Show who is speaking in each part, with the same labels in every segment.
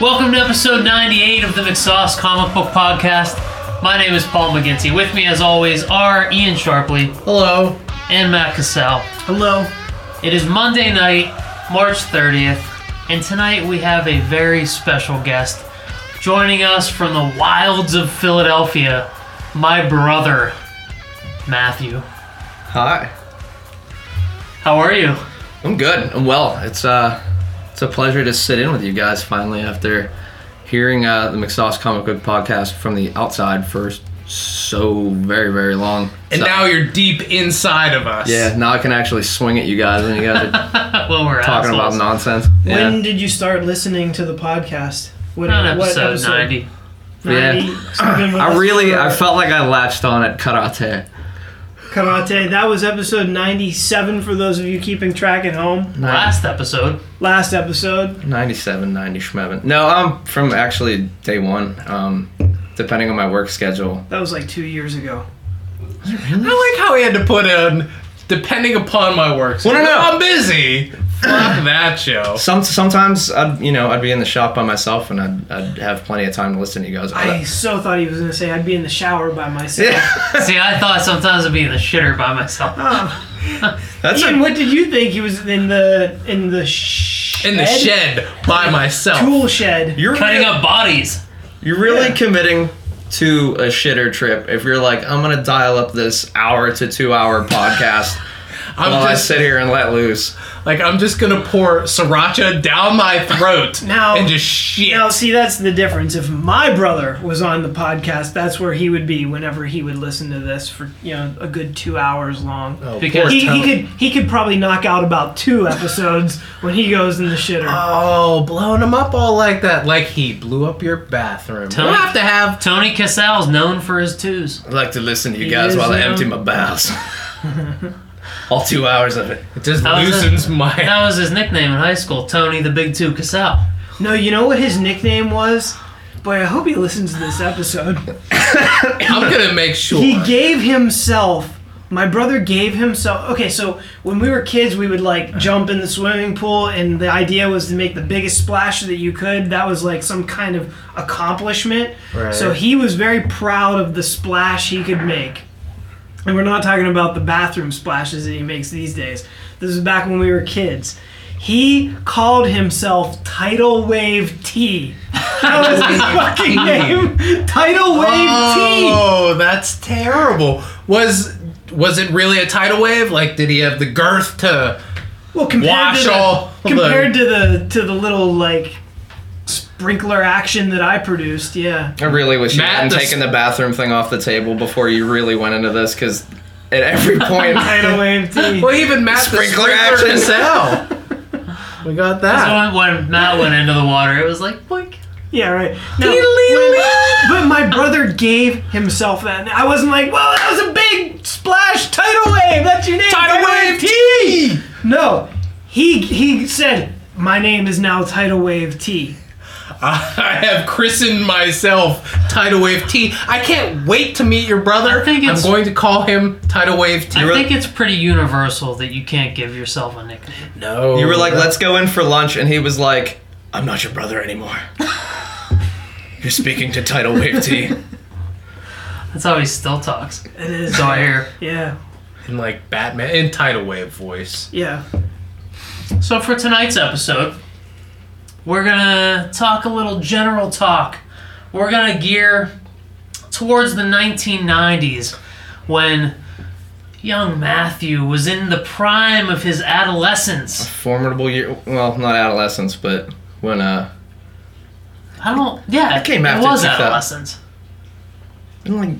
Speaker 1: Welcome to episode 98 of the McSauce Comic Book Podcast. My name is Paul McGinty. With me, as always, are Ian Sharpley
Speaker 2: Hello.
Speaker 1: and Matt Cassell.
Speaker 2: Hello.
Speaker 1: It is Monday night, March 30th, and tonight we have a very special guest joining us from the wilds of Philadelphia, my brother, Matthew.
Speaker 2: Hi.
Speaker 1: How are you?
Speaker 2: I'm good. I'm well. It's uh, it's a pleasure to sit in with you guys finally after hearing uh, the McSauce Comic Book Podcast from the outside for so very very long.
Speaker 3: And
Speaker 2: So-
Speaker 3: now you're deep inside of us.
Speaker 2: yeah, now I can actually swing at you guys when you guys are
Speaker 1: well, we're
Speaker 2: talking
Speaker 1: assholes.
Speaker 2: about nonsense. Yeah.
Speaker 4: When did you start listening to the podcast? What,
Speaker 1: We're on
Speaker 4: what
Speaker 1: episode, 90.
Speaker 4: 90?
Speaker 2: Yeah.
Speaker 4: So you've been with
Speaker 2: I
Speaker 4: us
Speaker 2: really
Speaker 4: for
Speaker 2: I felt like I latched on at karate.
Speaker 4: karate. That was episode 97 for those of you keeping track at home.
Speaker 1: Last episode.
Speaker 4: Last episode.
Speaker 2: 97, 90 schmevin. No, I'm from actually day one. Um, depending on my work schedule.
Speaker 4: That was like two years ago.
Speaker 3: I like how he had to put in, depending upon my work. So
Speaker 2: Well, no, no.
Speaker 3: I'm busy. Fuck that show.
Speaker 2: Some sometimes I'd you know I'd be in the shop by myself and I'd, I'd have plenty of time to listen to you guys.
Speaker 4: I so thought he was going to say I'd be in the shower by myself.
Speaker 1: See, I thought sometimes I'd be in the shitter by myself.
Speaker 2: That's
Speaker 4: Ian,
Speaker 2: a,
Speaker 4: what did you think he was in the in the sh-
Speaker 3: In the shed by myself.
Speaker 4: tool shed?
Speaker 2: you're
Speaker 1: Cutting
Speaker 2: really,
Speaker 1: up bodies.
Speaker 2: you're really committing to a shitter trip if you're like I'm gonna dial up this hour to two hour podcast while
Speaker 3: I'm
Speaker 2: I
Speaker 3: just
Speaker 2: sit here and let loose.
Speaker 3: like I'm just gonna pour sriracha down my throat
Speaker 4: Now-
Speaker 3: and just shit.
Speaker 4: Now, see, that's the difference. If my brother was on the podcast, that's where he would be whenever he would listen to this for you know a good two hours long.
Speaker 2: Oh,
Speaker 1: Because
Speaker 4: he, he could he could probably knock out about two episodes when he goes in the shitter.
Speaker 2: Uh,
Speaker 3: oh, blowing him up all like that, like he blew up your bathroom.
Speaker 1: Tell
Speaker 3: Tell you
Speaker 1: me-
Speaker 3: have to have.
Speaker 1: Tony Cassel's known for his twos.
Speaker 2: I'd like to listen to you
Speaker 4: He
Speaker 2: guys
Speaker 4: is,
Speaker 2: while I
Speaker 4: um,
Speaker 2: empty my bowels. All two hours of it.
Speaker 3: It just
Speaker 1: was a-
Speaker 3: loosens my.
Speaker 1: That was his nickname in high school, Tony the Big Two Cassell.
Speaker 4: No, you know what his nickname was? Boy, I hope he listens to this episode.
Speaker 3: I'm gonna make sure.
Speaker 4: He gave himself. My brother gave himself. Okay, so when we were kids, we would
Speaker 3: Uh-huh.
Speaker 4: like jump in the swimming pool, and the idea was to make the biggest splash that you could. That was like some kind of accomplishment.
Speaker 3: Right.
Speaker 4: So he was very proud of the splash he could make. And we're not talking about the bathroom splashes that he makes these days. This is back when we were kids. He called himself Tidal Wave T. That was his fucking name. Tidal Wave T.
Speaker 3: Oh, that's terrible. Was was it really a tidal wave? Like, did he have the girth to?
Speaker 4: Well, compared
Speaker 3: Wash
Speaker 4: to the,
Speaker 3: all
Speaker 4: compared to the to the little like sprinkler action that I produced, yeah.
Speaker 2: I really wish you
Speaker 3: Matt,
Speaker 2: hadn't
Speaker 3: the-
Speaker 2: taken the bathroom thing off the table before you really went into this because at every point.
Speaker 4: Tidal wave tea.
Speaker 3: Well, even Matt
Speaker 2: Sprinkler
Speaker 3: the
Speaker 2: action.
Speaker 3: sprinkler action. we got that.
Speaker 1: So when, when Matt went into the water, it was like, boink.
Speaker 4: Yeah, right. No, when- but my brother gave himself that. And I wasn't like, well, that was a big splash. Tidal wave. That's your name.
Speaker 3: Tidal wave tea.
Speaker 4: No, he he said my name is now Tidal Wave T.
Speaker 3: I have christened myself Tidal Wave T. I can't wait to meet your brother.
Speaker 1: I think it's-
Speaker 3: am going to call him Tidal Wave T.
Speaker 1: I think it's pretty universal that you can't give yourself a nickname.
Speaker 3: no.
Speaker 1: Oh.
Speaker 2: You were like, let's go in for lunch, and he was like, I'm not your brother anymore. You're speaking to Tidal Wave T.
Speaker 1: That's how he still talks.
Speaker 4: It is.
Speaker 1: So I hear.
Speaker 4: Yeah,
Speaker 3: in like Batman in Tidal Wave voice.
Speaker 4: yeah.
Speaker 1: So for tonight's episode, we're gonna talk a little general talk. We're gonna gear towards the 1990s when young Matthew was in the prime of his adolescence.
Speaker 2: Formidable year. Well, not adolescence, but when, uh,
Speaker 1: I don't. Yeah, it
Speaker 2: came
Speaker 1: it
Speaker 2: after
Speaker 1: was
Speaker 2: 2000.
Speaker 1: adolescence.
Speaker 2: in, like,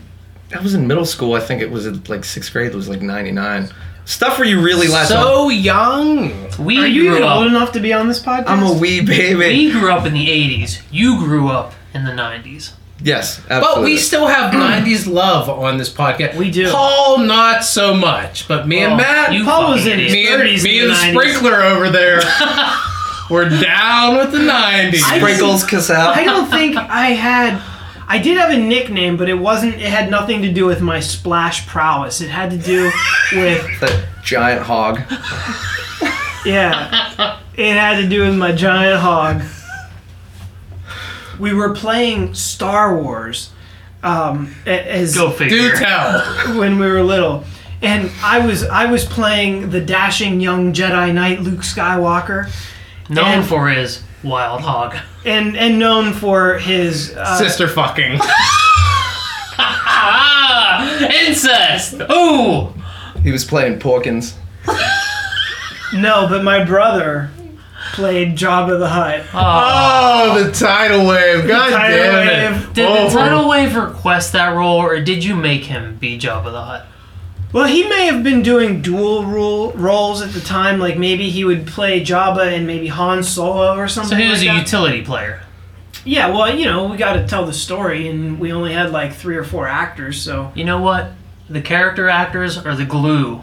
Speaker 2: I was in middle school. I think it was in, like sixth grade. It was like 99. Stuff where you really latch on.
Speaker 3: So young.
Speaker 1: We
Speaker 4: Are you
Speaker 1: grew
Speaker 4: even
Speaker 1: up.
Speaker 4: old enough to be on this podcast?
Speaker 2: I'm a wee baby.
Speaker 1: We grew up in the 80s. You grew up in the 90s.
Speaker 2: Yes, absolutely.
Speaker 3: But we still have 90s love on this podcast.
Speaker 4: We do.
Speaker 3: Paul, not so much. But me
Speaker 1: Oh,
Speaker 3: and Matt,
Speaker 1: you
Speaker 4: Paul was
Speaker 1: fucking
Speaker 4: in his
Speaker 1: idiot.
Speaker 3: me and,
Speaker 4: 30s
Speaker 3: me
Speaker 4: in
Speaker 3: and
Speaker 4: the 90s.
Speaker 3: Sprinkler over there, we're down with the 90s.
Speaker 2: Sprinkles Casal.
Speaker 4: I don't think I had. I did have a nickname, but it wasn't. It had nothing to do with my splash prowess. It had to do with
Speaker 2: That giant hog.
Speaker 4: yeah. It had to do with my giant hog. we were playing Star Wars. Um, a- as
Speaker 1: Go figure.
Speaker 3: Do tell.
Speaker 4: when we were little. And I was I was playing the dashing young Jedi Knight Luke Skywalker,
Speaker 1: Known
Speaker 4: And-
Speaker 1: for his wild hog.
Speaker 4: and and known for his uh,
Speaker 3: Sister fucking.
Speaker 1: Ah! Incest! Ooh!
Speaker 2: He was playing Porkins.
Speaker 4: no, but my brother played Jabba the Hutt.
Speaker 3: Oh, the tidal wave. God
Speaker 4: tidal
Speaker 3: damn
Speaker 4: wave.
Speaker 3: it.
Speaker 1: Did
Speaker 3: oh.
Speaker 1: the tidal wave request that role, or did you make him be Jabba the Hutt?
Speaker 4: Well, he may have been doing dual role roles at the time, like maybe he would play Jabba and maybe Han Solo or something.
Speaker 1: So he was
Speaker 4: like
Speaker 1: a
Speaker 4: that.
Speaker 1: utility player.
Speaker 4: yeah, well, you know, we got to tell the story, and we only had like three or four actors, so
Speaker 1: You know what? The character actors are the glue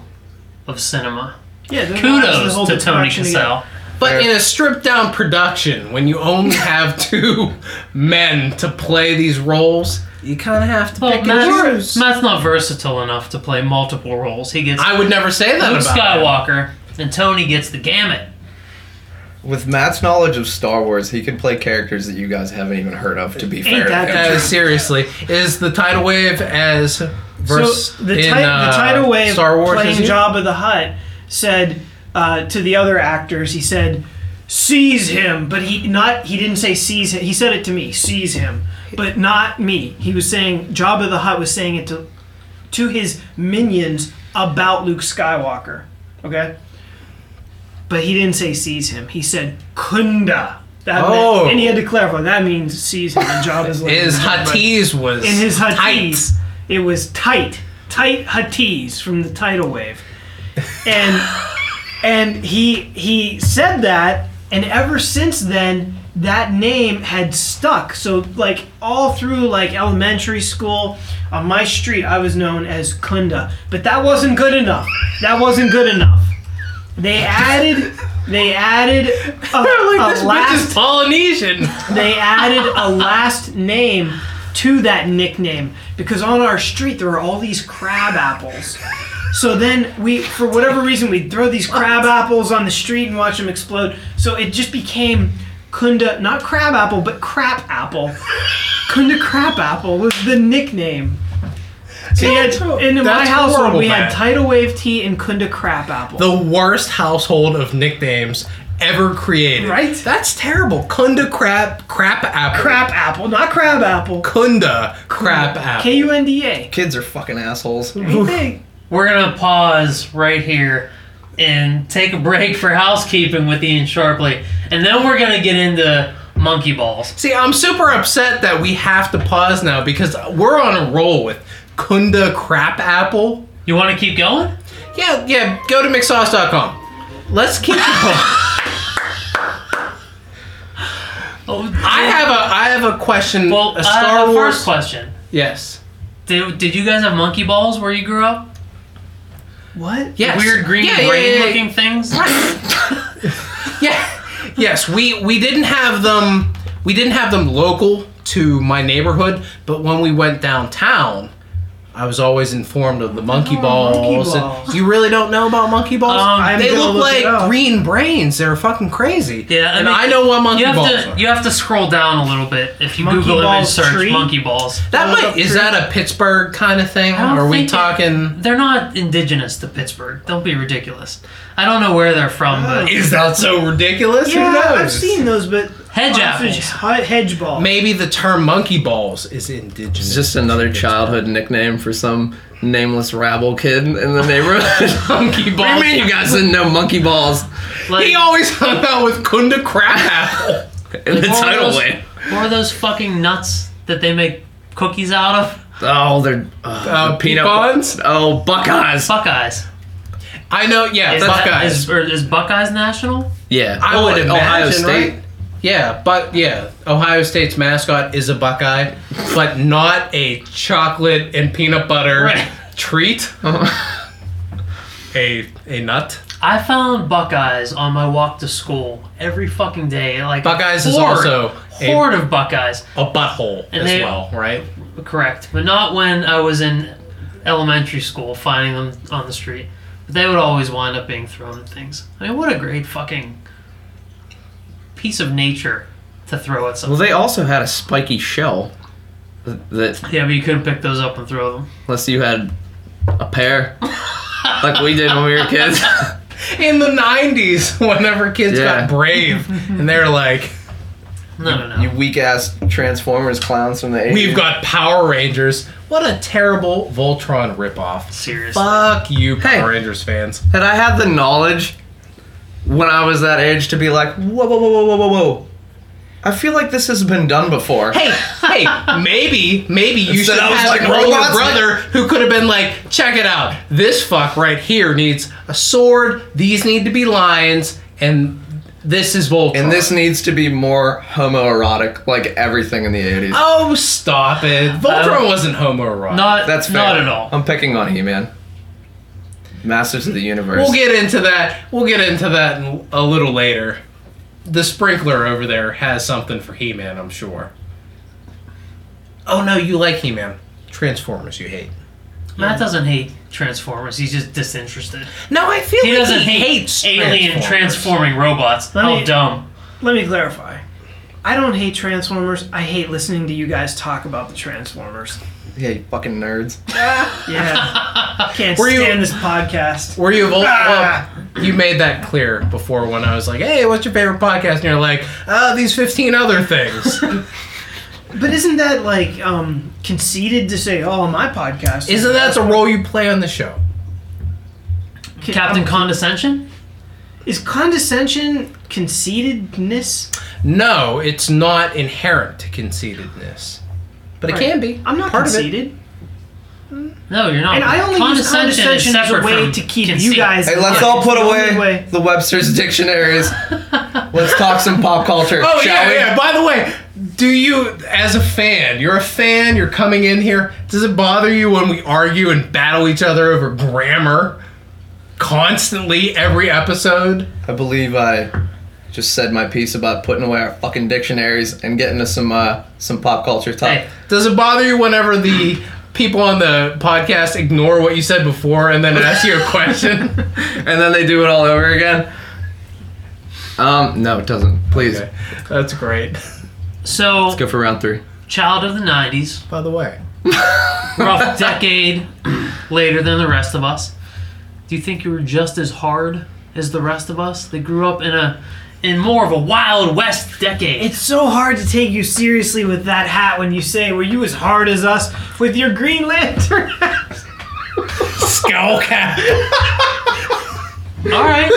Speaker 1: of cinema.
Speaker 4: yeah. there's- there's the
Speaker 1: Kudos
Speaker 4: whole
Speaker 1: to Tony
Speaker 4: production together.
Speaker 1: Cassell.
Speaker 3: But in a stripped down production, when you only have two men to play these roles, you kind of have to
Speaker 1: Well,
Speaker 3: pick and choose.
Speaker 1: Matt's, Matt's not versatile enough to play multiple roles. He gets
Speaker 3: I would never say that
Speaker 1: Luke
Speaker 3: about him.
Speaker 1: Skywalker, and Tony gets the gamut.
Speaker 2: With Matt's knowledge of Star Wars, he could play characters that you guys haven't even heard of. To be fair,
Speaker 4: that
Speaker 2: to him.
Speaker 3: Uh, seriously, is the tidal wave as verse
Speaker 4: so the,
Speaker 3: in,
Speaker 4: ti-
Speaker 3: uh,
Speaker 4: the tidal wave
Speaker 3: Star Wars
Speaker 4: playing
Speaker 3: as you?
Speaker 4: Jabba the Hutt said uh, to the other actors, he said, "Seize him," but he not he didn't say seize him. He said it to me, seize him, but not me. He was saying Jabba the Hutt was saying it to to his minions about Luke Skywalker. Okay, but he didn't say seize him. He said Kunda. That
Speaker 3: Oh.
Speaker 4: meant, and he had to clarify that means seize him. And Jabba's like,
Speaker 3: Is
Speaker 4: "No, but-
Speaker 3: Hatiz was
Speaker 4: in his
Speaker 3: tight.
Speaker 4: Hatties. It was tight, tight Hatties from the tidal wave, and and he he said that, and ever since then that name had stuck. So like all through like elementary school, on my street I was known as Kunda, but that wasn't good enough. That wasn't good enough. They added. They added a,
Speaker 3: Like, this
Speaker 4: a
Speaker 3: bitch
Speaker 4: last
Speaker 3: is Polynesian.
Speaker 4: they added a last name to that nickname because on our street there were all these crab apples. So then we, for whatever reason, we'd throw these crab apples on the street and watch them explode. So it just became Kunda, not crab apple, but crap apple. Kunda crap apple was the nickname. So you had, and in my
Speaker 3: That's
Speaker 4: household,
Speaker 3: horrible,
Speaker 4: we
Speaker 3: Matt.
Speaker 4: had tidal wave tea and Kunda crap apple.
Speaker 3: the worst household of nicknames ever created.
Speaker 4: Right?
Speaker 3: That's terrible. Kunda crap crap apple.
Speaker 4: crap apple, not crab apple.
Speaker 3: Kunda crap apple.
Speaker 4: K U N D A.
Speaker 2: kids are fucking assholes.
Speaker 4: Anything.
Speaker 1: We're gonna pause right here and take a break for housekeeping with Ian Sharpley, and then we're gonna get into monkey balls.
Speaker 3: See, I'm super upset that we have to pause now because we're on a roll with Kunda crap apple.
Speaker 1: You want to keep going?
Speaker 3: Yeah, yeah. Go to mixsauce.com. Let's keep going.
Speaker 1: Oh,
Speaker 3: I have a I have a question.
Speaker 1: well,
Speaker 4: uh,
Speaker 3: a
Speaker 1: I
Speaker 3: Star
Speaker 1: have a
Speaker 3: Wars.
Speaker 1: first question.
Speaker 3: Yes.
Speaker 1: Did, did you guys have monkey balls where you grew up?
Speaker 4: What?
Speaker 3: Yes.
Speaker 1: Weird green
Speaker 3: Yeah, yeah,
Speaker 1: brain
Speaker 3: yeah, yeah.
Speaker 1: looking things.
Speaker 3: Yeah. Yes, we we didn't have them we didn't have them local to my neighborhood, but when we went downtown, I was always informed of the monkey balls.
Speaker 4: Oh, monkey
Speaker 3: and-
Speaker 4: balls.
Speaker 3: you really don't know about monkey balls?
Speaker 1: Um, I'm
Speaker 3: they
Speaker 4: gonna
Speaker 3: look,
Speaker 4: look
Speaker 3: like
Speaker 4: it up.
Speaker 3: green brains. They're fucking crazy.
Speaker 1: Yeah, I
Speaker 3: and
Speaker 1: mean,
Speaker 3: I know what monkey
Speaker 1: You have
Speaker 3: balls
Speaker 1: to
Speaker 3: are.
Speaker 1: you have to scroll down a little bit if you
Speaker 4: Monkey
Speaker 1: Google image
Speaker 4: balls
Speaker 1: search
Speaker 4: tree?
Speaker 1: monkey balls.
Speaker 3: that
Speaker 4: look
Speaker 3: might
Speaker 4: up
Speaker 3: is
Speaker 4: tree.
Speaker 3: that a Pittsburgh kind of thing?
Speaker 1: I don't
Speaker 3: Are we
Speaker 1: think it-
Speaker 3: talking?
Speaker 1: They're not indigenous to Pittsburgh. Don't be ridiculous. I don't know where they're from, but
Speaker 3: Is that so ridiculous?
Speaker 4: Yeah,
Speaker 3: Who knows?
Speaker 4: I've seen those, but
Speaker 1: hedge
Speaker 4: Ostrich
Speaker 1: apples.
Speaker 4: hu- hedge ball.
Speaker 3: Maybe the term monkey balls is indigenous.
Speaker 2: It's just another childhood nickname for some nameless rabble kid in the neighborhood.
Speaker 3: monkey balls.
Speaker 2: I mean, you guys didn't know monkey balls
Speaker 1: Like,
Speaker 3: He always hung out with Kunda Crab.
Speaker 2: in
Speaker 1: what
Speaker 2: the
Speaker 1: were
Speaker 2: tidal
Speaker 1: those-
Speaker 2: wave.
Speaker 1: What are those fucking nuts that they make cookies out of?
Speaker 2: Oh, they're uh,
Speaker 3: Uh,
Speaker 2: the peanut
Speaker 3: pecans?
Speaker 2: Oh, Buckeyes.
Speaker 1: Buckeyes.
Speaker 3: I know, yeah,
Speaker 1: Is that-
Speaker 3: Buckeyes.
Speaker 1: is- or is Buckeyes national?
Speaker 2: Yeah,
Speaker 3: I
Speaker 2: Oh,
Speaker 3: would
Speaker 2: and
Speaker 3: imagine,
Speaker 2: Ohio State.
Speaker 3: right? Yeah, but yeah, Ohio State's mascot is a Buckeye, but not a chocolate and peanut butter
Speaker 1: Right.
Speaker 3: treat. a a nut.
Speaker 1: I found Buckeyes on my walk to school every fucking day. Like
Speaker 3: Buckeyes is
Speaker 1: horde-
Speaker 3: also a-
Speaker 1: horde of Buckeyes.
Speaker 3: A butthole as
Speaker 1: they-
Speaker 3: well, right?
Speaker 1: Correct, but not when I was in elementary school finding them on the street. But they would always wind up being thrown at things. I mean, what a great fucking piece of nature to throw at something.
Speaker 2: Well, they also had a spiky shell th- that,
Speaker 1: yeah, but you couldn't pick those up and throw them.
Speaker 2: unless you had a pair, like we did when we were kids.
Speaker 3: in the 90s whenever kids
Speaker 2: Yeah.
Speaker 3: got brave and they're like
Speaker 1: No, no, no.
Speaker 2: you weak ass Transformers clowns from the 80s.
Speaker 3: we've got power rangers what a terrible voltron ripoff
Speaker 1: Seriously.
Speaker 3: fuck you power
Speaker 2: Hey.
Speaker 3: rangers fans
Speaker 2: Had I had the knowledge when I was that age to be like, whoa, whoa, whoa, whoa, whoa, whoa. I feel like this has been done before.
Speaker 3: hey hey maybe maybe you
Speaker 2: Instead,
Speaker 3: should
Speaker 2: I
Speaker 3: have
Speaker 2: was
Speaker 3: had
Speaker 2: like,
Speaker 3: an older
Speaker 2: robots?
Speaker 3: brother who could have been like check it out this fuck right here needs a sword these need to be lions and this is voltron
Speaker 2: And this needs to be more homoerotic, like everything in the 80s.
Speaker 3: oh stop
Speaker 2: Uh,
Speaker 3: it voltron
Speaker 1: Um,
Speaker 3: wasn't homoerotic
Speaker 1: not
Speaker 2: That's fair.
Speaker 1: not at all.
Speaker 2: I'm picking on you, man. Masters of the Universe.
Speaker 3: We'll get into that. We'll get into that in- a little later. The sprinkler over there has something for He-Man, I'm sure. Oh no, you like He-Man. Transformers, you hate.
Speaker 1: Matt doesn't hate Transformers. He's just disinterested.
Speaker 3: No, I feel
Speaker 1: He
Speaker 3: like
Speaker 1: doesn't
Speaker 3: he
Speaker 1: hate
Speaker 3: hates
Speaker 1: alien
Speaker 3: Transformers.
Speaker 1: transforming robots.
Speaker 4: Let
Speaker 1: How
Speaker 4: me-
Speaker 1: dumb.
Speaker 4: Let me clarify. I don't hate Transformers. I hate listening to you guys talk about the Transformers.
Speaker 2: yeah, you fucking nerds.
Speaker 4: Yeah. Can't
Speaker 3: Were you-
Speaker 4: stand this podcast.
Speaker 3: Were you? Vol-
Speaker 4: Ah.
Speaker 3: well, you made that clear before when I was like, "Hey, what's your favorite podcast?" And you're like, "Uh, these 15 other things."
Speaker 4: But isn't that like um conceited to say, "Oh, my podcast"? is
Speaker 3: Isn't that the role you play on the show?
Speaker 4: Con-
Speaker 1: Captain Condescension?
Speaker 4: um, Is condescension conceitedness?
Speaker 3: No, it's not inherent to conceitedness, but it
Speaker 4: Right.
Speaker 3: can be.
Speaker 4: I'm not
Speaker 3: part of it.
Speaker 4: conceited,
Speaker 1: No, you're not.
Speaker 4: and I only use
Speaker 1: Um, condescension
Speaker 4: condescension
Speaker 1: is
Speaker 4: as a
Speaker 1: separate
Speaker 4: way
Speaker 1: from
Speaker 4: to keep you
Speaker 1: conceit.
Speaker 4: guys.
Speaker 2: Hey, let's
Speaker 4: Yeah,
Speaker 2: all put
Speaker 4: it's the only
Speaker 2: away
Speaker 4: way.
Speaker 2: the Webster's dictionaries. let's talk some pop culture,
Speaker 3: Oh
Speaker 2: shall
Speaker 3: yeah,
Speaker 2: we?
Speaker 3: yeah. By the way, do you, as a fan, you're a fan. You're coming in here. Does it bother you when we argue and battle each other over grammar constantly every episode?
Speaker 2: I believe I just said my piece about putting away our fucking dictionaries and getting to some uh, some pop culture talk.
Speaker 1: Hey,
Speaker 3: Does it bother you whenever the people on the podcast ignore what you said before and then ask you a question?
Speaker 2: And then they do it all over again. Um, no, it doesn't. Please
Speaker 3: Okay, that's great.
Speaker 1: so
Speaker 2: go for round three.
Speaker 1: child of the 90s,
Speaker 3: By the way,
Speaker 1: rough decade later than the rest of us. Do you think you were just as hard as the rest of us? They grew up in a in more of a Wild West decade.
Speaker 4: It's so hard to take you seriously with that hat when you say, "Were you as hard as us with your Green Lantern?" hat?"
Speaker 3: skull cap.
Speaker 1: all right.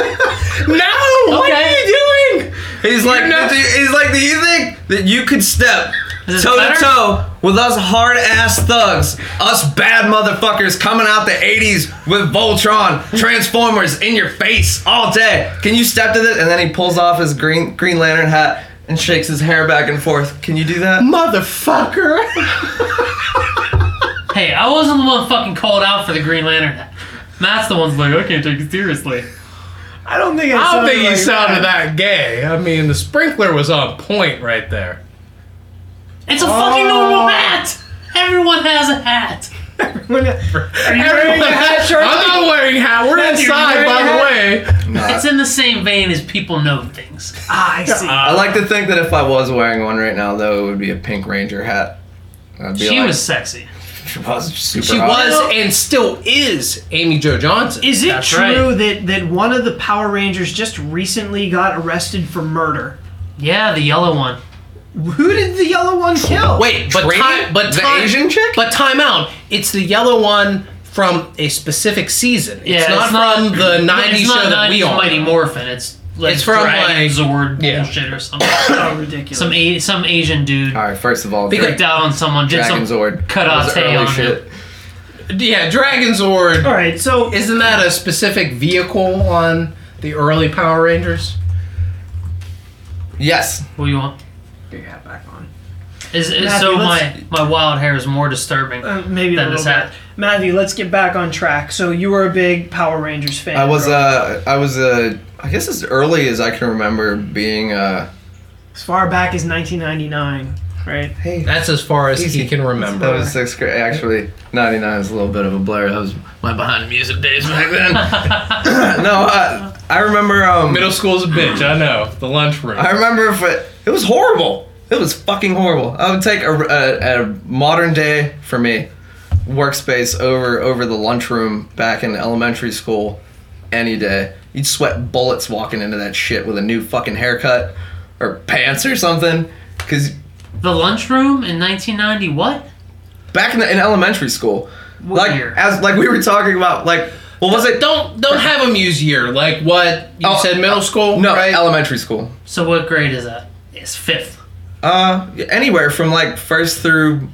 Speaker 3: No, what are
Speaker 1: Okay.
Speaker 3: you doing?
Speaker 2: He's like,
Speaker 3: not-
Speaker 2: do you- he's like, do you think that you could step
Speaker 1: Is it
Speaker 2: toe
Speaker 1: better?
Speaker 2: to toe with us hard ass thugs, us bad motherfuckers coming out the '80s with Voltron, Transformers in your face all day? Can you step to this? And then he pulls off his green Green Lantern hat and shakes his hair back and forth. Can you do that?
Speaker 3: Motherfucker.
Speaker 1: Hey, I wasn't the one fucking called out for the Green Lantern. hat. Matt's the one's like, I can't take it seriously.
Speaker 4: I don't think I,
Speaker 3: I don't
Speaker 4: sounded
Speaker 3: think you
Speaker 4: like
Speaker 3: sounded that gay. I mean, the sprinkler was on point right there.
Speaker 1: It's a fucking normal hat. Everyone has a hat.
Speaker 4: Are you wearing a hat, Shorty?
Speaker 3: I'm not wearing a hat. We're
Speaker 4: Matthew,
Speaker 3: inside,
Speaker 4: you
Speaker 3: by
Speaker 4: wearing
Speaker 3: the way.
Speaker 1: It's in the same vein as people know things.
Speaker 4: Ah, I see.
Speaker 1: Uh,
Speaker 2: I like to think that if I was wearing one right now, though, it would be a pink ranger hat. I'd be
Speaker 1: She
Speaker 2: like,
Speaker 1: was sexy.
Speaker 2: she was super
Speaker 3: She
Speaker 2: hot.
Speaker 3: was and still is Amy Jo Johnson.
Speaker 4: Is it
Speaker 1: That's
Speaker 4: true that, that one of the Power Rangers just recently got arrested for murder?
Speaker 1: Yeah, the yellow one.
Speaker 4: Who did the yellow one kill?
Speaker 3: Wait, but
Speaker 2: Training?
Speaker 3: time, but
Speaker 2: The
Speaker 3: time,
Speaker 2: Asian chick?
Speaker 3: But time out. It's the yellow one from a specific season. It's
Speaker 1: Yeah,
Speaker 3: not
Speaker 1: it's not-
Speaker 3: from the '90s
Speaker 1: it's
Speaker 3: show
Speaker 1: not
Speaker 3: that
Speaker 1: 90s
Speaker 3: we are.
Speaker 1: Mighty Morphin. It's like
Speaker 3: It's from,
Speaker 1: Dragon
Speaker 3: like-
Speaker 1: Zord
Speaker 3: yeah.
Speaker 1: bullshit or something.
Speaker 4: Oh, ridiculous.
Speaker 1: some a- some Asian dude
Speaker 2: All right, first of all,
Speaker 1: freaked out on someone, did
Speaker 2: Dragon
Speaker 1: some
Speaker 2: Zord. That was
Speaker 1: karate
Speaker 2: early
Speaker 1: on
Speaker 2: shit.
Speaker 1: him.
Speaker 3: Yeah, Dragon Zord.
Speaker 4: All right, so
Speaker 3: Isn't that a specific vehicle on the early Power Rangers?
Speaker 2: Yes.
Speaker 1: What do you want?
Speaker 4: Put your hat back on.
Speaker 1: Is, is
Speaker 4: Matthew,
Speaker 1: so
Speaker 4: let's-
Speaker 1: my my wild hair is more disturbing.
Speaker 4: Uh, maybe
Speaker 1: That
Speaker 4: a little
Speaker 1: is
Speaker 4: bit.
Speaker 1: hat.
Speaker 4: Matthew, let's get back on track. So you were a big Power Rangers fan.
Speaker 2: I was
Speaker 4: growing up.
Speaker 2: uh I was uh I guess as early as I can remember being uh
Speaker 4: as far back as 1999. right?
Speaker 2: Hey,
Speaker 3: That's as far as
Speaker 2: Easy.
Speaker 3: he can
Speaker 2: that
Speaker 3: remember.
Speaker 2: was sixth grade. Actually, '99 is a little bit of a blur. That was my behind the music days back then. no, uh, I remember. Um,
Speaker 3: Middle school's a bitch, I know. The lunchroom.
Speaker 2: I remember if it, it was horrible. It was fucking horrible. I would take a, a, a modern day for me workspace over over the lunchroom back in elementary school any day. You'd sweat bullets walking into that shit with a new fucking haircut or pants or something. Cause
Speaker 1: The lunchroom in 1990. What?
Speaker 2: back in, the, in elementary school,
Speaker 1: What
Speaker 2: like
Speaker 1: year?
Speaker 2: as like we were talking about, like what was it?
Speaker 3: don't don't have them use year. Like what you
Speaker 2: Oh,
Speaker 3: said, middle school.
Speaker 2: No,
Speaker 3: right?
Speaker 2: elementary school.
Speaker 1: So what grade is that? It's fifth.
Speaker 2: Uh, anywhere from like first through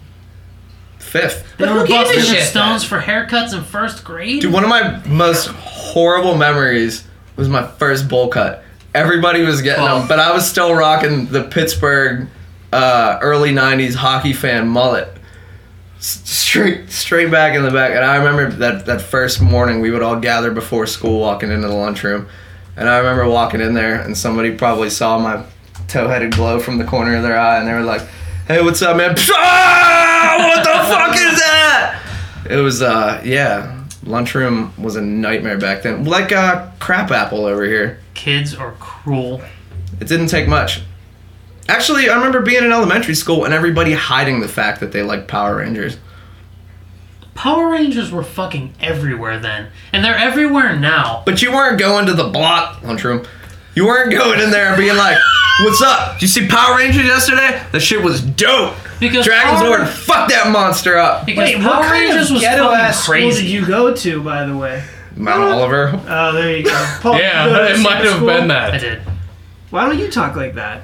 Speaker 2: fifth.
Speaker 1: They
Speaker 3: who
Speaker 1: were
Speaker 3: gives a
Speaker 1: busting the
Speaker 3: shit
Speaker 1: stones for haircuts in first grade.
Speaker 2: Dude, one of my most horrible memories was my first bowl cut. Everybody was getting
Speaker 1: Oh.
Speaker 2: them, but I was still rocking the Pittsburgh uh, early '90s hockey fan mullet, S- straight straight back in the back. And I remember that that first morning we would all gather before school, walking into the lunchroom, and I remember walking in there, and somebody probably saw my toe-headed glow from the corner of their eye, and they were like, "Hey, what's up, man? Ah, what the fuck is that?" It was uh yeah. Lunchroom was a nightmare back then. Like uh crap apple over here.
Speaker 1: Kids are cruel.
Speaker 2: It didn't take much. Actually, I remember being in elementary school and everybody hiding the fact that they liked Power Rangers.
Speaker 1: Power Rangers were fucking everywhere then, and they're everywhere now.
Speaker 2: But you weren't going to the block lunchroom. You weren't going in there and being like, "What's up? Did you see Power Rangers yesterday? That shit was dope."
Speaker 1: Because
Speaker 2: Dragon's
Speaker 1: Power-
Speaker 2: Lord, fuck that monster up.
Speaker 1: Because
Speaker 4: Wait,
Speaker 1: Power
Speaker 4: what kind
Speaker 1: Rangers
Speaker 4: of
Speaker 1: was
Speaker 4: ghetto
Speaker 1: fucking
Speaker 4: ass school
Speaker 1: crazy.
Speaker 4: did you go to, by the way?
Speaker 2: Mount Oliver.
Speaker 4: Oh, there you go. Paul,
Speaker 3: Yeah,
Speaker 4: you go to the
Speaker 3: it
Speaker 4: same
Speaker 3: might have
Speaker 4: school?
Speaker 3: been
Speaker 1: I
Speaker 3: that.
Speaker 1: did.
Speaker 4: Why don't you talk like that?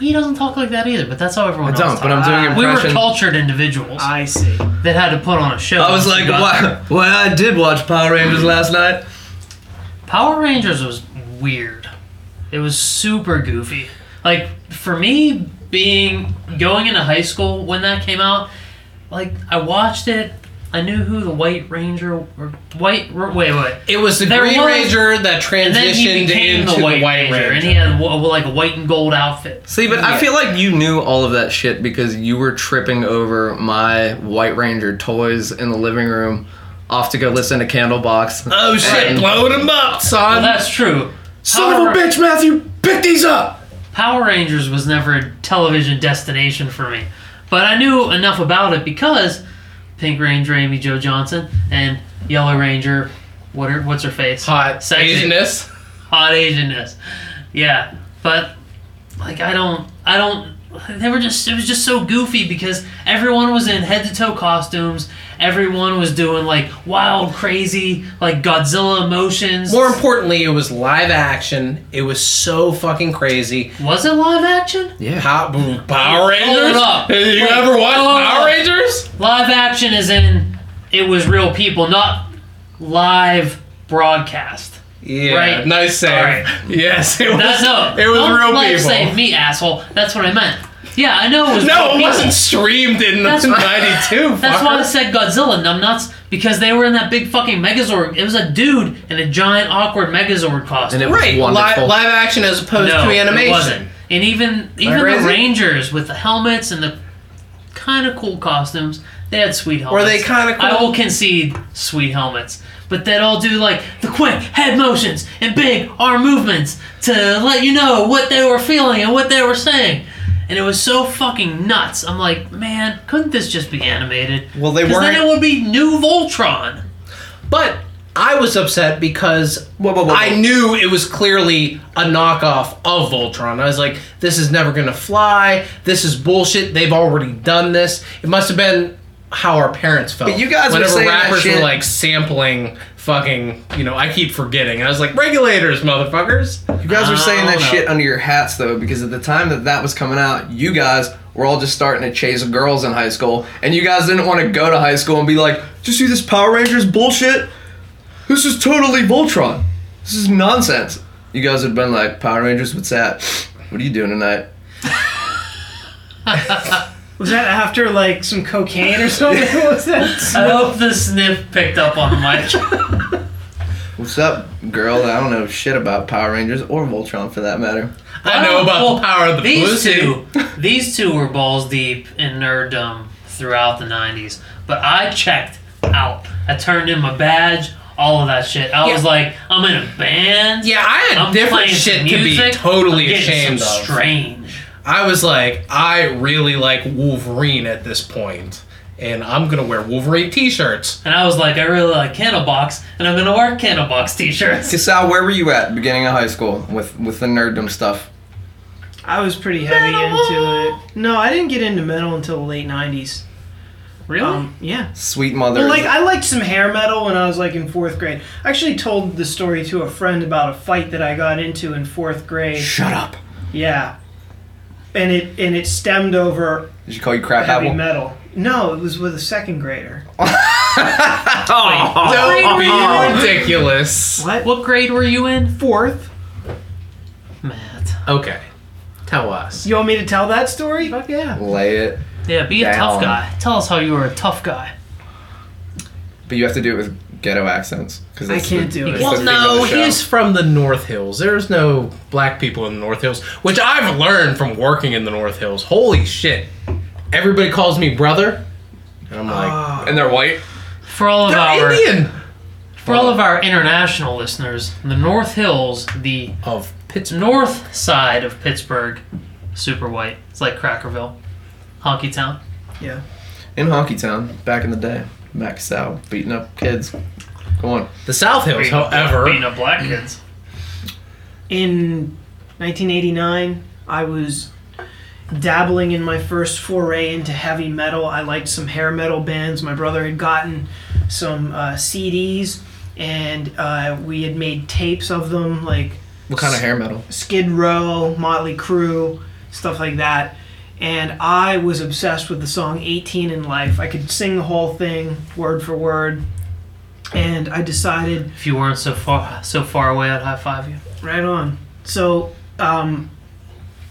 Speaker 1: He doesn't talk like that either, but that's how everyone
Speaker 2: I
Speaker 1: else
Speaker 2: don't, but
Speaker 1: talks.
Speaker 2: I'm doing
Speaker 1: we were
Speaker 2: impression.
Speaker 1: cultured individuals
Speaker 4: I see.
Speaker 1: that had to put on a show.
Speaker 2: I was like,
Speaker 1: But
Speaker 2: "Why? Why I did watch Power Rangers last night."
Speaker 1: Power Rangers was weird. It was super goofy. Like for me, being going into high school when that came out, like I watched it. I knew who the White Ranger or White. Wait, wait.
Speaker 3: It was the
Speaker 1: There
Speaker 3: Green
Speaker 1: was-
Speaker 3: Ranger that
Speaker 1: And then he
Speaker 3: transitioned
Speaker 1: became
Speaker 3: into
Speaker 1: the White,
Speaker 3: White
Speaker 1: Ranger,
Speaker 3: Ranger.
Speaker 1: and he had wh- like a white and gold outfit.
Speaker 2: See, but I feel like you knew all of that shit because you were tripping over my White Ranger toys in the living room, off to go listen to Candlebox.
Speaker 3: oh shit,
Speaker 2: And-
Speaker 3: blowing him up,
Speaker 1: Well,
Speaker 3: son.
Speaker 1: that's true.
Speaker 2: Son of a
Speaker 1: Power-
Speaker 2: bitch, Matthew, pick these up.
Speaker 1: Power Rangers was never a television destination for me, but I knew enough about it because Pink Ranger Amy Joe Johnson and Yellow Ranger, what her, what's her face?
Speaker 3: Hot
Speaker 1: Sexy.
Speaker 3: Asianness.
Speaker 1: Hot Asianness. Yeah, but like I don't, I don't. They were just, it was just so goofy because everyone was in head to toe costumes. Everyone was doing like wild, crazy, like Godzilla motions.
Speaker 3: More importantly, it was live action. It was so fucking crazy.
Speaker 1: was it live action?
Speaker 2: Yeah.
Speaker 3: Pow- Power Rangers?
Speaker 1: up.
Speaker 3: Have you
Speaker 1: Wait,
Speaker 3: ever watched
Speaker 1: hold
Speaker 3: Power
Speaker 1: up.
Speaker 3: Rangers?
Speaker 1: Live action is in it was real people, not live broadcast.
Speaker 3: Yeah.
Speaker 1: Right.
Speaker 3: Nice save.
Speaker 1: Alright.
Speaker 3: Yes, it was.
Speaker 1: That's no.
Speaker 3: It was
Speaker 1: don't
Speaker 3: real
Speaker 1: like
Speaker 3: people.
Speaker 1: Save me, asshole. That's what I meant. Yeah, I know it was. real
Speaker 3: No, it
Speaker 1: people.
Speaker 3: wasn't streamed in
Speaker 1: That's-
Speaker 3: 92.
Speaker 1: That's why I
Speaker 3: fucker.
Speaker 1: said Godzilla numbnuts because they were in that big fucking Megazord. It was a dude in a giant awkward Megazord costume.
Speaker 2: And it
Speaker 3: Right,
Speaker 2: was
Speaker 3: live,
Speaker 2: wonderful.
Speaker 3: live action as opposed
Speaker 1: no,
Speaker 3: to animation.
Speaker 1: It wasn't. And even even
Speaker 3: crazy?
Speaker 1: the Rangers with the helmets and the kind of cool costumes, they had sweet helmets.
Speaker 3: they kinda cool?
Speaker 1: I will concede sweet helmets. But they'd all do like the quick head motions and big arm movements to let you know what they were feeling and what they were saying. And it was so fucking nuts. I'm like, man, couldn't this just be animated?
Speaker 2: Well, they
Speaker 1: 'Cause
Speaker 2: weren't-
Speaker 1: Then it would be new Voltron.
Speaker 3: But I was upset because
Speaker 2: Whoa, whoa, whoa, whoa.
Speaker 3: I knew it was clearly a knockoff of Voltron. I was like, this is never going to fly. This is bullshit. They've already done this. It must have been how our parents felt.
Speaker 2: But you guys were
Speaker 3: Whenever
Speaker 2: saying that
Speaker 3: rappers
Speaker 2: shit-
Speaker 3: were like sampling fucking, you know, I keep forgetting. I was like, regulators, motherfuckers.
Speaker 2: You guys were saying that
Speaker 1: I don't
Speaker 2: shit
Speaker 1: know.
Speaker 2: under your hats though, because at the time that that was coming out, you guys were all just starting to chase girls in high school, and you guys didn't want to go to high school and be like, "Did you see this Power Rangers bullshit? This is totally Voltron. This is nonsense." You guys would have been like, "Power Rangers, what's that? What are you doing tonight?"
Speaker 4: Was that after like some cocaine or something? What was that?
Speaker 1: I hope the sniff picked up on my.
Speaker 2: What's up, girl? that I don't know shit about Power Rangers or Voltron for that matter.
Speaker 3: I
Speaker 2: Oh,
Speaker 3: know about the power of the
Speaker 1: Oh, these
Speaker 3: pussy.
Speaker 1: two. These two were balls deep in nerddom throughout the '90s, but I checked out. I turned in my badge, all of that shit. I was
Speaker 3: Yeah.
Speaker 1: like, I'm in a band.
Speaker 3: Yeah, I had
Speaker 1: I'm
Speaker 3: different
Speaker 1: playing some
Speaker 3: shit to be
Speaker 1: music,
Speaker 3: totally
Speaker 1: I'm getting
Speaker 3: ashamed
Speaker 1: some
Speaker 3: of.
Speaker 1: Strange.
Speaker 3: I was like, I really like Wolverine at this point, and I'm gonna wear Wolverine t-shirts.
Speaker 1: And I was like, I really like Candlebox, and I'm gonna wear Candlebox t-shirts.
Speaker 2: Sal, where were you at beginning of high school with with the nerddom stuff?
Speaker 4: I was pretty heavy into it. No, I didn't get into metal until the late '90s.
Speaker 1: Really?
Speaker 4: Um, yeah.
Speaker 2: Sweet mother.
Speaker 4: Well, like I liked some hair metal when I was like in fourth grade. I actually told the story to a friend about a fight that I got into in fourth grade.
Speaker 2: Shut up.
Speaker 4: Yeah, and it and it stemmed over
Speaker 2: Did she call you crap
Speaker 4: heavy
Speaker 2: apple?
Speaker 4: metal. No, it was with a second grader.
Speaker 2: Oh,
Speaker 3: Don't be ridiculous.
Speaker 4: What?
Speaker 1: what grade were you in,
Speaker 4: Fourth?
Speaker 1: Matt?
Speaker 3: Okay, tell us.
Speaker 4: You want me to tell that story?
Speaker 3: Fuck yeah.
Speaker 2: Lay it.
Speaker 1: Yeah, be a tough
Speaker 2: Down.
Speaker 1: guy. Tell us how you were a tough guy.
Speaker 2: But you have to do it with ghetto accents. Cause
Speaker 4: I
Speaker 2: it's
Speaker 4: can't
Speaker 2: the-
Speaker 4: do
Speaker 2: it's
Speaker 4: it.
Speaker 2: the
Speaker 3: Well,
Speaker 2: theme of
Speaker 3: no,
Speaker 2: the show.
Speaker 3: he's from the North Hills. There's no black people in the North Hills, which I've learned from working in the North Hills. Holy shit. Everybody calls me brother, and I'm like,
Speaker 2: And they're white?
Speaker 1: For all of
Speaker 3: they're
Speaker 1: our
Speaker 3: Indian.
Speaker 1: for all of our international listeners, the North Hills, the
Speaker 3: Of Pittsburgh.
Speaker 1: north side of Pittsburgh, super white. It's like Crackerville, honky town.
Speaker 4: Yeah.
Speaker 2: In Honky Town, back in the day. Max Sal beating up kids. Go on.
Speaker 3: The South Hills,
Speaker 1: being
Speaker 3: however.
Speaker 1: a black kids.
Speaker 4: In 1989, I was dabbling in my first foray into heavy metal. I liked some hair metal bands. My brother had gotten some uh, CDs, and uh, we had made tapes of them, like
Speaker 2: What kind of hair metal?
Speaker 4: Skid Row, Motley Crue, stuff like that. And I was obsessed with the song 18 in Life. I could sing the whole thing, word for word. And I decided
Speaker 1: If you weren't so far so far away, I'd high five you.
Speaker 4: Right on. So, um,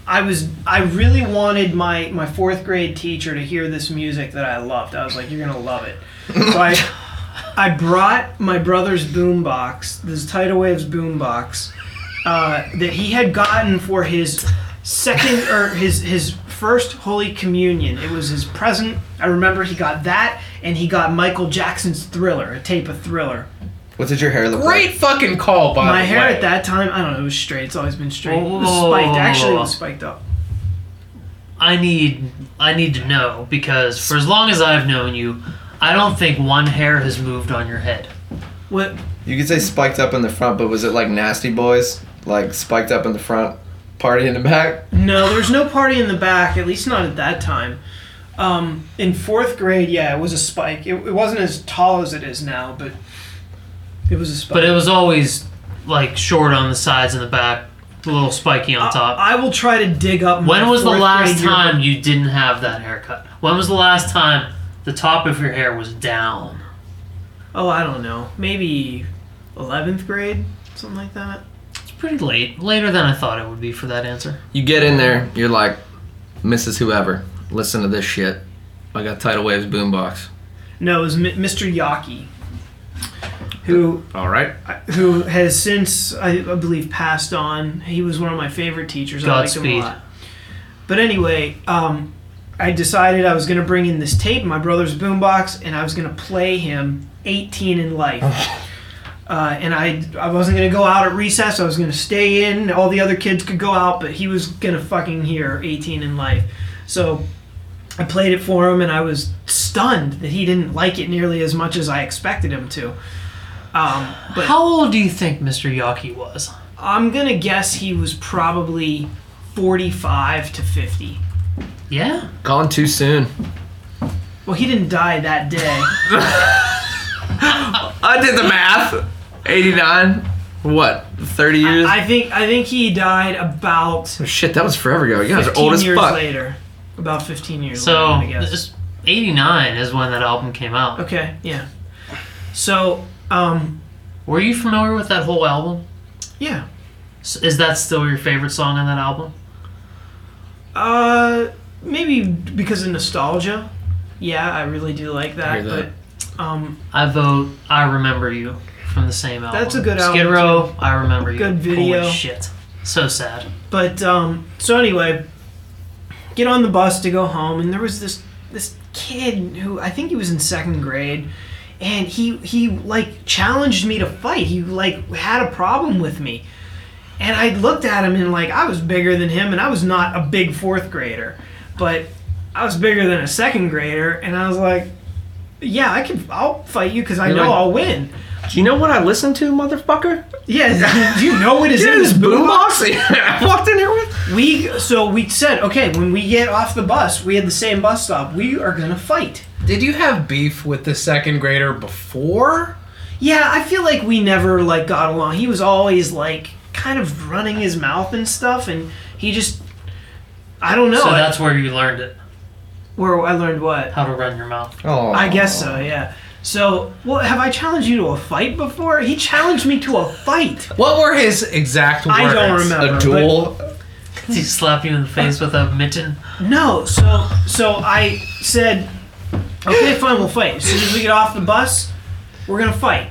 Speaker 4: I was I really wanted my my fourth grade teacher to hear this music that I loved. I was like, "You're gonna love it." So I I brought my brother's boombox, this Tidal Waves boombox, uh, that he had gotten for his second or his his first Holy Communion. It was his present. I remember he got that, and he got Michael Jackson's Thriller, a tape of Thriller.
Speaker 2: What did your hair look
Speaker 3: Great fucking call, by
Speaker 4: My
Speaker 3: the
Speaker 4: hair
Speaker 3: way.
Speaker 4: at that time, I don't know, it was straight. It's always been straight. It was
Speaker 1: Whoa.
Speaker 4: spiked. Actually, it was spiked up.
Speaker 1: I need I need to know because for as long as I've known you, I don't think one hair has moved on your head.
Speaker 4: What?
Speaker 2: like? You could say spiked up in the front, but was it like Nasty Boys? Like spiked up in the front, party in the back?
Speaker 4: No, there was no party in the back, at least not at that time. Um, in fourth grade, yeah, it was a spike. It, it wasn't as tall as it is now, but it was a spike.
Speaker 1: But it was always like short on the sides and the back, a little spiky on top.
Speaker 4: I, I will try to dig up. my
Speaker 1: when was the
Speaker 4: Uh, fourth
Speaker 1: last
Speaker 4: grade yearbook.
Speaker 1: time you didn't have that haircut? When was the last time the top of your hair was down?
Speaker 4: Oh, I don't know. Maybe eleventh grade, something like that.
Speaker 1: It's pretty late, later than I thought it would be for that answer.
Speaker 2: You get in there, you're like, Mrs. Whoever, listen to this shit. I got Tidal Waves boombox.
Speaker 4: No, it was M- Mr. Yaki, who
Speaker 3: All right.
Speaker 4: who has since, I, I believe, passed on. He was one of my favorite teachers. I liked him a
Speaker 1: Godspeed.
Speaker 4: lot. But anyway, um, I decided I was going to bring in this tape, my brother's boombox, and I was going to play him 18 in life. Uh, and I, I wasn't gonna go out at recess. I was gonna stay in. All the other kids could go out, but he was gonna fucking hear 18 in life. So I played it for him, and I was stunned that he didn't like it nearly as much as I expected him to. Um, but
Speaker 1: How old do you think Mr. Yaki was?
Speaker 4: I'm gonna guess he was probably 45 to 50.
Speaker 1: Yeah?
Speaker 2: Gone too soon.
Speaker 4: Well, he didn't die that day.
Speaker 2: I did the math. 89. What? 30 years?
Speaker 4: I think I think he died about
Speaker 2: Shit, that was forever ago. You guys are
Speaker 4: 15
Speaker 2: old as
Speaker 4: years
Speaker 2: fuck.
Speaker 4: later. About 15 years later,
Speaker 1: So,
Speaker 4: I guess.
Speaker 1: this- 89 is when that album came out.
Speaker 4: okay, yeah. So, um,
Speaker 1: Were you familiar with that whole album?
Speaker 4: yeah.
Speaker 1: S- Is that still your favorite song on that album?
Speaker 4: Uh, maybe because of nostalgia. Yeah, I really do like that.
Speaker 2: hear that.
Speaker 4: But, um,
Speaker 1: I vote I Remember You from the same album.
Speaker 4: That's a good
Speaker 1: Skid
Speaker 4: album,
Speaker 1: Row, I remember you.
Speaker 4: Good video.
Speaker 1: Holy shit, so sad.
Speaker 4: But um, so anyway, get on the bus to go home, and there was this this kid who I think he was in second grade, and he he like challenged me to fight. He like had a problem with me, and I looked at him and like I was bigger than him, and I was not a big fourth grader, but I was bigger than a second grader, and I was like, yeah, I can I'll fight you because I
Speaker 2: You're
Speaker 4: know
Speaker 2: like-
Speaker 4: I'll win.
Speaker 2: Do you know what I listened to, motherfucker?
Speaker 4: Yeah, do you know what is in this
Speaker 2: This
Speaker 4: boom box?
Speaker 2: boombox I walked in here with.
Speaker 4: We so we said okay when we get off the bus we had the same bus stop we are gonna fight.
Speaker 3: Did you have beef with the second grader before?
Speaker 4: Yeah, I feel like we never like got along. He was always like kind of running his mouth and stuff, and he just I don't know
Speaker 1: so that's where you learned it,
Speaker 4: where I learned what
Speaker 1: how to run your mouth.
Speaker 2: Oh,
Speaker 4: I guess so. Yeah. So well, have I challenged you to a fight before? He challenged me to a fight.
Speaker 3: What were his exact words?
Speaker 4: I don't remember.
Speaker 2: A
Speaker 4: but-
Speaker 2: duel.
Speaker 1: Did he slap you in the face with a mitten?
Speaker 4: No, so so I said, okay, fine, we'll fight. As soon as we get off the bus, we're gonna fight.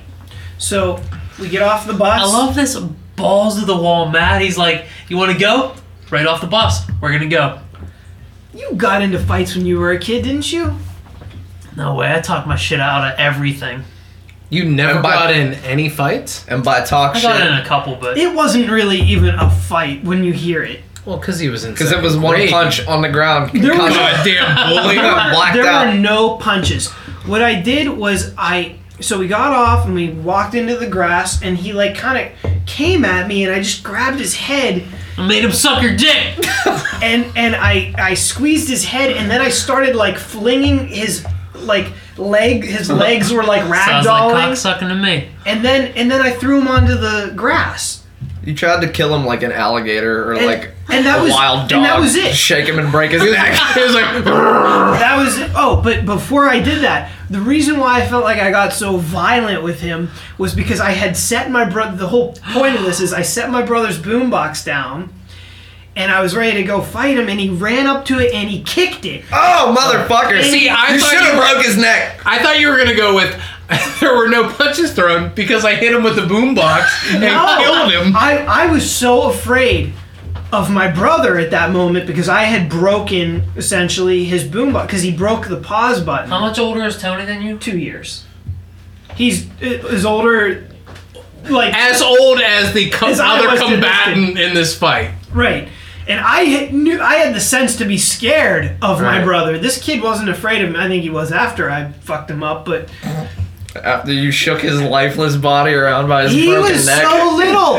Speaker 4: So we get off the bus.
Speaker 1: I love this balls to the wall, Matt. He's like, you want to go? Right off the bus, we're gonna go.
Speaker 4: you got into fights when you were a kid, didn't you?
Speaker 1: No way, I talk my shit out of everything.
Speaker 3: You never
Speaker 2: And by-
Speaker 3: got in any fights?
Speaker 2: And by talk
Speaker 1: I
Speaker 2: shit.
Speaker 1: got in a couple, but
Speaker 4: It wasn't really even a fight when you hear it.
Speaker 3: Well, because he was in
Speaker 2: Because it was one punch on the ground.
Speaker 4: There was-
Speaker 2: Concussion.
Speaker 3: Goddamn bully.
Speaker 2: got blacked
Speaker 4: there
Speaker 2: out.
Speaker 4: were no punches. What I did was I so we got off and we walked into the grass and he like kind of came at me and I just grabbed his head
Speaker 1: I made him suck your dick.
Speaker 4: and and I I squeezed his head, and then I started like flinging his like leg. His legs were like
Speaker 1: Sounds like cock
Speaker 4: ragdolling,
Speaker 1: sucking to me.
Speaker 4: and then and then I threw him onto the grass.
Speaker 2: You tried to kill him like an alligator or
Speaker 4: And,
Speaker 2: like
Speaker 4: and that
Speaker 2: a
Speaker 4: was
Speaker 2: wild dog.
Speaker 4: and that was it.
Speaker 2: Shake him and break his neck.
Speaker 3: He was like,
Speaker 4: That was it. oh, but before I did that, the reason why I felt like I got so violent with him was because I had set my brother. The whole point of this is I set my brother's boombox down. And I was ready to go fight him, and he ran up to it and he kicked it.
Speaker 2: oh, motherfucker.
Speaker 3: See, I
Speaker 2: you
Speaker 3: thought
Speaker 2: should have
Speaker 3: you-
Speaker 2: broke his neck.
Speaker 3: I thought you were gonna go with. There were no punches thrown because I hit him with the boombox and
Speaker 4: No.
Speaker 3: killed him.
Speaker 4: Oh, I, I was so afraid of my brother at that moment because I had broken essentially his boombox because he broke the pause button.
Speaker 1: How much older is Tony than you?
Speaker 4: Two years. He's uh, is older, like
Speaker 3: As old as the co-
Speaker 4: His eye
Speaker 3: other
Speaker 4: was
Speaker 3: combatant in this fight.
Speaker 4: right. And I had, knew I had the sense to be scared of my
Speaker 3: Right.
Speaker 4: brother. This kid wasn't afraid of him. I think he was after I fucked him up, but
Speaker 2: After you shook his lifeless body around by his
Speaker 4: he
Speaker 2: broken
Speaker 4: was
Speaker 2: neck.
Speaker 4: so little.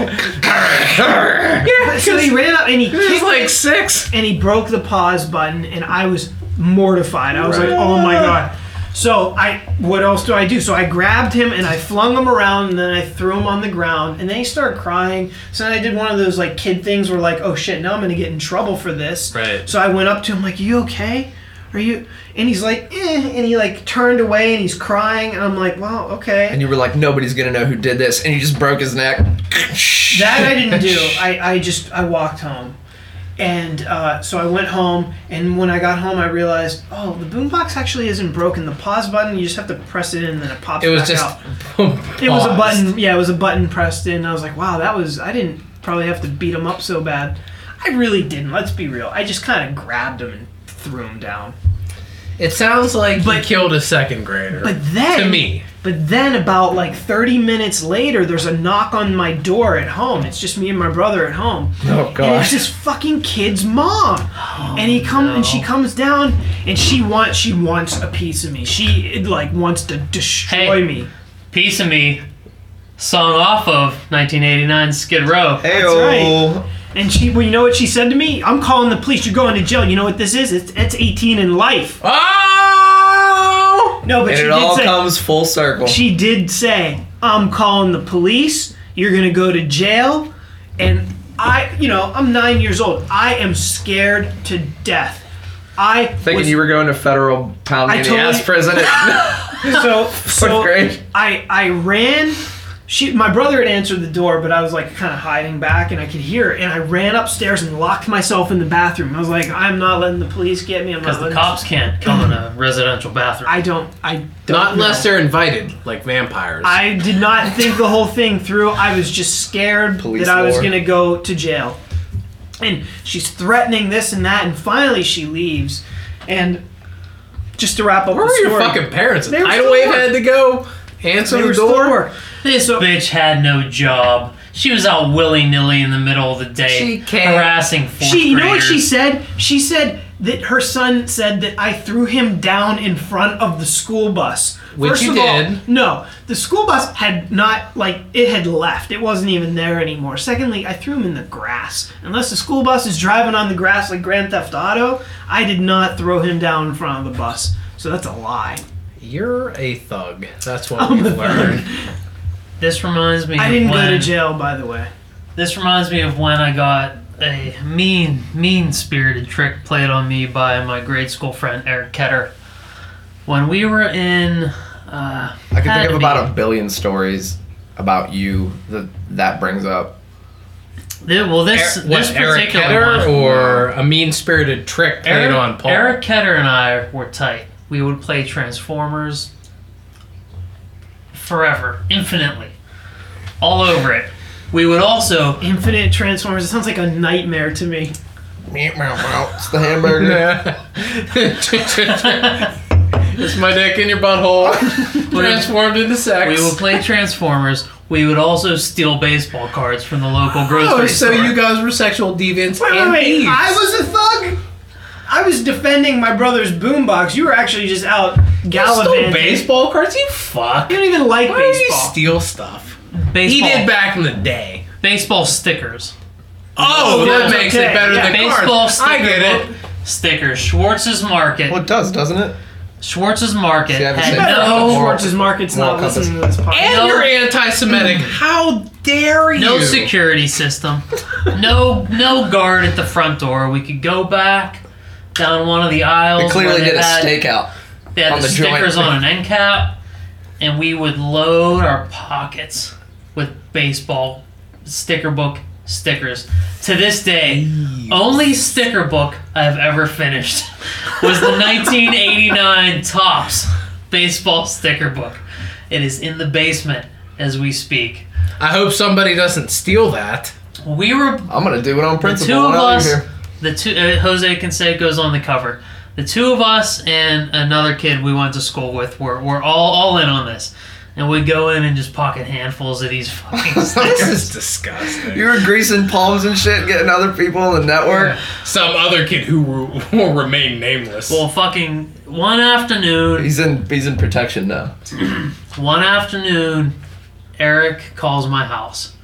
Speaker 4: yeah, so he ran up and he
Speaker 3: He's
Speaker 4: kicked
Speaker 3: like six.
Speaker 4: and he broke the pause button and I was mortified. I was like, "Oh my god." So I what else do I do? So I grabbed him and I flung him around and then I threw him on the ground and then he started crying. So then I did one of those like kid things where like, "Oh shit, now I'm going to get in trouble for this."
Speaker 3: Right.
Speaker 4: So I went up to him like, "You okay?" Are you? And he's like, eh, and he like turned away and he's crying, and I'm like, wow, okay.
Speaker 2: and you were like, nobody's gonna know who did this, and you just broke his neck.
Speaker 4: That I didn't do. I, I just I walked home, and uh, so I went home. And when I got home, I realized, oh, the boombox actually isn't broken. The pause button, you just have to press it in, and then it pops.
Speaker 3: It was
Speaker 4: back
Speaker 3: just.
Speaker 4: out. It was a button. Yeah, it was a button pressed in. I was like, wow, that was. I didn't probably have to beat him up so bad. I really didn't. Let's be real. I just kind of grabbed him and threw him down.
Speaker 3: It sounds like
Speaker 4: But-
Speaker 3: he killed a second grader.
Speaker 4: But then
Speaker 3: to me,
Speaker 4: But then, about like 30 minutes later, there's a knock on my door at home. It's just me and my brother at home.
Speaker 2: Oh,
Speaker 4: And it's
Speaker 2: gosh.
Speaker 4: this fucking kid's mom. and he comes and
Speaker 2: Oh,
Speaker 4: she
Speaker 1: no.
Speaker 4: comes down and she wants she wants a piece of me. She it, like wants to destroy
Speaker 1: Hey.
Speaker 4: me.
Speaker 1: Piece of Me, song off of 1989 Skid Row.
Speaker 2: Ayo.
Speaker 4: And she, well, you know what she said to me? I'm calling the police. You're going to jail. You know what this is? It's it's 18 in life.
Speaker 3: oh,
Speaker 4: No, but
Speaker 2: And
Speaker 4: she
Speaker 2: it
Speaker 4: did
Speaker 2: all
Speaker 4: say
Speaker 2: comes full circle.
Speaker 4: she did say, I'm calling the police, you're gonna go to jail, and I, you know, I'm nine years old. I am scared to death. I
Speaker 2: Thinking
Speaker 4: was,
Speaker 2: you were going to federal pound
Speaker 4: I
Speaker 2: me in the
Speaker 4: totally-
Speaker 2: ass prison.
Speaker 4: so so
Speaker 2: grade.
Speaker 4: I I ran she, my brother had answered the door, but I was like kind of hiding back, and I could hear it. And I ran upstairs and locked myself in the bathroom. I was like, I'm not letting the police get me. I'm
Speaker 1: Because
Speaker 4: not
Speaker 1: the
Speaker 4: letting
Speaker 1: cops can't come in a residential bathroom.
Speaker 4: I don't. I don't
Speaker 3: Not unless
Speaker 4: know.
Speaker 3: they're invited, like vampires.
Speaker 4: I did not think the whole thing through. I was just scared
Speaker 2: Police
Speaker 4: that I was
Speaker 2: lore.
Speaker 4: gonna go to jail. And she's threatening this and that, and finally she leaves. And just to wrap up
Speaker 3: Where
Speaker 4: the
Speaker 3: were your
Speaker 4: story,
Speaker 3: fucking parents?
Speaker 4: They were
Speaker 3: Tidal Wave
Speaker 4: still at
Speaker 3: had to go answer
Speaker 4: they
Speaker 3: the
Speaker 4: were still at
Speaker 3: door.
Speaker 4: work.
Speaker 1: this bitch had no job. She was out willy nilly in the middle of the day,
Speaker 3: She can't-
Speaker 1: harassing fourth
Speaker 4: She, you know what she
Speaker 1: graders.
Speaker 4: said? She said that her son said that I threw him down in front of the school bus.
Speaker 3: Which
Speaker 4: First
Speaker 3: you
Speaker 4: of all,
Speaker 3: did.
Speaker 4: no, the school bus had not like it had left. It wasn't even there anymore. Secondly, I threw him in the grass. Unless the school bus is driving on the grass like Grand Theft Auto, I did not throw him down in front of the bus. So that's a lie.
Speaker 3: You're a thug. That's what we learned.
Speaker 1: This reminds me.
Speaker 4: I
Speaker 1: of
Speaker 4: didn't
Speaker 1: when,
Speaker 4: go to jail, by the way.
Speaker 1: This reminds me of when I got a mean, mean spirited trick played on me by my grade school friend Eric Ketter. When we were in, uh,
Speaker 2: I can
Speaker 1: Had
Speaker 2: think
Speaker 1: to
Speaker 2: of
Speaker 1: be.
Speaker 2: about a billion stories about you that that brings up.
Speaker 1: thi- well, this
Speaker 3: Er- what,
Speaker 1: this
Speaker 3: Eric
Speaker 1: particular one,
Speaker 3: Ketter or a mean-spirited trick played
Speaker 1: Eric,
Speaker 3: on Paul?
Speaker 1: Eric Ketter and I were tight. We would play Transformers forever, infinitely, all over it. We would also
Speaker 4: Infinite Transformers. It sounds like a nightmare to me.
Speaker 2: It's the hamburger.
Speaker 3: it's my dick in your butthole, transformed into sex.
Speaker 1: we would play Transformers. We would also steal baseball cards from the local grocery
Speaker 3: oh, so
Speaker 1: store.
Speaker 3: you guys were sexual deviants
Speaker 4: Wait,
Speaker 3: and
Speaker 4: wait, wait.
Speaker 3: thieves.
Speaker 4: I was a thug. I was defending my brother's boombox. You were actually just out
Speaker 3: Stole
Speaker 4: gallivanting.
Speaker 3: baseball cards. You fuck.
Speaker 4: You don't even like
Speaker 3: Why did you
Speaker 4: baseball.
Speaker 3: steal stuff? He
Speaker 1: baseball,
Speaker 3: did back in the day.
Speaker 1: baseball stickers,
Speaker 3: Oh, that
Speaker 4: that's
Speaker 3: makes
Speaker 4: okay.
Speaker 3: it better
Speaker 4: Yeah,
Speaker 3: than
Speaker 1: baseball
Speaker 3: cards.
Speaker 1: sticker
Speaker 3: I get it.
Speaker 1: book, stickers. Schwartz's Market.
Speaker 2: Well, it does, doesn't it?
Speaker 1: Schwartz's Market
Speaker 2: See, I haven't
Speaker 1: had
Speaker 2: seen
Speaker 4: Better
Speaker 2: that.
Speaker 4: hope
Speaker 1: no
Speaker 4: Schwartz's Market's
Speaker 2: moral
Speaker 4: not
Speaker 2: compass.
Speaker 4: listening to this podcast.
Speaker 3: And
Speaker 1: No-
Speaker 3: you're anti-Semitic. How dare you?
Speaker 1: No security system. no no guard at the front door. We could go back down one of the aisles.
Speaker 2: They clearly
Speaker 1: where
Speaker 2: did a
Speaker 1: had,
Speaker 2: stakeout.
Speaker 1: They had
Speaker 2: on
Speaker 1: the,
Speaker 2: the joint.
Speaker 1: stickers on an end cap, and we would load our pockets with baseball sticker book stickers. To this day, only sticker book I have ever finished was the 1989 Topps baseball sticker book. It is in the basement as we speak.
Speaker 3: I hope somebody doesn't steal that.
Speaker 1: We were
Speaker 2: I'm gonna do it on
Speaker 1: the
Speaker 2: principle.
Speaker 1: two of
Speaker 2: when I leave
Speaker 1: us,
Speaker 2: here.
Speaker 1: the two uh, Jose Canseco's on the cover. The two of us and another kid we went to school with were, were all all in on this, and we go in and just pocket handfuls of these fucking.
Speaker 3: This is disgusting.
Speaker 2: You were greasing palms and shit, getting other people in the network.
Speaker 3: Some other kid who re- will remain nameless.
Speaker 1: well, fucking one afternoon,
Speaker 2: He's in he's in protection now.
Speaker 1: one afternoon, Eric calls my house.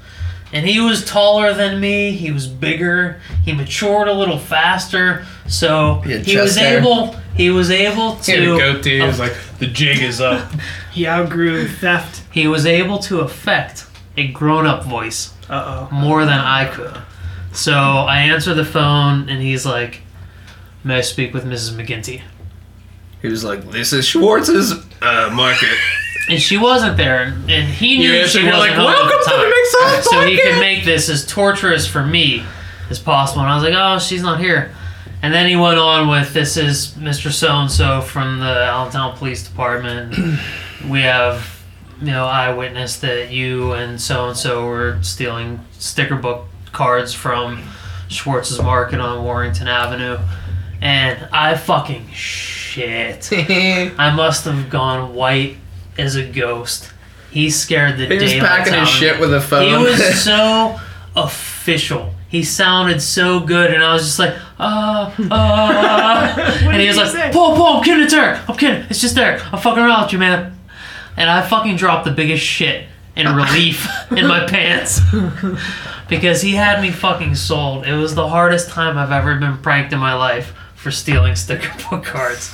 Speaker 1: And he was taller than me. He was bigger. He matured a little faster. So
Speaker 2: He had
Speaker 1: he was
Speaker 2: chest hair.
Speaker 1: able. He was able to.
Speaker 3: he had a goatee. It was like the jig is up.
Speaker 4: He outgrew theft.
Speaker 1: He was able to affect a grown up voice
Speaker 4: Uh oh.
Speaker 1: more than I could. So I answer the phone and he's like, May I speak with Mrs. McGinty?
Speaker 2: He was like, "This is Schwartz's uh, market."
Speaker 1: And she wasn't there and, and he knew
Speaker 3: Yeah, so
Speaker 1: she
Speaker 3: you're
Speaker 1: wasn't
Speaker 3: like,
Speaker 1: home
Speaker 3: "Welcome
Speaker 1: at the
Speaker 3: to the
Speaker 1: time."
Speaker 3: Mixed Zone
Speaker 1: So he could
Speaker 3: Podcast.
Speaker 1: make this as torturous for me as possible. And I was like, Oh, she's not here. And then he went on with this is Mr. So and so from the Allentown Police Department. we have you know eyewitness that you and so and so were stealing sticker book cards from Schwartz's Market on Warrington Avenue, and I fucking shit. I must have gone white as a ghost. He scared the
Speaker 2: He was
Speaker 1: daylights
Speaker 2: packing his
Speaker 1: out of me.
Speaker 2: shit with a phone.
Speaker 1: He was so official. He sounded so good, and I was just like, ah, ah. and he
Speaker 4: did
Speaker 1: was
Speaker 4: you
Speaker 1: like,
Speaker 4: say?
Speaker 1: Paul, Paul, I'm kidding, it's there. I'm kidding. It's just there. I'm fucking around with you, man. And I fucking dropped the biggest shit in relief in my pants because he had me fucking sold. It was the hardest time I've ever been pranked in my life for stealing sticker book cards.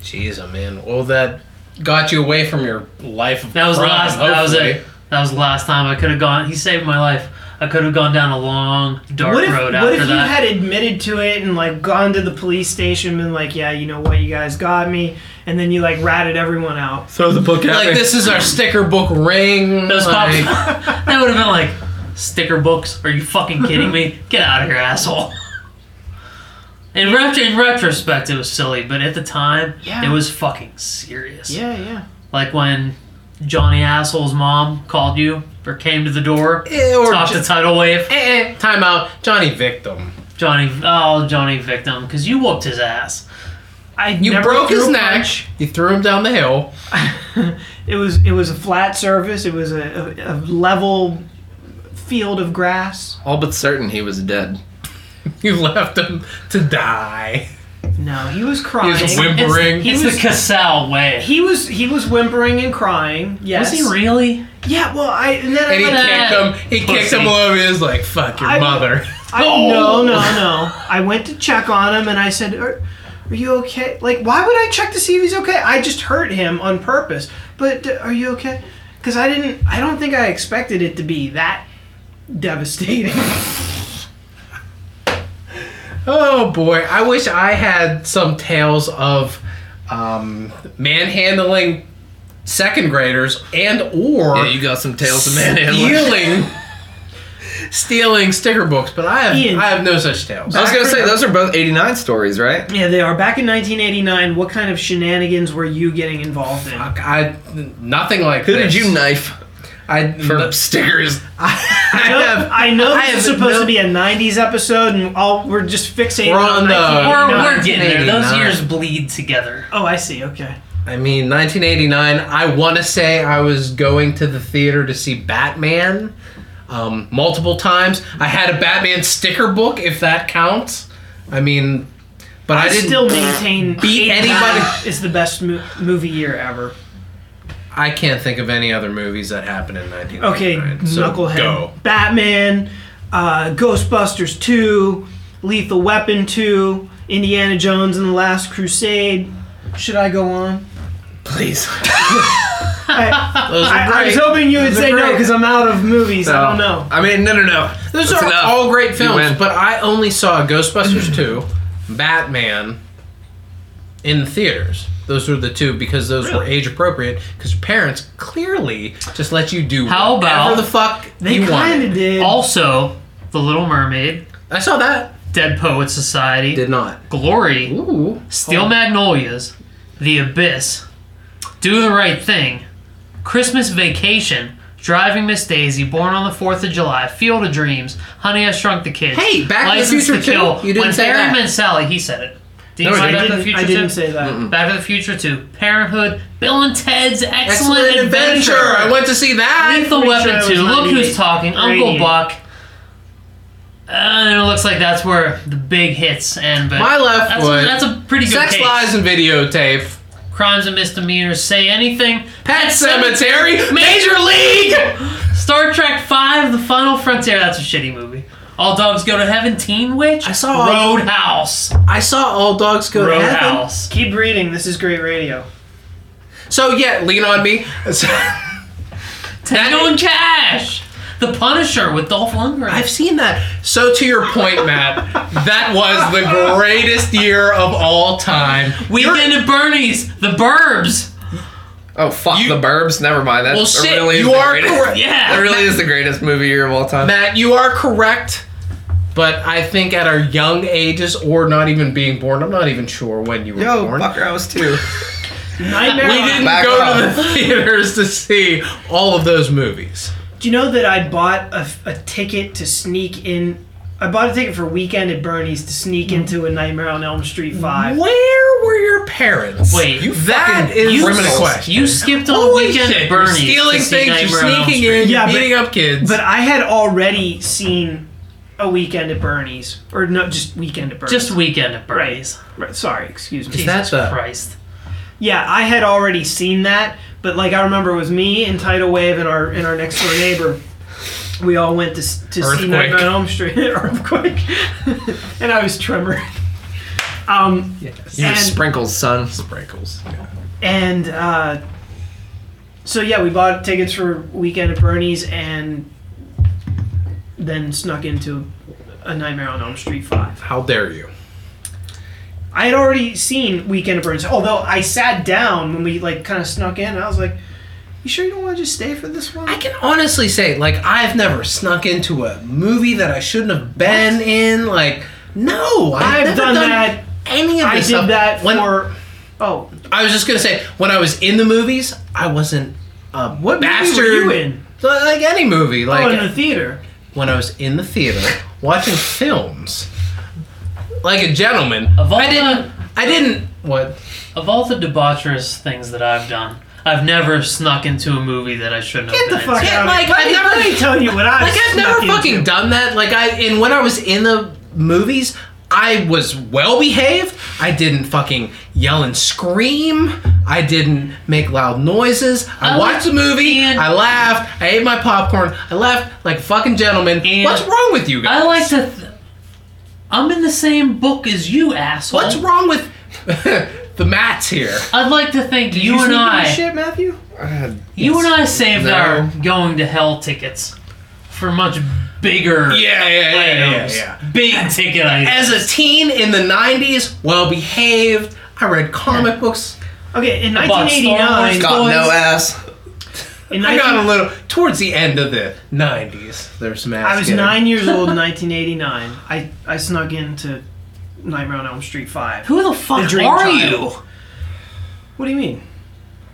Speaker 3: Jeez, oh, man. Well, that got you away from your life of
Speaker 1: That was the
Speaker 3: crime,
Speaker 1: last. That was
Speaker 3: hopefully.
Speaker 1: it. That was the last time I could have gone. He saved my life. I could have gone down a long, dark
Speaker 4: What if,
Speaker 1: road
Speaker 4: what
Speaker 1: after
Speaker 4: if you
Speaker 1: that.
Speaker 4: had admitted to it and like gone to the police station and been like, yeah, you know what, you guys got me, and then you like ratted everyone out.
Speaker 2: Throw the book at
Speaker 3: Like this is our sticker book ring.
Speaker 1: Those pop-
Speaker 3: like-
Speaker 1: that would have been like sticker books. Are you fucking kidding me? Get out of here, asshole. In, ret- in retrospect, it was silly, but at the time,
Speaker 4: Yeah.
Speaker 1: it was fucking serious.
Speaker 4: Yeah, yeah.
Speaker 1: Like when Johnny Asshole's mom called you or came to the door,
Speaker 3: Eh, or
Speaker 1: talked to
Speaker 3: just,
Speaker 1: Tidal Wave.
Speaker 3: eh, eh, time out. Johnny victim.
Speaker 1: Johnny, oh, Johnny victim, because you whooped his ass.
Speaker 4: I
Speaker 3: You
Speaker 4: never
Speaker 3: broke his
Speaker 4: threw a
Speaker 3: neck.
Speaker 4: punch.
Speaker 3: You threw him down the hill.
Speaker 4: It was it was a flat surface. It was a, a, a level field of grass.
Speaker 2: All but certain he was dead.
Speaker 3: You left him to die.
Speaker 4: No, he was crying.
Speaker 3: He was whimpering.
Speaker 1: It's
Speaker 4: was-
Speaker 1: the Casal way.
Speaker 4: He was he was whimpering and crying. Yes.
Speaker 1: was he really?
Speaker 4: Yeah. Well, I and then
Speaker 3: and he
Speaker 4: I,
Speaker 1: Look at
Speaker 3: kicked
Speaker 1: that
Speaker 3: him. He kicked him
Speaker 1: pussy.
Speaker 3: all over. He was like, "Fuck your
Speaker 4: I-
Speaker 3: mother."
Speaker 4: I no no no. I went to check on him and I said, are, "Are you okay? Like, why would I check to see if he's okay? I just hurt him on purpose. But uh, are you okay? Because I didn't. I don't think I expected it to be that devastating.
Speaker 3: Oh boy, I wish I had some tales of um, manhandling second graders and or
Speaker 2: Yeah, you got some tails of manhandling.
Speaker 3: stealing stealing sticker books, but I have
Speaker 4: Ian.
Speaker 3: I have no such tales.
Speaker 2: I was gonna say those are both '89 stories, right?
Speaker 4: yeah, they are. Back in 1989, what kind of shenanigans were you getting involved in?
Speaker 3: I nothing like
Speaker 2: Who did
Speaker 3: this.
Speaker 2: you knife
Speaker 3: I
Speaker 2: for
Speaker 3: no-
Speaker 2: stickers?
Speaker 3: I,
Speaker 4: I know,
Speaker 3: have
Speaker 4: I know
Speaker 3: I
Speaker 4: this is
Speaker 3: have
Speaker 4: supposed
Speaker 3: no-
Speaker 4: to be a 90s episode, and all we're just fixating
Speaker 3: We're on the-
Speaker 1: We're,
Speaker 4: 1989.
Speaker 1: we're getting there. Those
Speaker 3: 1989.
Speaker 1: years bleed together.
Speaker 4: Oh, I see. Okay.
Speaker 3: I mean 1989. I want to say I was going to the theater to see Batman um, multiple times. I had a Batman sticker book, if that counts. I mean, but I,
Speaker 4: I,
Speaker 3: didn't
Speaker 4: still maintain
Speaker 3: beat
Speaker 4: 89
Speaker 3: anybody.
Speaker 4: is the best mo- movie year ever.
Speaker 3: I can't think of any other movies that happened in 1989.
Speaker 4: Okay,
Speaker 3: so
Speaker 4: Knucklehead,
Speaker 3: Go.
Speaker 4: Batman, uh, Ghostbusters 2, Lethal Weapon 2, Indiana Jones and the Last Crusade. Should I go on?
Speaker 2: Please.
Speaker 4: I,
Speaker 3: Those are
Speaker 4: I, I was
Speaker 3: great.
Speaker 4: hoping you would
Speaker 3: Those are
Speaker 4: say no
Speaker 3: great.
Speaker 4: because I'm out of movies. I don't know.
Speaker 2: I mean, no, no, no.
Speaker 3: Those
Speaker 2: That's
Speaker 3: are
Speaker 2: enough.
Speaker 3: all great
Speaker 2: win.
Speaker 3: films, but I only saw Ghostbusters 2, Batman in the theaters. Those were the two because those were age appropriate because your parents clearly just let you do
Speaker 1: How about-
Speaker 3: whatever the fuck
Speaker 4: They
Speaker 3: you
Speaker 4: kind
Speaker 3: wanted.
Speaker 4: of did.
Speaker 1: Also, The Little Mermaid,
Speaker 3: I saw that.
Speaker 1: Dead Poets Society,
Speaker 3: Did not.
Speaker 1: Glory,
Speaker 3: Ooh.
Speaker 1: Steel Magnolias, The Abyss, Do the Right Thing, Christmas Vacation, Driving Miss Daisy, Born on the Fourth of July, Field of Dreams, Honey I Shrunk the Kids.
Speaker 3: Hey, Back to the
Speaker 1: License
Speaker 3: Future too?
Speaker 1: Kill.
Speaker 3: You didn't
Speaker 1: when
Speaker 3: say
Speaker 1: Harry
Speaker 3: that.
Speaker 1: Met Sally, he said it. Did you
Speaker 3: No,
Speaker 1: say
Speaker 3: I
Speaker 1: Back
Speaker 4: I
Speaker 1: to the
Speaker 4: didn't,
Speaker 1: Future
Speaker 4: I didn't
Speaker 1: too?
Speaker 4: say that.
Speaker 1: Back to the Future 2, Parenthood, Bill and Ted's Excellent,
Speaker 3: Excellent adventure. I went to see that.
Speaker 1: Lethal
Speaker 4: pretty sure
Speaker 1: Weapon
Speaker 4: it
Speaker 1: 2.
Speaker 4: was
Speaker 1: Look
Speaker 4: 98.
Speaker 1: who's talking. Uncle
Speaker 4: 98.
Speaker 1: Buck. Uh, and it looks like that's where the big hits end. But
Speaker 3: My left
Speaker 1: that's,
Speaker 3: foot.
Speaker 1: that's a pretty good
Speaker 3: Sex
Speaker 1: case.
Speaker 3: Lies and Videotape.
Speaker 1: Crimes and misdemeanors. Say anything.
Speaker 3: Pet Cemetery. Major League.
Speaker 1: Star Trek Five: The Final Frontier. That's a shitty movie. All dogs go to heaven. Teen Witch. I
Speaker 3: saw-
Speaker 1: Roadhouse.
Speaker 3: I saw All Dogs Go to Heaven.
Speaker 1: Roadhouse.
Speaker 4: Keep reading. This is great radio.
Speaker 3: So yeah, lean on me.
Speaker 1: Tango and Cash. The Punisher with Dolph Lundgren.
Speaker 3: I've seen that. So to your point, Matt, that was the greatest year of all time.
Speaker 1: Weekend at Bernie's. The Burbs.
Speaker 2: Oh fuck
Speaker 3: You-
Speaker 2: the Burbs. Never mind. That's
Speaker 3: Well, shit,
Speaker 2: really is
Speaker 3: you
Speaker 2: the
Speaker 3: are
Speaker 2: greatest-
Speaker 3: correct.
Speaker 1: Yeah.
Speaker 2: That really is the greatest movie year of all time.
Speaker 3: Matt, you are correct. But I think at our young ages, or not even being born, I'm not even sure when you were
Speaker 2: Yo,
Speaker 3: born.
Speaker 2: fucker, I was two.
Speaker 4: Nightmare.
Speaker 3: We
Speaker 4: on-
Speaker 3: didn't
Speaker 2: Back
Speaker 3: go
Speaker 2: up.
Speaker 3: to the theaters to see all of those movies.
Speaker 4: Do you know that I bought a, a ticket to sneak in? I bought a ticket for Weekend at Bernie's to sneak
Speaker 1: Mm-hmm.
Speaker 4: into a Nightmare on Elm Street 5.
Speaker 3: Where were your parents?
Speaker 1: Wait, you
Speaker 3: that
Speaker 2: fucking
Speaker 3: is
Speaker 1: You,
Speaker 3: criminal question.
Speaker 1: you skipped all
Speaker 3: Holy
Speaker 1: weekend
Speaker 3: shit,
Speaker 1: at Bernie's.
Speaker 3: you're stealing
Speaker 1: to see
Speaker 3: things, you're
Speaker 1: Nightmare on Elm
Speaker 3: sneaking
Speaker 1: Street.
Speaker 3: in,
Speaker 4: Yeah,
Speaker 3: you're
Speaker 4: but-
Speaker 3: beating up kids.
Speaker 4: But I had already seen a Weekend at Bernie's. Or no, just Weekend at Bernie's.
Speaker 1: Just weekend at Bernie's.
Speaker 4: Right, sorry, excuse me.
Speaker 3: Is that
Speaker 1: Jesus
Speaker 3: the-
Speaker 1: Christ?
Speaker 4: Yeah, I had already seen that, but like I remember it was me and Tidal Wave and our and our next door neighbor. We all went to s- to see
Speaker 3: Earthquake.
Speaker 4: Nightmare on Elm Street earthquake, and I was tremoring. Um,
Speaker 2: You
Speaker 4: And-
Speaker 2: sprinkles, son.
Speaker 3: Sprinkles.
Speaker 4: And uh, so yeah, we bought tickets for Weekend at Bernie's, and then snuck into a Nightmare on Elm Street 5.
Speaker 3: How dare you?
Speaker 4: I had already seen Weekend at Burns, although I sat down when we like kind of snuck in. And I was like, "You sure you don't want to just stay for this one?"
Speaker 3: I can honestly say, like, I've never snuck into a movie that I shouldn't have been in. Like, no, I've, never
Speaker 4: I've done that.
Speaker 3: Any of
Speaker 4: I
Speaker 3: this
Speaker 4: did
Speaker 3: stuff.
Speaker 4: that
Speaker 3: when
Speaker 4: for. Oh,
Speaker 3: I was just gonna say when I was in the movies, I wasn't a
Speaker 4: What movie were
Speaker 3: Uh, bastard.
Speaker 4: you in?
Speaker 3: Like any movie, like
Speaker 4: oh, in the theater.
Speaker 3: when I was in the theater watching films, like a gentleman.
Speaker 1: Of all
Speaker 3: I didn't.
Speaker 1: the-
Speaker 3: I didn't. What?
Speaker 1: Of all the debaucherous things that I've done, I've never snuck into a movie that I shouldn't
Speaker 4: Get the
Speaker 1: have been
Speaker 4: fuck
Speaker 1: into.
Speaker 4: out!
Speaker 3: like,
Speaker 4: of here.
Speaker 3: I've
Speaker 4: Let me-
Speaker 3: never-
Speaker 4: Let me tell you what I.
Speaker 3: Like I've never fucking done that. Like I and when I was in the movies, I was well behaved. I didn't fucking yell and scream. I didn't make loud noises. I,
Speaker 1: I
Speaker 3: watched the
Speaker 1: like-
Speaker 3: movie.
Speaker 1: Oh, and-
Speaker 3: I laughed. I ate my popcorn. I left like a fucking gentleman.
Speaker 1: And-
Speaker 3: What's wrong with you guys?
Speaker 1: I like to. Th- I'm in the same book as you, asshole.
Speaker 3: What's wrong with the mats here?
Speaker 1: I'd like to think you, and I,
Speaker 4: Shit, Matthew.
Speaker 2: Uh,
Speaker 1: you and I saved
Speaker 2: No.
Speaker 1: our going to hell tickets for much bigger
Speaker 3: yeah,
Speaker 1: items, big ticket items.
Speaker 3: As a teen in the '90s, well behaved. I read comic books.
Speaker 4: Okay, in
Speaker 1: bought Star Wars
Speaker 4: 1989.
Speaker 2: got
Speaker 4: boys-
Speaker 2: no ass.
Speaker 4: in
Speaker 3: I
Speaker 4: 19
Speaker 3: got a little towards the end of the '90s. There's some.
Speaker 4: I was nine years old in 1989. I, I snuck into Nightmare on Elm Street 5.
Speaker 1: Who the
Speaker 4: The
Speaker 1: fuck
Speaker 4: dream
Speaker 1: are
Speaker 4: child. What do you mean?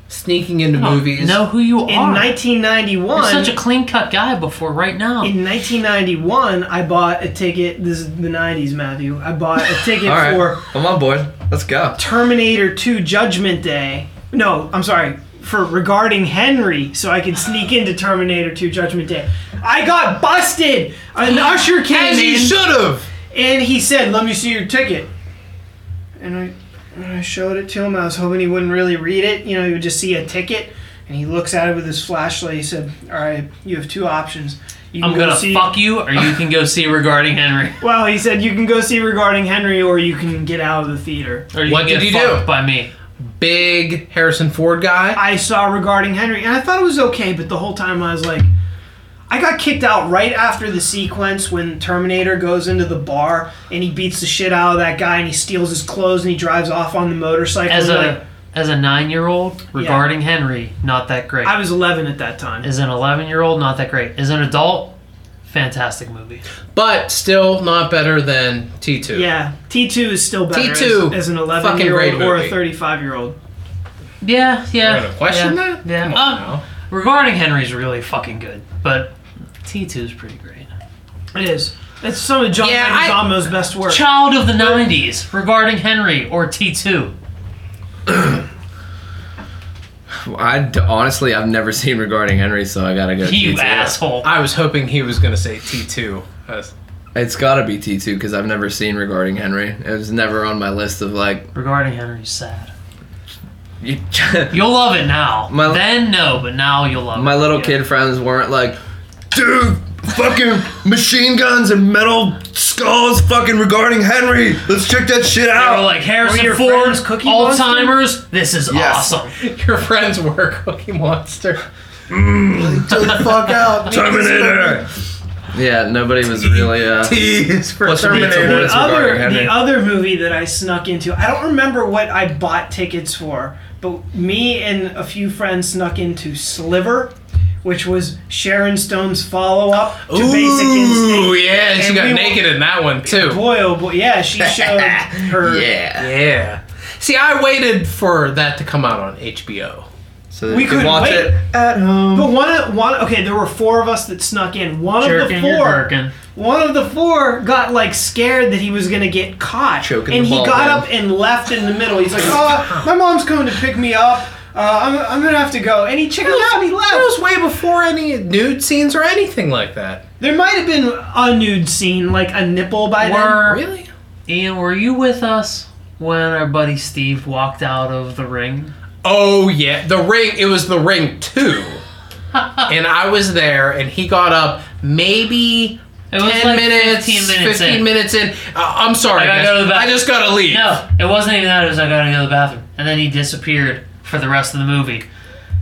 Speaker 3: sneaking into
Speaker 1: you?
Speaker 3: movies.
Speaker 1: Know who you
Speaker 4: In
Speaker 1: are.
Speaker 4: 1991.
Speaker 1: You're such a clean cut guy before right now.
Speaker 4: in 1991, I bought a ticket. This is the 90s, Matthew. I bought a ticket
Speaker 2: All right,
Speaker 4: for
Speaker 2: I'm on board. Let's go.
Speaker 4: Terminator 2 Judgment Day. No, I'm sorry. For regarding Henry, so I could sneak into Terminator 2 Judgment Day. I got busted! An usher came
Speaker 3: As
Speaker 4: in.
Speaker 3: you should have.
Speaker 4: And he said, "Let me see your ticket." And I, and I showed it to him. I was hoping he wouldn't really read it. You know, he would just see a ticket. And he looks at it with his flashlight. He said, "All right, you have two options. You
Speaker 1: I'm gonna
Speaker 4: see,
Speaker 1: fuck you, or you can go see Regarding Henry.
Speaker 4: Well, he said you can go see regarding Henry, or you can get out of the theater.
Speaker 1: Or you
Speaker 3: What
Speaker 1: can get
Speaker 3: did you do?
Speaker 1: fucked By me.
Speaker 3: Big Harrison Ford guy.
Speaker 4: I saw regarding Henry, and I thought it was okay. But the whole time I was like, I got kicked out right after the sequence when Terminator goes into the bar and he beats the shit out of that guy and he steals his clothes and he drives off on the motorcycle.
Speaker 1: As
Speaker 4: Like,
Speaker 1: a as a nine year old, Regarding Henry, not that great.
Speaker 4: I was 11 at that time.
Speaker 1: As an 11 year old, not that great. As an adult, fantastic movie.
Speaker 3: But still not better than T2.
Speaker 4: Yeah, T2 is still better
Speaker 3: T2,
Speaker 4: as, as an
Speaker 3: fucking great
Speaker 4: 11-year-old or a
Speaker 3: movie.
Speaker 4: 35-year-old.
Speaker 1: Yeah,
Speaker 3: We're
Speaker 1: yeah.
Speaker 3: gonna question
Speaker 1: yeah,
Speaker 3: that?
Speaker 1: Yeah.
Speaker 3: Come on
Speaker 1: Uh,
Speaker 3: now.
Speaker 1: regarding Henry's really fucking good, but T2 is pretty great.
Speaker 4: It is. It's some of John
Speaker 3: Yeah, I-
Speaker 4: Leguizamo's best work.
Speaker 1: Child of the 90s, regarding Henry or T2.
Speaker 2: I d- honestly, I've never seen regarding Henry, so I gotta go.
Speaker 1: You
Speaker 2: T2.
Speaker 1: asshole.
Speaker 3: I was hoping he was gonna say T2. I was-
Speaker 2: It's gotta be T two because I've never seen regarding Henry. It was never on my list of like.
Speaker 1: Regarding Henry's sad.
Speaker 2: you-
Speaker 1: You'll love it now.
Speaker 2: My-
Speaker 1: then no, but now you'll love
Speaker 2: my
Speaker 1: it.
Speaker 2: little
Speaker 1: Yeah.
Speaker 2: kid friends weren't like, dude, fucking machine guns and metal skulls, fucking regarding Henry. Let's check that shit
Speaker 1: They were
Speaker 2: out.
Speaker 1: like Harrison
Speaker 4: your
Speaker 1: Ford,
Speaker 4: friends Cookie
Speaker 1: all timers. This is
Speaker 2: Yes.
Speaker 1: awesome.
Speaker 3: Your friends were Cookie Monster.
Speaker 2: fuck out, Terminator. Yeah, nobody was really. Uh,
Speaker 3: T is for
Speaker 2: What's the
Speaker 3: Terminator.
Speaker 2: reason?
Speaker 4: the
Speaker 2: It's regarding
Speaker 4: other,
Speaker 3: eh?
Speaker 2: Henry.
Speaker 4: the other movie that I snuck into, I don't remember what I bought tickets for, but me and a few friends snuck into Sliver, which was Sharon Stone's follow-up to Basic
Speaker 3: Ooh,
Speaker 4: Instinct.
Speaker 3: yeah, she
Speaker 4: And
Speaker 3: got
Speaker 4: we-
Speaker 3: naked in that one too.
Speaker 4: Boy, oh boy, yeah, she showed her.
Speaker 2: yeah.
Speaker 3: Yeah. See, I waited for that to come out on HBO.
Speaker 2: So that
Speaker 4: We
Speaker 2: you can
Speaker 4: could
Speaker 2: watch
Speaker 4: wait.
Speaker 2: it at home.
Speaker 4: But one of one okay, there were four of us that snuck in. One
Speaker 1: Jerking
Speaker 4: of
Speaker 1: your
Speaker 4: the four,
Speaker 1: jerkin.
Speaker 4: one of the four got like scared that he was gonna get caught,
Speaker 2: Choking
Speaker 4: and
Speaker 2: the
Speaker 4: he
Speaker 2: ball
Speaker 4: got
Speaker 2: down.
Speaker 4: up and left in the middle. He's like, "Oh, my mom's coming to pick me up. Uh, I'm, I'm gonna have to go." And he checked out and he
Speaker 3: That
Speaker 4: left.
Speaker 3: was way before any nude scenes or anything like that.
Speaker 4: There might have been a nude scene, like a nipple by then.
Speaker 1: Were
Speaker 3: Really?
Speaker 1: Ian, were you with us when our buddy Steve walked out of the ring?
Speaker 3: Oh yeah, the ring. It was the ring two, and I was there, and he got up maybe
Speaker 1: It was
Speaker 3: ten
Speaker 1: like
Speaker 3: minutes,
Speaker 1: 15 minutes in.
Speaker 3: minutes in. Uh, I'm sorry,
Speaker 1: I gotta
Speaker 3: guys.
Speaker 1: go to the
Speaker 3: I
Speaker 1: bathroom.
Speaker 3: just gotta leave.
Speaker 1: No, it wasn't even that. It was I gotta go to the bathroom, and then he disappeared for the rest of the movie.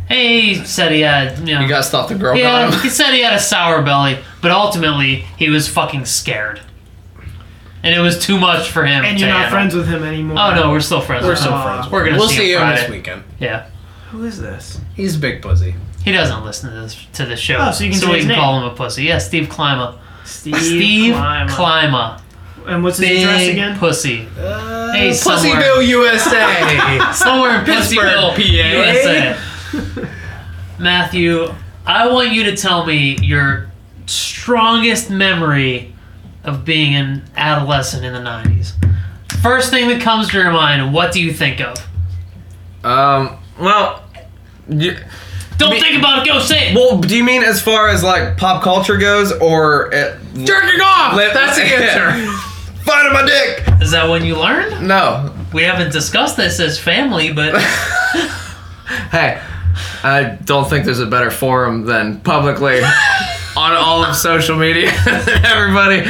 Speaker 1: Hey, he said he had, you know,
Speaker 2: You got stuff to grow
Speaker 1: yeah,
Speaker 2: on
Speaker 1: he
Speaker 2: him.
Speaker 1: said he had a sour belly, but ultimately he was fucking scared, and it was too much for him.
Speaker 4: And
Speaker 1: to
Speaker 4: you're not
Speaker 1: handle.
Speaker 4: friends with him anymore.
Speaker 1: Oh no, we're still friends.
Speaker 4: We're
Speaker 1: with
Speaker 4: still
Speaker 1: him.
Speaker 4: friends.
Speaker 1: We're gonna
Speaker 3: We'll
Speaker 1: see,
Speaker 3: see
Speaker 1: him
Speaker 3: him
Speaker 1: Friday.
Speaker 3: this weekend.
Speaker 1: Yeah,
Speaker 4: Who is this?
Speaker 3: He's a big pussy.
Speaker 1: he doesn't listen to this to the show,
Speaker 4: Oh, so you can say
Speaker 1: we
Speaker 4: his
Speaker 1: can
Speaker 4: name.
Speaker 1: call him a pussy. Yeah, Steve Klima.
Speaker 4: Steve,
Speaker 1: Steve
Speaker 4: Klima.
Speaker 1: Klima,
Speaker 4: and what's his address
Speaker 1: big
Speaker 4: again?
Speaker 1: pussy.
Speaker 3: Uh,
Speaker 1: Hey, somewhere.
Speaker 3: Pussyville, USA.
Speaker 1: Somewhere in Pittsburgh, PA.
Speaker 3: Pittsburgh, PA.
Speaker 1: USA. Matthew, I want you to tell me your strongest memory of being an adolescent in the 90s. First thing that comes to your mind, what do you think of?
Speaker 2: Um, well, you,
Speaker 1: Don't
Speaker 2: Me-
Speaker 1: think about it, go say it.
Speaker 2: well, do you mean as far as like pop culture goes, or at,
Speaker 3: Jerking off.
Speaker 2: Let-
Speaker 3: That's the answer.
Speaker 2: finding my dick?
Speaker 1: Is that when you learned?
Speaker 2: No.
Speaker 1: We haven't discussed this as family, but
Speaker 2: Hey, I don't think there's a better forum than publicly on all of social media. everybody,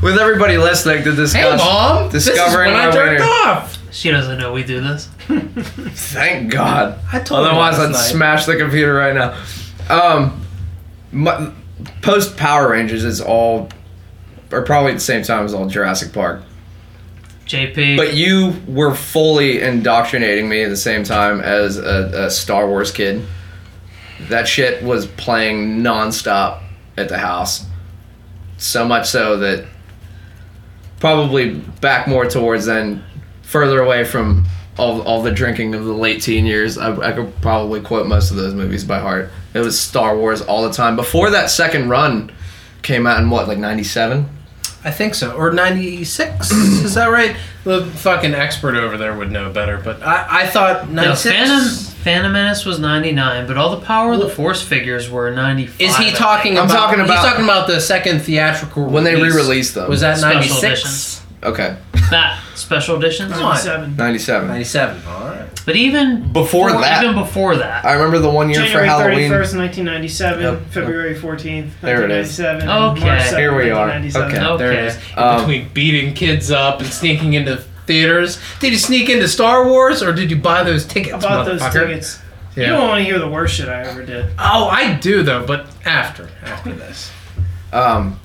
Speaker 2: with everybody listening to
Speaker 3: hey,
Speaker 2: discuss.
Speaker 3: mom.
Speaker 2: Discovering
Speaker 3: this is when
Speaker 2: my
Speaker 3: I jerked
Speaker 2: winner.
Speaker 3: off.
Speaker 1: she doesn't know we do this.
Speaker 2: Thank God.
Speaker 3: I told her
Speaker 2: Otherwise,
Speaker 3: last
Speaker 2: I'd
Speaker 3: night.
Speaker 2: smash the computer right now. Um, my, post Power Rangers is all, or probably at the same time as all Jurassic Park.
Speaker 1: JP,
Speaker 2: But you were fully indoctrinating me at the same time as a, a Star Wars kid. That shit was playing nonstop at the house. So much so that probably back more towards then, further away from all, all the drinking of the late teen years. I, I could probably quote most of those movies by heart. It was Star Wars all the time. Before that second run came out in what, like 97?
Speaker 3: I think so. Or 96. is that right? The fucking expert over there would know better, but I, I thought
Speaker 1: no,
Speaker 3: 96.
Speaker 1: Phantom, Phantom Menace was 99, but all the Power of the Force figures were 95.
Speaker 3: Is
Speaker 1: I
Speaker 3: he
Speaker 1: think.
Speaker 3: talking
Speaker 2: I'm
Speaker 3: about,
Speaker 2: talking about-
Speaker 3: He's talking about the second theatrical
Speaker 2: When they
Speaker 3: release.
Speaker 2: re-released them.
Speaker 3: Was that
Speaker 1: Special
Speaker 3: 96?
Speaker 1: editions.
Speaker 2: Okay,
Speaker 1: That special editions?
Speaker 3: Come on.
Speaker 4: Seven.
Speaker 2: 97.
Speaker 3: 97. All right.
Speaker 1: But even
Speaker 2: Before that-
Speaker 1: even before
Speaker 3: Oh,
Speaker 1: that.
Speaker 2: I remember the one year for
Speaker 4: January
Speaker 2: Halloween.
Speaker 4: 31st, 1997.
Speaker 2: Yep.
Speaker 4: February 14th,
Speaker 2: There it is.
Speaker 4: 1997.
Speaker 1: Okay.
Speaker 4: March 7th,
Speaker 2: Here we are.
Speaker 4: 1997.
Speaker 2: Okay.
Speaker 1: okay.
Speaker 3: There it is.
Speaker 2: Um,
Speaker 3: Between beating kids up and sneaking into theaters. Did you sneak into Star Wars or did you buy those tickets?
Speaker 4: I bought those
Speaker 3: motherfucker?
Speaker 4: tickets.
Speaker 3: Yeah.
Speaker 4: You don't want to hear the worst shit I ever did.
Speaker 3: Oh, I do though, but after after this.
Speaker 2: Um,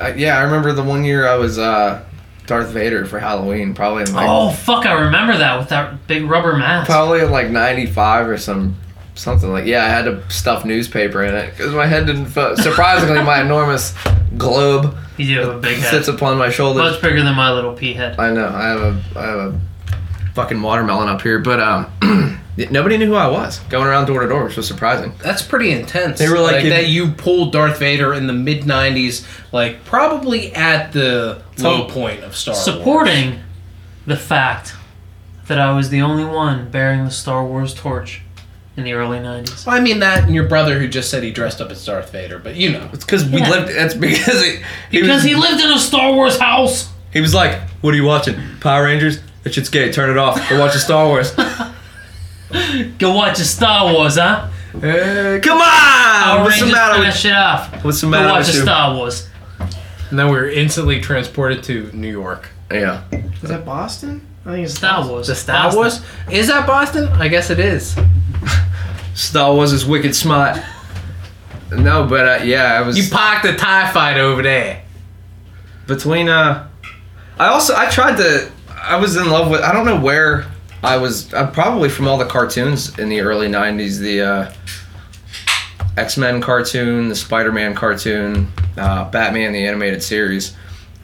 Speaker 2: I, yeah, I remember the one year I was uh, Darth Vader for Halloween, probably in like
Speaker 1: Oh fuck! I remember that with that big rubber mask.
Speaker 2: probably in like '95 or some something like. Yeah, I had to stuff newspaper in it because my head didn't. fit. Surprisingly, my enormous globe
Speaker 1: You do have a big head,
Speaker 2: sits upon my shoulders.
Speaker 1: much bigger than my little pea head.
Speaker 2: I know. I have a I have a fucking watermelon up here, but um, nobody knew who I was going around door to door, which was surprising.
Speaker 3: That's pretty intense.
Speaker 2: They were like in-
Speaker 3: that you pulled Darth Vader in the mid '90s, like probably at the low
Speaker 1: So-
Speaker 3: point of Star Wars.
Speaker 1: Supporting the fact that I was the only one bearing the Star Wars torch in the early '90s.
Speaker 3: I mean that, and your brother who just said he dressed up as Darth Vader, but you know,
Speaker 2: It's because we
Speaker 1: Yeah.
Speaker 2: lived. That's because he, he
Speaker 1: Because
Speaker 2: was,
Speaker 1: he lived in a Star Wars house.
Speaker 2: He was like, "What are you watching? Power Rangers? That shit's gay. Turn it off. We're watching Star Wars."
Speaker 1: Go watch a Star Wars, huh?
Speaker 2: Hey, come on!
Speaker 1: Power
Speaker 2: Uh, What's the
Speaker 1: Rangers,
Speaker 2: matter
Speaker 1: turn
Speaker 2: with
Speaker 1: that shit off.
Speaker 2: What's the
Speaker 1: Go
Speaker 2: matter
Speaker 1: watch a
Speaker 2: with you?
Speaker 1: Star Wars.
Speaker 3: and then we were instantly transported to New York.
Speaker 2: Yeah.
Speaker 4: Is that Boston? I think it's
Speaker 1: Star
Speaker 4: Boston.
Speaker 1: Wars.
Speaker 3: The Star Wars is that Boston? I guess it is.
Speaker 2: Star Wars is wicked smart. No, but uh, yeah, I was
Speaker 3: You parked a Tie Fighter over there.
Speaker 2: between. Uh, I also I tried to. I was in love with. I don't know where I was. I'm probably from all the cartoons in the early '90s. The uh, X Men cartoon, the Spider Man cartoon, uh, Batman the animated series.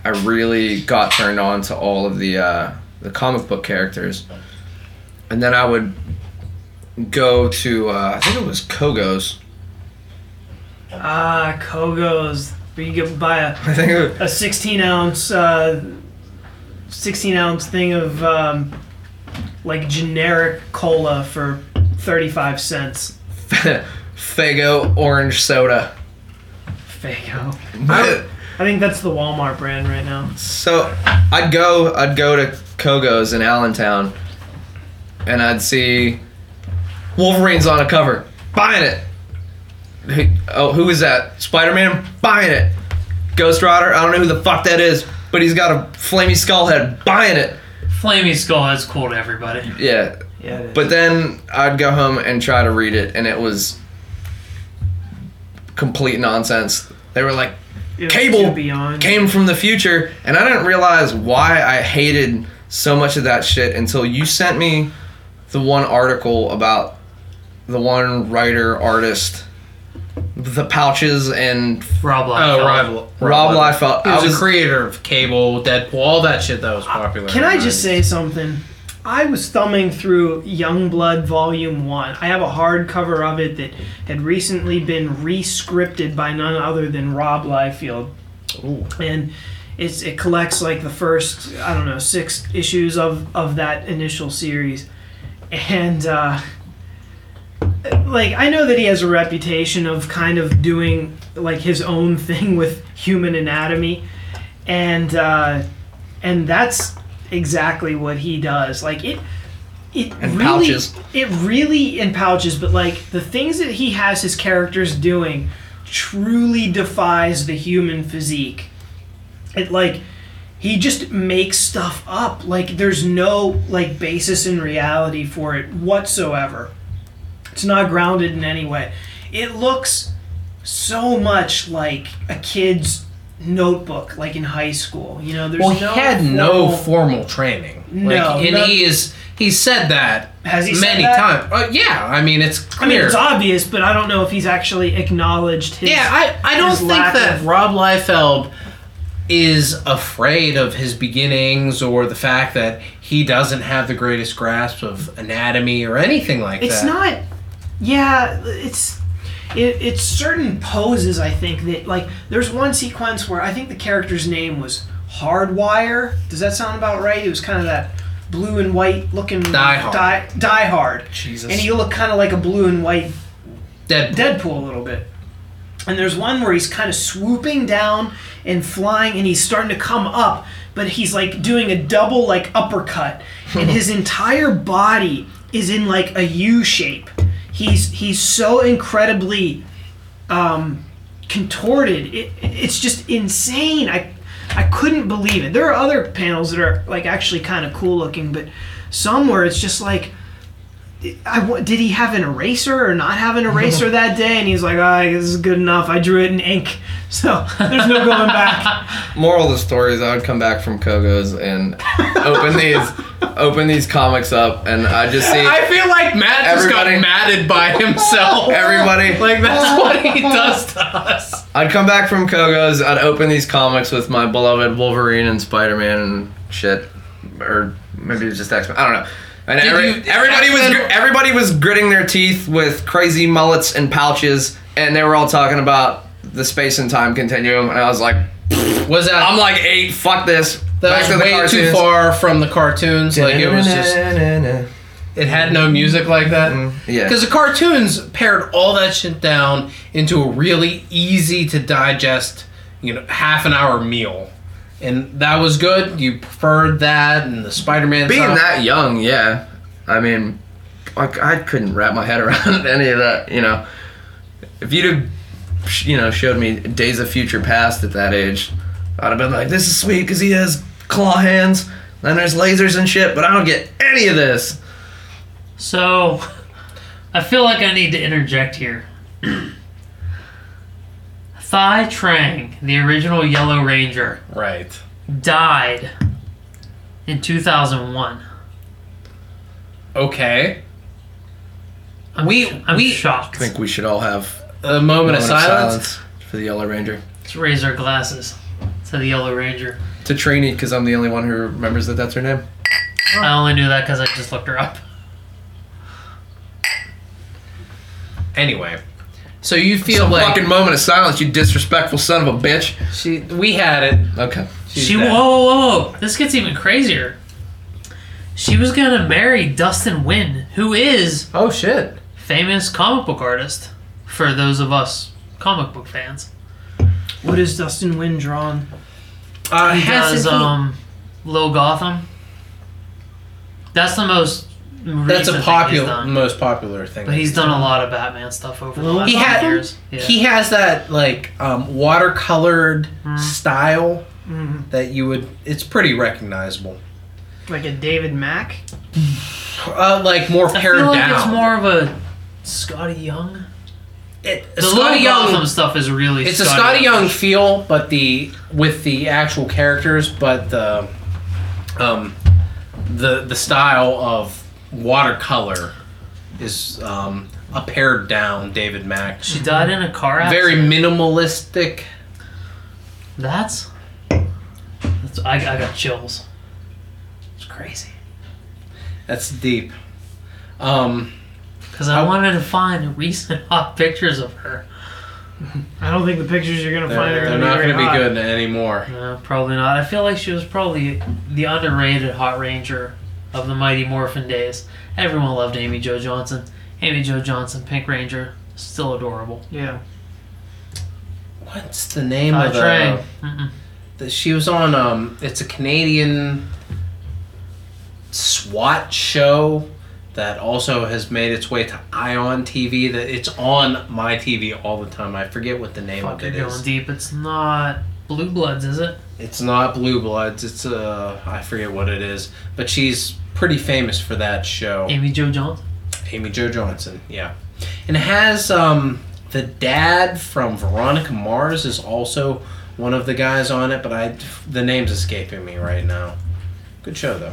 Speaker 2: I really got turned on to all of the uh, the comic book characters, and then I would go to uh, I think it was Kogo's.
Speaker 4: Ah, Kogo's. Where you could buy a,
Speaker 2: I think it was,
Speaker 4: a 16 ounce, uh, 16 ounce thing of um, like generic cola for 35 cents.
Speaker 2: Fago orange soda.
Speaker 4: Fago. I think that's the Walmart brand right now.
Speaker 2: So I'd go I'd go to Kogo's in Allentown and I'd see Wolverine's on a cover. Buying it. Hey, Oh, who is that? Spider-Man buying it. Ghost Rider, I don't know who the fuck that is, but he's got a flamey skull head buying it.
Speaker 1: Flaming Skull head's cool to everybody.
Speaker 2: Yeah.
Speaker 1: Yeah, it is.
Speaker 2: But then I'd go home and try to read it, and it was complete nonsense. They were like,
Speaker 4: It was
Speaker 2: cable
Speaker 4: too beyond.
Speaker 2: came from the future, and I didn't realize why I hated so much of that shit until you sent me the one article about the one writer artist, the pouches, and
Speaker 1: Rob Liefeld.
Speaker 3: Oh, Rob,
Speaker 2: Rob Liefeld.
Speaker 3: He
Speaker 2: I
Speaker 3: was,
Speaker 2: was-
Speaker 3: a creator of Cable, Deadpool, all that shit that was popular.
Speaker 4: Uh, Can
Speaker 3: in
Speaker 4: I
Speaker 3: the
Speaker 4: just
Speaker 3: 90s.
Speaker 4: say something? I was thumbing through Youngblood Volume 1. I have a hardcover of it that had recently been rescripted by none other than Rob Liefeld. And it's, it collects like the first, I don't know, six issues of, of that initial series. And, uh, like, I know that he has a reputation of kind of doing like his own thing with human anatomy. And, uh, and that's exactly what he does. Like it, it
Speaker 2: And
Speaker 4: really,
Speaker 2: pouches.
Speaker 4: it really in pouches. But like the things that he has his characters doing, truly defies the human physique. It like he just makes stuff up. Like there's no like basis in reality for it whatsoever. It's not grounded in any way. It looks so much like a kid's notebook, like in high school. You know, there's
Speaker 3: Well, he
Speaker 4: no
Speaker 3: had no
Speaker 4: formal-
Speaker 3: formal training.
Speaker 4: No,
Speaker 3: like, and
Speaker 4: no-
Speaker 3: he is he said that
Speaker 4: Has he said
Speaker 3: many
Speaker 4: that?
Speaker 3: times. Uh, yeah, I mean it's
Speaker 4: I mean,
Speaker 3: clear.
Speaker 4: it's obvious, but I don't know if he's actually acknowledged his.
Speaker 3: yeah, I, I don't
Speaker 4: his
Speaker 3: think
Speaker 4: lack
Speaker 3: that
Speaker 4: of-
Speaker 3: Rob Liefeld is afraid of his beginnings or the fact that he doesn't have the greatest grasp of anatomy or anything like
Speaker 4: it's
Speaker 3: that.
Speaker 4: not. Yeah, it's it, it's certain poses. I think that like there's one sequence where I think the character's name was Hardwire. Does that sound about right? It was kind of that blue and white looking
Speaker 3: Die Hard.
Speaker 4: Die, Die Hard.
Speaker 3: Jesus.
Speaker 4: And he looked kind of like a blue and white
Speaker 3: Deadpool.
Speaker 4: Deadpool a little bit. And there's one where he's kind of swooping down and flying, and he's starting to come up, but he's like doing a double like uppercut, and his entire body is in like a U shape. He's he's so incredibly um, contorted. It, it's just insane. I I couldn't believe it. There are other panels that are like actually kind of cool looking, but somewhere it's just like I wa- did he have an eraser or not have an eraser that day? And he's like, "Ah, this is good enough. I drew it in ink, so there's no going back."
Speaker 2: Moral of the story is I would come back from Kogo's and open these open these comics up, and I just see
Speaker 3: I feel like Matt just got
Speaker 2: Everybody-
Speaker 3: matted by himself.
Speaker 2: everybody.
Speaker 3: like that's what he does to us.
Speaker 2: I'd come back from Kogo's. I'd open these comics with my beloved Wolverine and Spider Man and shit, or maybe it was just X Men. I don't know. And
Speaker 3: Did
Speaker 2: every,
Speaker 3: you-
Speaker 2: everybody was
Speaker 3: X-Men-
Speaker 2: gr- everybody was gritting their teeth with crazy mullets and pouches, and they were all talking about the space and time continuum. And I was like,
Speaker 3: Was that
Speaker 2: I'm like eight. Fuck this.
Speaker 3: That was way too far from the cartoons. Like it was just, it had no music like that.
Speaker 2: yeah.
Speaker 3: Because the cartoons pared all that shit down into a really easy to digest, you know, half an hour meal, and that was good. You preferred that, and the Spider-Man.
Speaker 2: being
Speaker 3: stuff.
Speaker 2: that young, yeah. I mean, like I couldn't wrap my head around any of that. You know, if you'd have, sh- you know, showed me Days of Future Past at that age, I'd have been like, "This is sweet because he has claw hands and there's lasers and shit." But I don't get any of this.
Speaker 1: So, I feel like I need to interject here. Thai Trang, the original Yellow Ranger,
Speaker 3: right.
Speaker 1: died in 2001.
Speaker 3: Okay.
Speaker 1: I'm,
Speaker 3: We-
Speaker 1: I'm
Speaker 3: we-
Speaker 2: I
Speaker 1: shocked.
Speaker 2: think we should all have
Speaker 3: A moment,
Speaker 2: a
Speaker 3: of silence.
Speaker 2: for the Yellow Ranger.
Speaker 1: Let's raise our glasses to the Yellow Ranger.
Speaker 2: To Trini, because I'm the only one who remembers that that's her name.
Speaker 1: I only knew that because I just looked her up.
Speaker 3: Anyway, so you feel
Speaker 2: Some
Speaker 3: like
Speaker 2: fucking moment of silence, you disrespectful son of a bitch.
Speaker 3: she, we had it.
Speaker 2: Okay.
Speaker 3: She's
Speaker 1: She whoa,
Speaker 3: dead.
Speaker 1: whoa whoa! This gets even crazier. She was gonna marry Dustin Wynn, who is
Speaker 3: Oh shit.
Speaker 1: famous comic book artist for those of us comic book fans.
Speaker 4: What is Dustin Wynn drawn?
Speaker 3: Uh,
Speaker 1: He does um, Low Gotham. That's the most.
Speaker 3: That's a popular,
Speaker 1: Done.
Speaker 3: most popular thing.
Speaker 1: But he's done a lot of Batman stuff over the
Speaker 4: Lil
Speaker 1: last
Speaker 3: he
Speaker 1: few
Speaker 3: had
Speaker 1: years. Yeah.
Speaker 3: he has that like um, watercolored
Speaker 1: Hmm.
Speaker 3: style that you would it's pretty recognizable
Speaker 4: Like a David Mack?
Speaker 3: uh, like more
Speaker 1: I
Speaker 3: pared
Speaker 1: feel like
Speaker 3: down.
Speaker 1: it's more of a Scotty Young.
Speaker 3: It-
Speaker 1: The
Speaker 3: Scotty
Speaker 1: Scotty
Speaker 3: Young-
Speaker 1: Gotham stuff is really
Speaker 3: It's a Scotty Young feel, but the with the actual characters, but the um the the style of watercolor is um a pared down David Mack.
Speaker 1: She died in a car accident.
Speaker 3: Very minimalistic.
Speaker 1: That's. That's. I, I got chills. It's crazy.
Speaker 3: That's deep. Um
Speaker 1: Because I wanted to find recent hot pictures of her.
Speaker 4: I don't think the pictures you're gonna find
Speaker 3: they're,
Speaker 4: are
Speaker 3: they're
Speaker 4: gonna
Speaker 3: not
Speaker 4: be
Speaker 3: going to be
Speaker 4: very hot.
Speaker 3: good anymore.
Speaker 1: No, Uh, probably not. I feel like she was probably the underrated Hot Ranger of the Mighty Morphin days. Everyone loved Amy Jo Johnson. Amy Jo Johnson, Pink Ranger, still adorable.
Speaker 4: Yeah.
Speaker 3: What's the name
Speaker 1: Uh,
Speaker 3: of the,
Speaker 1: Train. Mm-mm.
Speaker 3: the- she was on um it's a Canadian SWAT show that also has made its way to Ion TV that it's on my TV all the time. I forget what the name
Speaker 1: Fuck,
Speaker 3: of
Speaker 1: you're
Speaker 3: it
Speaker 1: going
Speaker 3: is.
Speaker 1: deep. It's not Blue Bloods, is it?
Speaker 3: It's not Blue Bloods, it's uh I forget what it is, but she's pretty famous for that show.
Speaker 1: Amy Jo Johnson.
Speaker 3: Amy Jo Johnson, yeah. And it has um, the dad from Veronica Mars is also one of the guys on it, but I the name's escaping me right now. Good show though.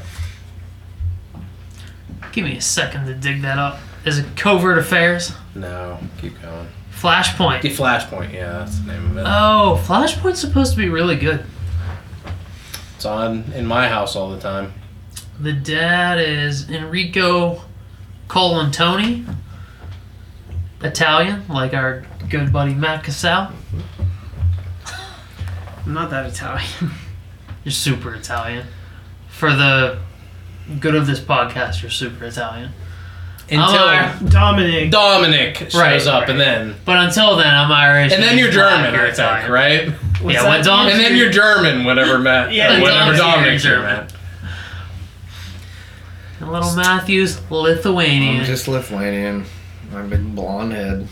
Speaker 1: Give me a second to dig that up. Is it Covert Affairs?
Speaker 3: No, keep going.
Speaker 1: Flashpoint.
Speaker 3: The Flashpoint, yeah, that's the name of it.
Speaker 1: Oh, Flashpoint's supposed to be really good.
Speaker 3: It's on in my house all the time.
Speaker 1: The dad is Enrico Colantoni, Italian, like our good buddy Matt Casal.
Speaker 4: I'm not that Italian.
Speaker 1: You're super Italian. For the good of this podcast, you're super Italian.
Speaker 3: Until
Speaker 1: Alright.
Speaker 4: Dominic.
Speaker 3: Dominic shows
Speaker 1: Oh. Right,
Speaker 3: up,
Speaker 1: right.
Speaker 3: and then
Speaker 1: But until then, I'm Irish.
Speaker 3: and then you're
Speaker 1: black,
Speaker 3: German, I think, right?
Speaker 4: What's
Speaker 1: yeah,
Speaker 4: that?
Speaker 1: when Dom-
Speaker 3: And then you're German, whatever Matt,
Speaker 4: Yeah,
Speaker 3: yeah, whatever
Speaker 1: Dominic's
Speaker 3: Dominic's
Speaker 1: German.
Speaker 3: German.
Speaker 1: And little Matthews, Lithuanian.
Speaker 2: I'm just Lithuanian. My big blonde head.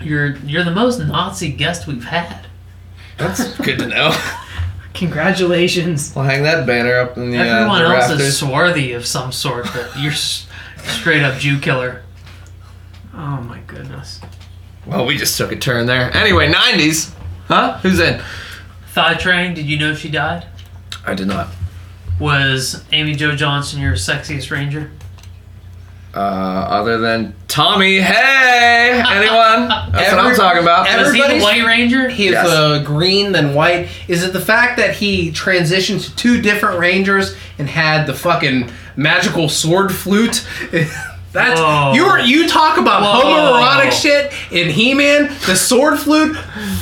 Speaker 1: You're you're the most Nazi guest we've had.
Speaker 2: That's good to know.
Speaker 4: Congratulations.
Speaker 2: We'll hang that banner up in the,
Speaker 1: Everyone
Speaker 2: uh, the
Speaker 1: else
Speaker 2: rafters.
Speaker 1: is swarthy of some sort, but you're s- straight up Jew killer.
Speaker 4: Oh my goodness.
Speaker 2: Well, we just took a turn there. Anyway, 90s. Huh? Who's in?
Speaker 1: Thigh train. Did you know she died?
Speaker 2: I did not.
Speaker 1: Was Amy Jo Johnson your sexiest ranger?
Speaker 2: Uh, other than Tommy, hey! Anyone? That's what I'm
Speaker 3: Every-
Speaker 2: talking about.
Speaker 3: every-
Speaker 1: Was he the
Speaker 3: Everybody's-
Speaker 1: White Ranger?
Speaker 3: He is
Speaker 2: Yes.
Speaker 3: uh, green, then white. Is it the fact that he transitioned to two different rangers and had the fucking magical sword flute? That's
Speaker 1: Whoa.
Speaker 3: you are you talk about
Speaker 1: Whoa.
Speaker 3: homoerotic shit in He-Man, the sword flute.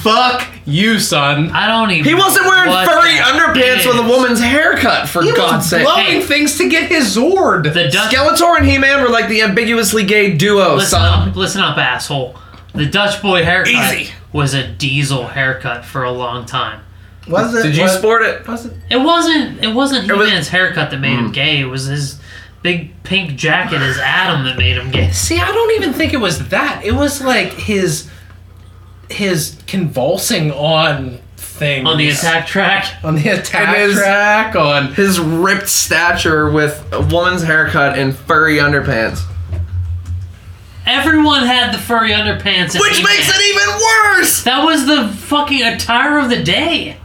Speaker 3: Fuck you, son.
Speaker 1: I don't even.
Speaker 2: he wasn't wearing
Speaker 1: what
Speaker 2: furry
Speaker 1: that
Speaker 2: underpants
Speaker 1: is.
Speaker 2: with a woman's haircut, for
Speaker 3: He
Speaker 2: God's
Speaker 3: was
Speaker 2: sake.
Speaker 3: blowing
Speaker 1: Hey.
Speaker 3: things to get his Zord.
Speaker 1: The Dutch.
Speaker 2: Skeletor and He-Man were like the ambiguously gay duo,
Speaker 1: listen
Speaker 2: son.
Speaker 1: up, listen up, asshole. The Dutch boy haircut
Speaker 2: Easy.
Speaker 1: was a diesel haircut for a long time.
Speaker 3: was it?
Speaker 2: Did you
Speaker 3: was-
Speaker 2: sport it?
Speaker 3: Was it?
Speaker 1: It wasn't. It wasn't
Speaker 2: was- Mm.
Speaker 1: He-Man's haircut that made him gay. It was his big pink jacket, his Adam, that made him gay.
Speaker 3: See, I don't even think it was that. It was like his his convulsing on thing
Speaker 1: On the attack track,
Speaker 3: on the attack
Speaker 2: It is-
Speaker 3: track on
Speaker 2: His ripped stature with a woman's haircut and furry underpants.
Speaker 1: everyone had the furry underpants. in
Speaker 2: Which
Speaker 1: He-Man.
Speaker 2: makes it even worse!
Speaker 1: That was the fucking attire of the day.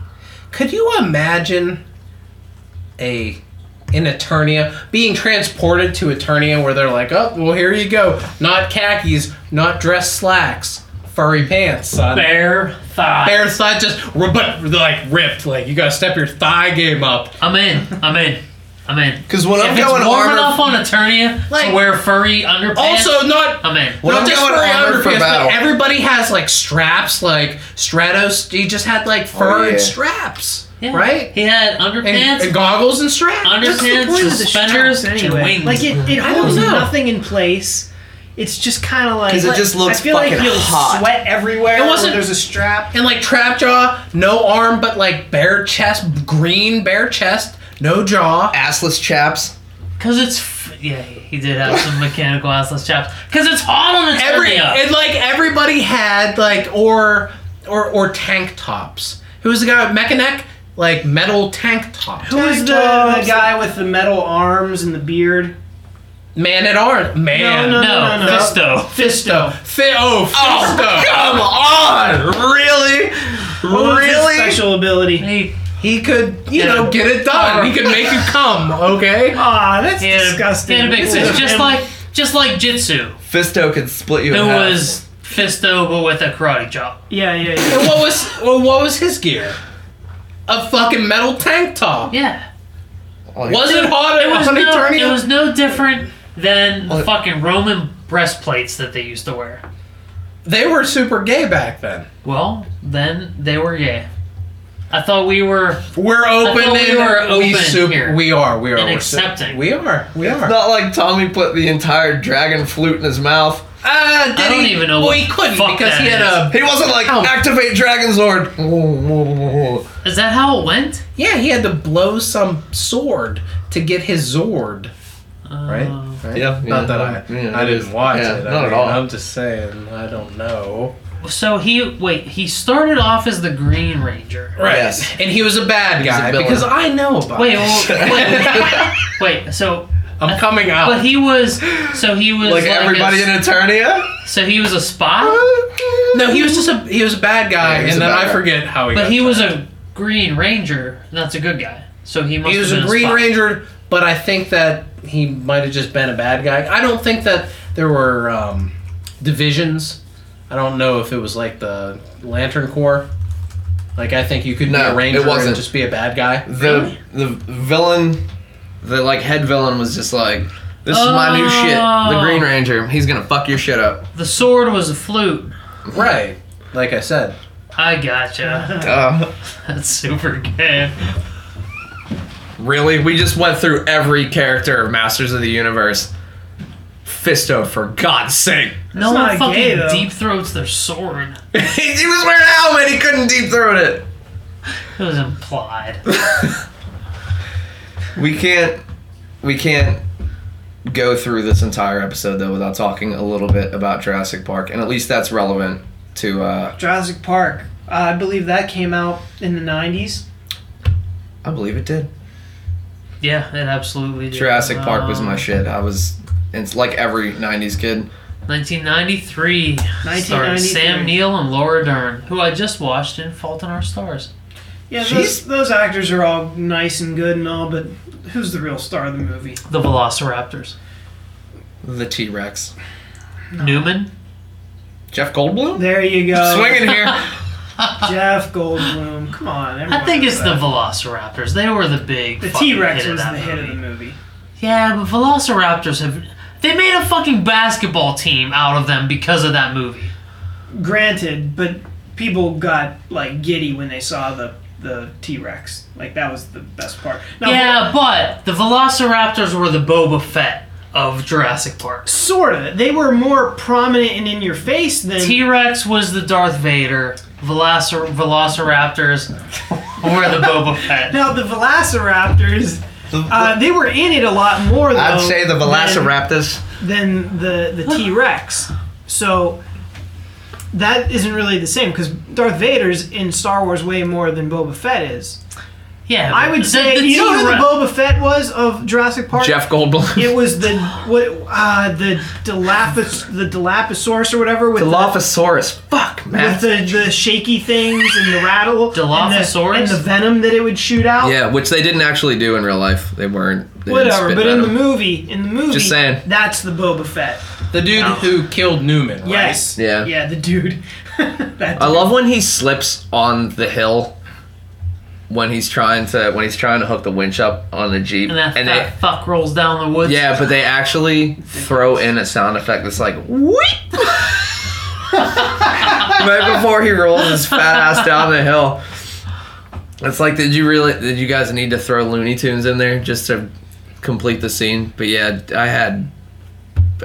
Speaker 3: Could you imagine a in Eternia being transported to Eternia where they're like, oh, well, here you go. Not khakis, not dress slacks, furry pants, son. Bare,
Speaker 1: Bare thigh.
Speaker 3: side just ri- but like ripped. Like you gotta step your thigh game up.
Speaker 1: I'm in. I'm in. I'm in.
Speaker 2: Because when I'm
Speaker 1: If it's
Speaker 2: going
Speaker 1: warm
Speaker 2: armor,
Speaker 1: enough on Eternia
Speaker 3: Like-
Speaker 1: to wear furry underpants,
Speaker 3: Also, not
Speaker 1: I'm in.
Speaker 2: When
Speaker 3: not
Speaker 2: I'm
Speaker 3: just
Speaker 2: going
Speaker 3: furry
Speaker 2: armored for
Speaker 3: underpants,
Speaker 2: battle.
Speaker 3: but everybody has like straps. Like Stratos, he just had like fur
Speaker 2: yeah.
Speaker 3: and straps,
Speaker 1: Oh, Yeah.
Speaker 3: right?
Speaker 1: He had underpants,
Speaker 3: And, and goggles and straps.
Speaker 1: underpants,
Speaker 4: point of the
Speaker 1: suspenders,
Speaker 4: straps
Speaker 1: and wings.
Speaker 4: Like it, it
Speaker 3: don't
Speaker 4: holds
Speaker 3: know.
Speaker 4: nothing in place. It's just kind of like
Speaker 2: 'Cause it just looks
Speaker 4: I feel like
Speaker 2: fucking
Speaker 4: you'll
Speaker 2: hot.
Speaker 4: sweat everywhere.
Speaker 3: It
Speaker 4: It
Speaker 3: wasn't-
Speaker 4: wasn't. There's a strap.
Speaker 3: And like trap jaw, no arm, but like bare chest, green bare chest, no jaw.
Speaker 2: assless chaps.
Speaker 1: Cause it's f- yeah, he did have some mechanical assless chaps. Cause it's hot on Eternia.
Speaker 3: Every and like everybody had like or or or tank tops. Who was the guy with mecha neck? Like metal tank top.
Speaker 4: Who was the, the guy with the metal arms and the beard?
Speaker 3: Man at Arms. Man.
Speaker 1: No,
Speaker 4: No, no, no, no.
Speaker 1: Fisto.
Speaker 4: Fisto.
Speaker 3: Fi- oh,
Speaker 2: Oh,
Speaker 3: Fisto.
Speaker 2: come on! Really?
Speaker 4: What was his
Speaker 2: Really?
Speaker 4: special ability.
Speaker 1: He,
Speaker 3: He could, you
Speaker 1: Yeah.
Speaker 3: know, get it done. He could make you come, okay?
Speaker 2: Oh,
Speaker 4: Ah, that's
Speaker 1: he had a-
Speaker 4: disgusting.
Speaker 1: he had a big
Speaker 4: This
Speaker 1: fist,
Speaker 4: is
Speaker 1: just
Speaker 4: him.
Speaker 1: like just like Jitsu,
Speaker 2: Fisto could split you in
Speaker 1: who
Speaker 2: half.
Speaker 1: was Fisto but with a karate chop.
Speaker 4: yeah, yeah, yeah.
Speaker 3: And what was well, what was his gear? A fucking metal tank top.
Speaker 1: Yeah.
Speaker 2: Like,
Speaker 3: Was it hot?
Speaker 1: It was
Speaker 3: on
Speaker 1: no,
Speaker 3: Eternia?
Speaker 1: it was no different than the
Speaker 2: What?
Speaker 1: fucking Roman breastplates that they used to wear.
Speaker 3: They were super gay back then.
Speaker 1: Well, then they were gay. I thought we were
Speaker 3: We're open.
Speaker 1: we
Speaker 3: and
Speaker 1: were
Speaker 3: we
Speaker 1: open
Speaker 3: sup-
Speaker 1: here.
Speaker 3: We are. We are.
Speaker 1: And
Speaker 3: we're sup-
Speaker 1: accepting.
Speaker 3: we are. We
Speaker 2: It's
Speaker 3: are.
Speaker 2: not like Tommy put the entire dragon flute in his mouth.
Speaker 3: Uh, did
Speaker 1: I don't
Speaker 3: he-
Speaker 1: even know
Speaker 3: Well,
Speaker 1: what
Speaker 3: he couldn't
Speaker 1: fuck
Speaker 3: because
Speaker 1: that
Speaker 3: he had a.
Speaker 2: He wasn't like,
Speaker 3: Ow.
Speaker 2: activate Dragon Zord.
Speaker 1: Is that how it went?
Speaker 3: Yeah, he had to blow some sword to get his Zord. Right?
Speaker 1: Oh.
Speaker 3: right?
Speaker 2: Yeah, yeah,
Speaker 3: Not that I.
Speaker 2: yeah,
Speaker 3: I
Speaker 2: it is.
Speaker 3: didn't watch
Speaker 2: Yeah,
Speaker 3: it. I
Speaker 2: not at
Speaker 3: mean,
Speaker 2: all.
Speaker 3: I'm just saying. I don't know.
Speaker 1: So he wait, he started off as the Green Ranger.
Speaker 3: Right.
Speaker 2: Yes.
Speaker 3: And he was a bad
Speaker 2: was a
Speaker 3: guy
Speaker 2: villain.
Speaker 3: because I know about.
Speaker 1: Wait,
Speaker 3: it.
Speaker 1: well, wait, wait. So,
Speaker 3: I'm coming out.
Speaker 1: but he was, so he was
Speaker 2: Like everybody
Speaker 1: a,
Speaker 2: in Eternia?
Speaker 1: So he was a spy,
Speaker 3: no, he was just a he was a bad guy,
Speaker 2: Yeah, he was
Speaker 3: and
Speaker 2: a
Speaker 3: then
Speaker 2: bad
Speaker 3: I
Speaker 2: guy.
Speaker 3: forget how he.
Speaker 1: but
Speaker 3: got
Speaker 1: he
Speaker 3: to
Speaker 1: was
Speaker 3: it.
Speaker 1: a Green Ranger. That's a good guy. So he must
Speaker 3: He was
Speaker 1: have
Speaker 3: a
Speaker 1: been
Speaker 3: Green
Speaker 1: spy.
Speaker 3: Ranger, but I think that he might have just been a bad guy. I don't think that there were um, divisions. I don't know if it was like the Lantern Corps. Like I think you could be
Speaker 2: No,
Speaker 3: a ranger
Speaker 2: it wasn't.
Speaker 3: and just be a bad guy.
Speaker 2: The the villain, the like head villain was just like, this is my new shit. The Green
Speaker 1: Oh.
Speaker 2: Ranger. He's gonna fuck your shit up.
Speaker 1: The sword was a flute.
Speaker 2: Mm-hmm.
Speaker 3: Right. Like I said.
Speaker 1: I gotcha.
Speaker 2: Uh,
Speaker 1: That's super gay.
Speaker 2: really? We just went through every character of Masters of the Universe. Fisto, for God's sake.
Speaker 1: No
Speaker 4: not
Speaker 1: one fucking
Speaker 4: gay, though.
Speaker 1: deep throats their sword.
Speaker 2: he was wearing a helmet. He couldn't deep throat it.
Speaker 1: It was implied.
Speaker 2: We can't. We can't go through this entire episode though without talking a little bit about Jurassic Park, and at least that's relevant to. Uh,
Speaker 4: Jurassic Park. Uh, I believe that came out in the 90s.
Speaker 2: I believe it did.
Speaker 1: Yeah, it absolutely did.
Speaker 2: Jurassic Park was my
Speaker 1: Um,
Speaker 2: shit. I was. It's like every '90s kid.
Speaker 1: 1993. Starring Sam
Speaker 4: 1993.
Speaker 1: Neill and Laura Dern, who I just watched in Fault in Our Stars.
Speaker 4: Yeah,
Speaker 2: Jeez.
Speaker 4: those, those actors are all nice and good and all, but who's the real star of the movie?
Speaker 1: The Velociraptors.
Speaker 2: The T Rex.
Speaker 1: Newman.
Speaker 2: Jeff Goldblum.
Speaker 4: There you go.
Speaker 2: Swinging here.
Speaker 4: Jeff Goldblum. Come on.
Speaker 1: I
Speaker 4: everyone
Speaker 1: think
Speaker 4: knows
Speaker 1: it's
Speaker 4: that.
Speaker 1: the Velociraptors. They were the big.
Speaker 4: The
Speaker 1: fucking
Speaker 4: T Rex
Speaker 1: hit of
Speaker 4: was
Speaker 1: that
Speaker 4: the hit of
Speaker 1: movie.
Speaker 4: the movie.
Speaker 1: Yeah, but Velociraptors have. They made a fucking basketball team out of them because of that movie.
Speaker 4: Granted, but people got like giddy when they saw the the T Rex. Like that was the best part. Now,
Speaker 1: Yeah, but the Velociraptors were the Boba Fett of Jurassic Park.
Speaker 4: Sort of. They were more prominent and in your face than
Speaker 1: T Rex was the Darth Vader. Velocir- Velociraptors were the Boba Fett.
Speaker 4: Now the Velociraptors, uh, they were in it a lot more though.
Speaker 2: I'd say the
Speaker 4: than-
Speaker 2: Velociraptors.
Speaker 4: than, the the T Rex. So that isn't really the same because Darth Vader's in Star Wars way more than Boba Fett is.
Speaker 1: Yeah,
Speaker 4: I would
Speaker 1: the-
Speaker 4: say
Speaker 1: the
Speaker 4: you know who the
Speaker 1: T-Rex-
Speaker 4: Boba Fett was of Jurassic Park.
Speaker 2: Jeff Goldblum.
Speaker 4: It was the what uh, the Dilapis the Dilophosaurus or whatever with the,
Speaker 2: Dilophosaurus. Fuck,
Speaker 4: with
Speaker 2: man.
Speaker 4: the, the shaky things and the rattle and the-
Speaker 1: Dilophosaurus?
Speaker 4: and the, venom that it would shoot out.
Speaker 2: Yeah, which they didn't actually do in real life. They weren't. They didn't
Speaker 4: Whatever,
Speaker 2: spit
Speaker 4: but in the
Speaker 2: venom.
Speaker 4: movie, in the movie,
Speaker 2: Just saying.
Speaker 4: that's the Boba Fett.
Speaker 3: The dude
Speaker 1: No.
Speaker 3: who killed Newman, right?
Speaker 4: Yes.
Speaker 2: Yeah.
Speaker 4: Yeah, the dude. that
Speaker 2: I
Speaker 4: dude.
Speaker 2: love when he slips on the hill when he's trying to when he's trying to hook the winch up on the jeep,
Speaker 1: And that
Speaker 2: and
Speaker 1: fat
Speaker 2: they
Speaker 1: fuck rolls down the woods.
Speaker 2: yeah, but they actually throw in a sound effect that's like whoop. right before he rolls his fat ass down the hill. It's like, did you really? Did you guys need to throw Looney Tunes in there just to complete the scene? But yeah, I had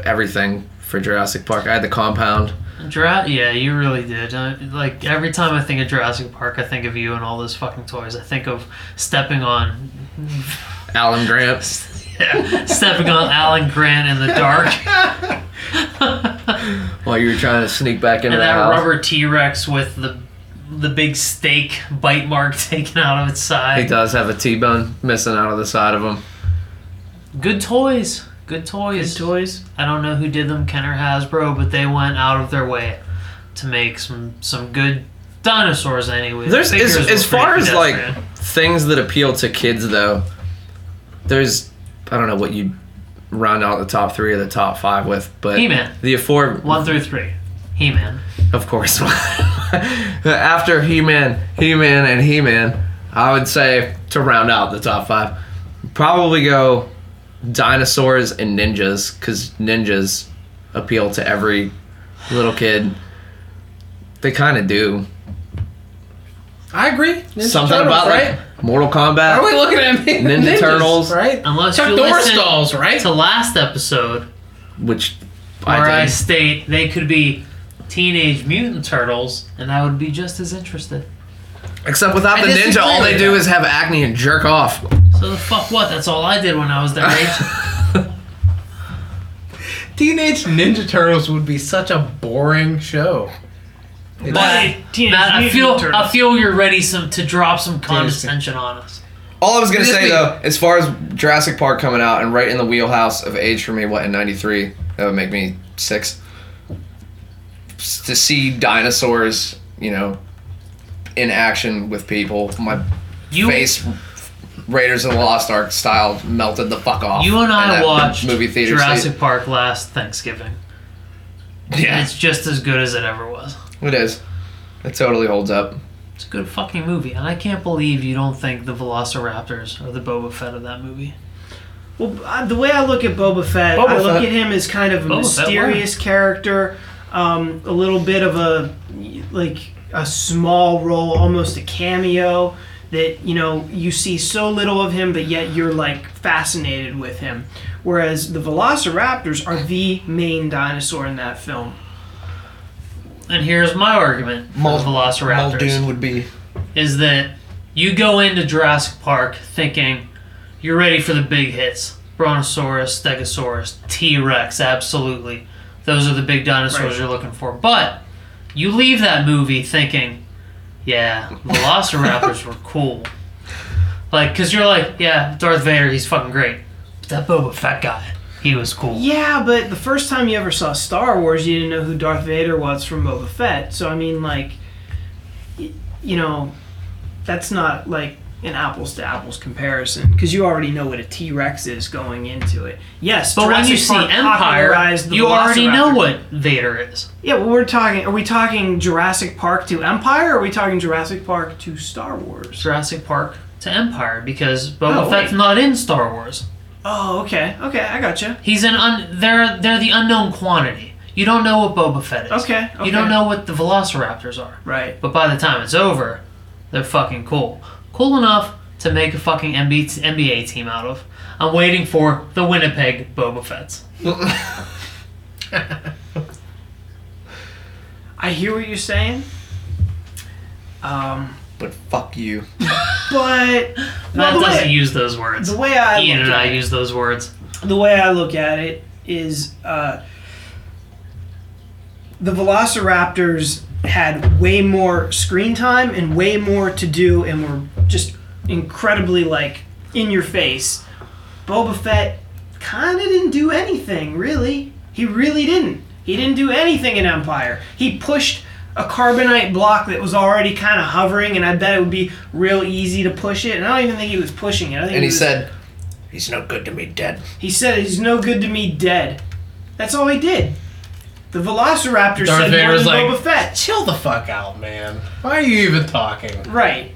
Speaker 2: everything for Jurassic Park. I had the compound.
Speaker 1: Jura- yeah, you really did. Uh, like every time I think of Jurassic Park, I think of you and all those fucking toys. I think of stepping on,
Speaker 2: Alan Grant.
Speaker 1: yeah, stepping on Alan Grant in the dark,
Speaker 2: While you were trying to sneak back into
Speaker 1: and
Speaker 2: the
Speaker 1: that
Speaker 2: house.
Speaker 1: rubber T Rex with the the big steak bite mark taken out of its
Speaker 2: He
Speaker 1: side.
Speaker 2: does have a T-bone missing out of the side of him.
Speaker 1: Good toys. Good toys.
Speaker 4: Good toys.
Speaker 1: I don't know who did them, Ken or Hasbro, but they went out of their way to make some some good dinosaurs. Anyway, The
Speaker 2: There's
Speaker 1: figures
Speaker 2: as,
Speaker 1: were
Speaker 2: as far
Speaker 1: pretty
Speaker 2: as like
Speaker 1: pedestrian.
Speaker 2: things that appeal to kids though. There's I don't know what you round out the top three or the top five with, but
Speaker 1: He-Man.
Speaker 2: the afford
Speaker 1: one through three, He-Man.
Speaker 2: of course. After He Man, He Man, and He Man, I would say to round out the top five, probably go dinosaurs and ninjas because ninjas appeal to every little kid. They kind of do.
Speaker 3: I agree. Ninja
Speaker 2: Something
Speaker 3: Turtles,
Speaker 2: about
Speaker 3: right?
Speaker 2: like Mortal Kombat.
Speaker 3: Are we looking at me?
Speaker 2: Ninja
Speaker 3: Ninjas,
Speaker 2: Turtles.
Speaker 3: right?
Speaker 1: Unless
Speaker 3: Chuck
Speaker 1: you
Speaker 3: Norris
Speaker 1: listen
Speaker 3: dolls, right?
Speaker 1: to last episode
Speaker 2: which
Speaker 1: where I,
Speaker 2: I did.
Speaker 1: state they could be Teenage Mutant Turtles, and I would be just as interested.
Speaker 2: Except without
Speaker 3: I
Speaker 2: the ninja,
Speaker 3: disagree
Speaker 2: all they
Speaker 3: with
Speaker 2: do
Speaker 3: that.
Speaker 2: is have acne and jerk off.
Speaker 1: So the fuck what? That's all I did when I was their age.
Speaker 3: Teenage Ninja Turtles would be such a boring show.
Speaker 1: But
Speaker 4: Teenage
Speaker 1: Matt, I
Speaker 4: Mutant
Speaker 1: feel
Speaker 4: Turtles.
Speaker 1: I feel you're ready some to drop some condescension on us.
Speaker 2: All I was gonna
Speaker 3: Just
Speaker 2: say
Speaker 3: me.
Speaker 2: though, as far as Jurassic Park coming out and right in the wheelhouse of age for me, what in '93 that would make me six. S- To see dinosaurs, you know, in action with people, my
Speaker 1: You
Speaker 2: face, Raiders of the Lost Ark style, melted the fuck off.
Speaker 1: you and
Speaker 2: in
Speaker 1: I
Speaker 2: that
Speaker 1: watched
Speaker 2: movie theater.
Speaker 1: Jurassic
Speaker 2: seat.
Speaker 1: Park last Thanksgiving. And
Speaker 2: Yeah,
Speaker 1: It's just as good as it ever was.
Speaker 2: it is. It totally holds up.
Speaker 1: It's a good fucking movie, and I can't believe you don't think the Velociraptors are the Boba Fett of that movie.
Speaker 4: Well, uh, the way I look at Boba Fett,
Speaker 2: Boba
Speaker 4: I look
Speaker 2: Fett.
Speaker 4: at him as kind of a
Speaker 1: Boba Fett,
Speaker 4: mysterious character, um, a little bit of a like a small role, almost a cameo that you know you see so little of him, but yet you're like fascinated with him. Whereas the Velociraptors are the main dinosaur in that film.
Speaker 1: And here's my argument for
Speaker 2: Mul-
Speaker 1: the Velociraptors.
Speaker 2: would be
Speaker 1: is that you go into Jurassic Park thinking you're ready for the big hits Brontosaurus, Stegosaurus, T Rex, absolutely. Those are the big dinosaurs
Speaker 4: Right.
Speaker 1: you're looking for. But you leave that movie thinking, yeah, Velociraptors were cool. Like, because you're like, yeah, Darth Vader, he's fucking great. But that Boba Fett guy, he was cool.
Speaker 4: Yeah, but the first time you ever saw Star Wars, you didn't know who Darth Vader was from Boba Fett. So I mean, like, y- you know, that's not like an apples to apples comparison because you already know what a T Rex is going into it. Yes,
Speaker 1: But when you
Speaker 4: Jurassic
Speaker 1: see
Speaker 4: Park
Speaker 1: Empire,
Speaker 4: popularized the
Speaker 1: you already know
Speaker 4: Velociraptor.
Speaker 1: what Vader is.
Speaker 4: Yeah, well, we're talking. Are we talking Jurassic Park to Empire? Or are we talking Jurassic Park to Star Wars?
Speaker 1: Jurassic Park to Empire because Boba
Speaker 4: Oh,
Speaker 1: Fett's
Speaker 4: wait.
Speaker 1: not in Star Wars.
Speaker 4: Oh, okay, okay, I gotcha.
Speaker 1: He's an un. They're they're the unknown quantity. You don't know what Boba Fett is.
Speaker 4: Okay, okay.
Speaker 1: You don't know what the Velociraptors are.
Speaker 4: Right.
Speaker 1: But by the time it's over, they're fucking cool. Cool enough to make a fucking NBA, t- NBA team out of. I'm waiting for the Winnipeg Boba Fetts.
Speaker 4: I hear what you're saying. Um,
Speaker 2: but fuck you.
Speaker 4: but
Speaker 1: Matt
Speaker 4: the way-
Speaker 1: doesn't use those words.
Speaker 4: the way I
Speaker 1: Ian
Speaker 4: look
Speaker 1: and
Speaker 4: at
Speaker 1: I
Speaker 4: it-
Speaker 1: use those words.
Speaker 4: the way I look at it is uh, the Velociraptors had way more screen time and way more to do, and were just incredibly like in your face. Boba Fett kind of didn't do anything, really. He really didn't. He didn't do anything in Empire. He pushed a carbonite block that was already kind of hovering, and I bet it would be real easy to push it. And I don't even think he was pushing it. I think
Speaker 2: And he
Speaker 4: was-
Speaker 2: said, "He's no good to me dead."
Speaker 4: he said he's no good to me dead. That's all he did. The Velociraptor
Speaker 3: Darth
Speaker 4: said
Speaker 3: Vader's
Speaker 4: more than
Speaker 3: like-
Speaker 4: Boba Fett.
Speaker 3: Chill the fuck out, man. Why are you even talking?
Speaker 4: Right.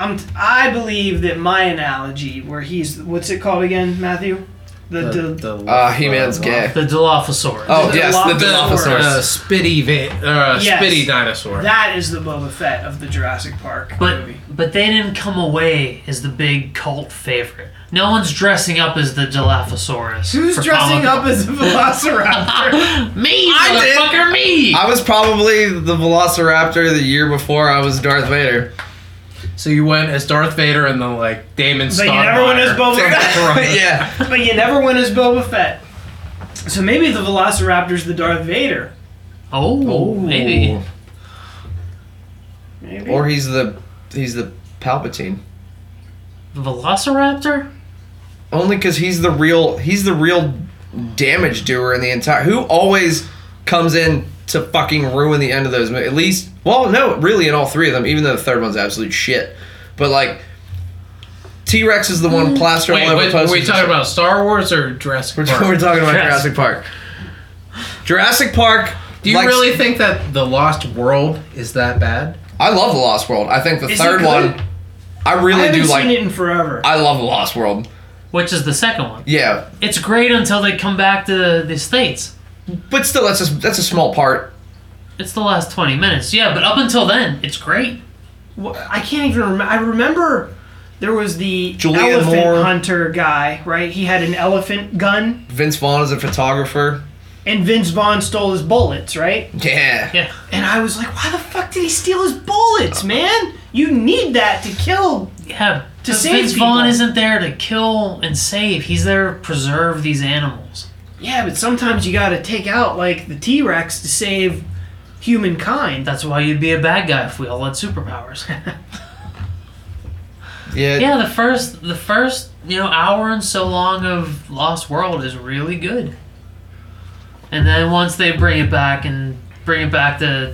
Speaker 4: I'm t- I believe that my analogy, where he's what's it called again, Matthew? The, the,
Speaker 2: Uh, He-Man's gay.
Speaker 1: The Dilophosaurus.
Speaker 2: Oh yes, the
Speaker 4: Dilophosaurus.
Speaker 3: Uh,
Speaker 2: Dilophosaurus.
Speaker 3: spitty, va- uh,
Speaker 4: Yes.
Speaker 3: spitty dinosaur.
Speaker 4: that is the Boba Fett of the Jurassic Park
Speaker 1: But
Speaker 4: movie.
Speaker 1: but they didn't come away as the big cult favorite. No one's dressing up as the Dilophosaurus.
Speaker 4: Who's
Speaker 1: for
Speaker 4: dressing
Speaker 1: Comic-Con.
Speaker 4: up as a Velociraptor?
Speaker 1: me,
Speaker 2: did.
Speaker 1: motherfucker, me.
Speaker 2: I was probably the Velociraptor the year before I was Darth Vader.
Speaker 3: So you went as Darth Vader and then like Damon
Speaker 4: but you never went as Boba Fett.
Speaker 2: yeah.
Speaker 4: But you never went as Boba Fett. So maybe the Velociraptor's the Darth Vader.
Speaker 1: oh, maybe.
Speaker 4: Maybe.
Speaker 2: Or he's the he's the Palpatine.
Speaker 1: Velociraptor?
Speaker 2: Only because he's the real he's the real damage doer in the entire. Who always comes in to fucking ruin the end of those. mo- At least, well, no, really, in all three of them. Even though the third one's absolute shit, but like. T Rex is the
Speaker 4: Mm.
Speaker 2: one plastering
Speaker 3: Wait,
Speaker 2: all over
Speaker 3: wait, are we
Speaker 2: posters.
Speaker 3: talking about Star Wars or Jurassic
Speaker 2: We're,
Speaker 3: Park?
Speaker 2: we're talking about
Speaker 1: Jurassic-
Speaker 2: Jurassic Park. Jurassic Park.
Speaker 3: Do you
Speaker 2: likes-
Speaker 3: really think that The Lost World is that bad?
Speaker 2: I love The Lost World. I think the
Speaker 4: Is it
Speaker 2: third
Speaker 4: good?
Speaker 2: one. I really
Speaker 4: I haven't
Speaker 2: do like.
Speaker 4: seen it in forever.
Speaker 2: I love The Lost World.
Speaker 1: which is the second one.
Speaker 2: Yeah,
Speaker 1: It's great until they come back to the states.
Speaker 2: but still, that's a that's a small part.
Speaker 1: It's the last twenty minutes. Yeah, but up until then, it's great.
Speaker 4: Well, I can't even remember. I remember there was the
Speaker 2: Julianne
Speaker 4: elephant
Speaker 2: Moore.
Speaker 4: hunter guy, right? He had an elephant gun,
Speaker 2: Vince Vaughn is a photographer.
Speaker 4: and Vince Vaughn stole his bullets, right?
Speaker 2: Yeah.
Speaker 1: Yeah,
Speaker 4: And I was like, why the fuck did he steal his bullets, man? You need that to kill.
Speaker 1: yeah. To
Speaker 4: save
Speaker 1: Vince
Speaker 4: people.
Speaker 1: Vaughn isn't there to kill and save. He's there to preserve these animals.
Speaker 4: Yeah, but sometimes you gotta take out, like, the T Rex to save humankind.
Speaker 1: That's why you'd be a bad guy if we all had superpowers.
Speaker 2: Yeah.
Speaker 1: yeah, the first, the first, you know, hour and so long of Lost World is really good. And then once they bring it back and bring it back to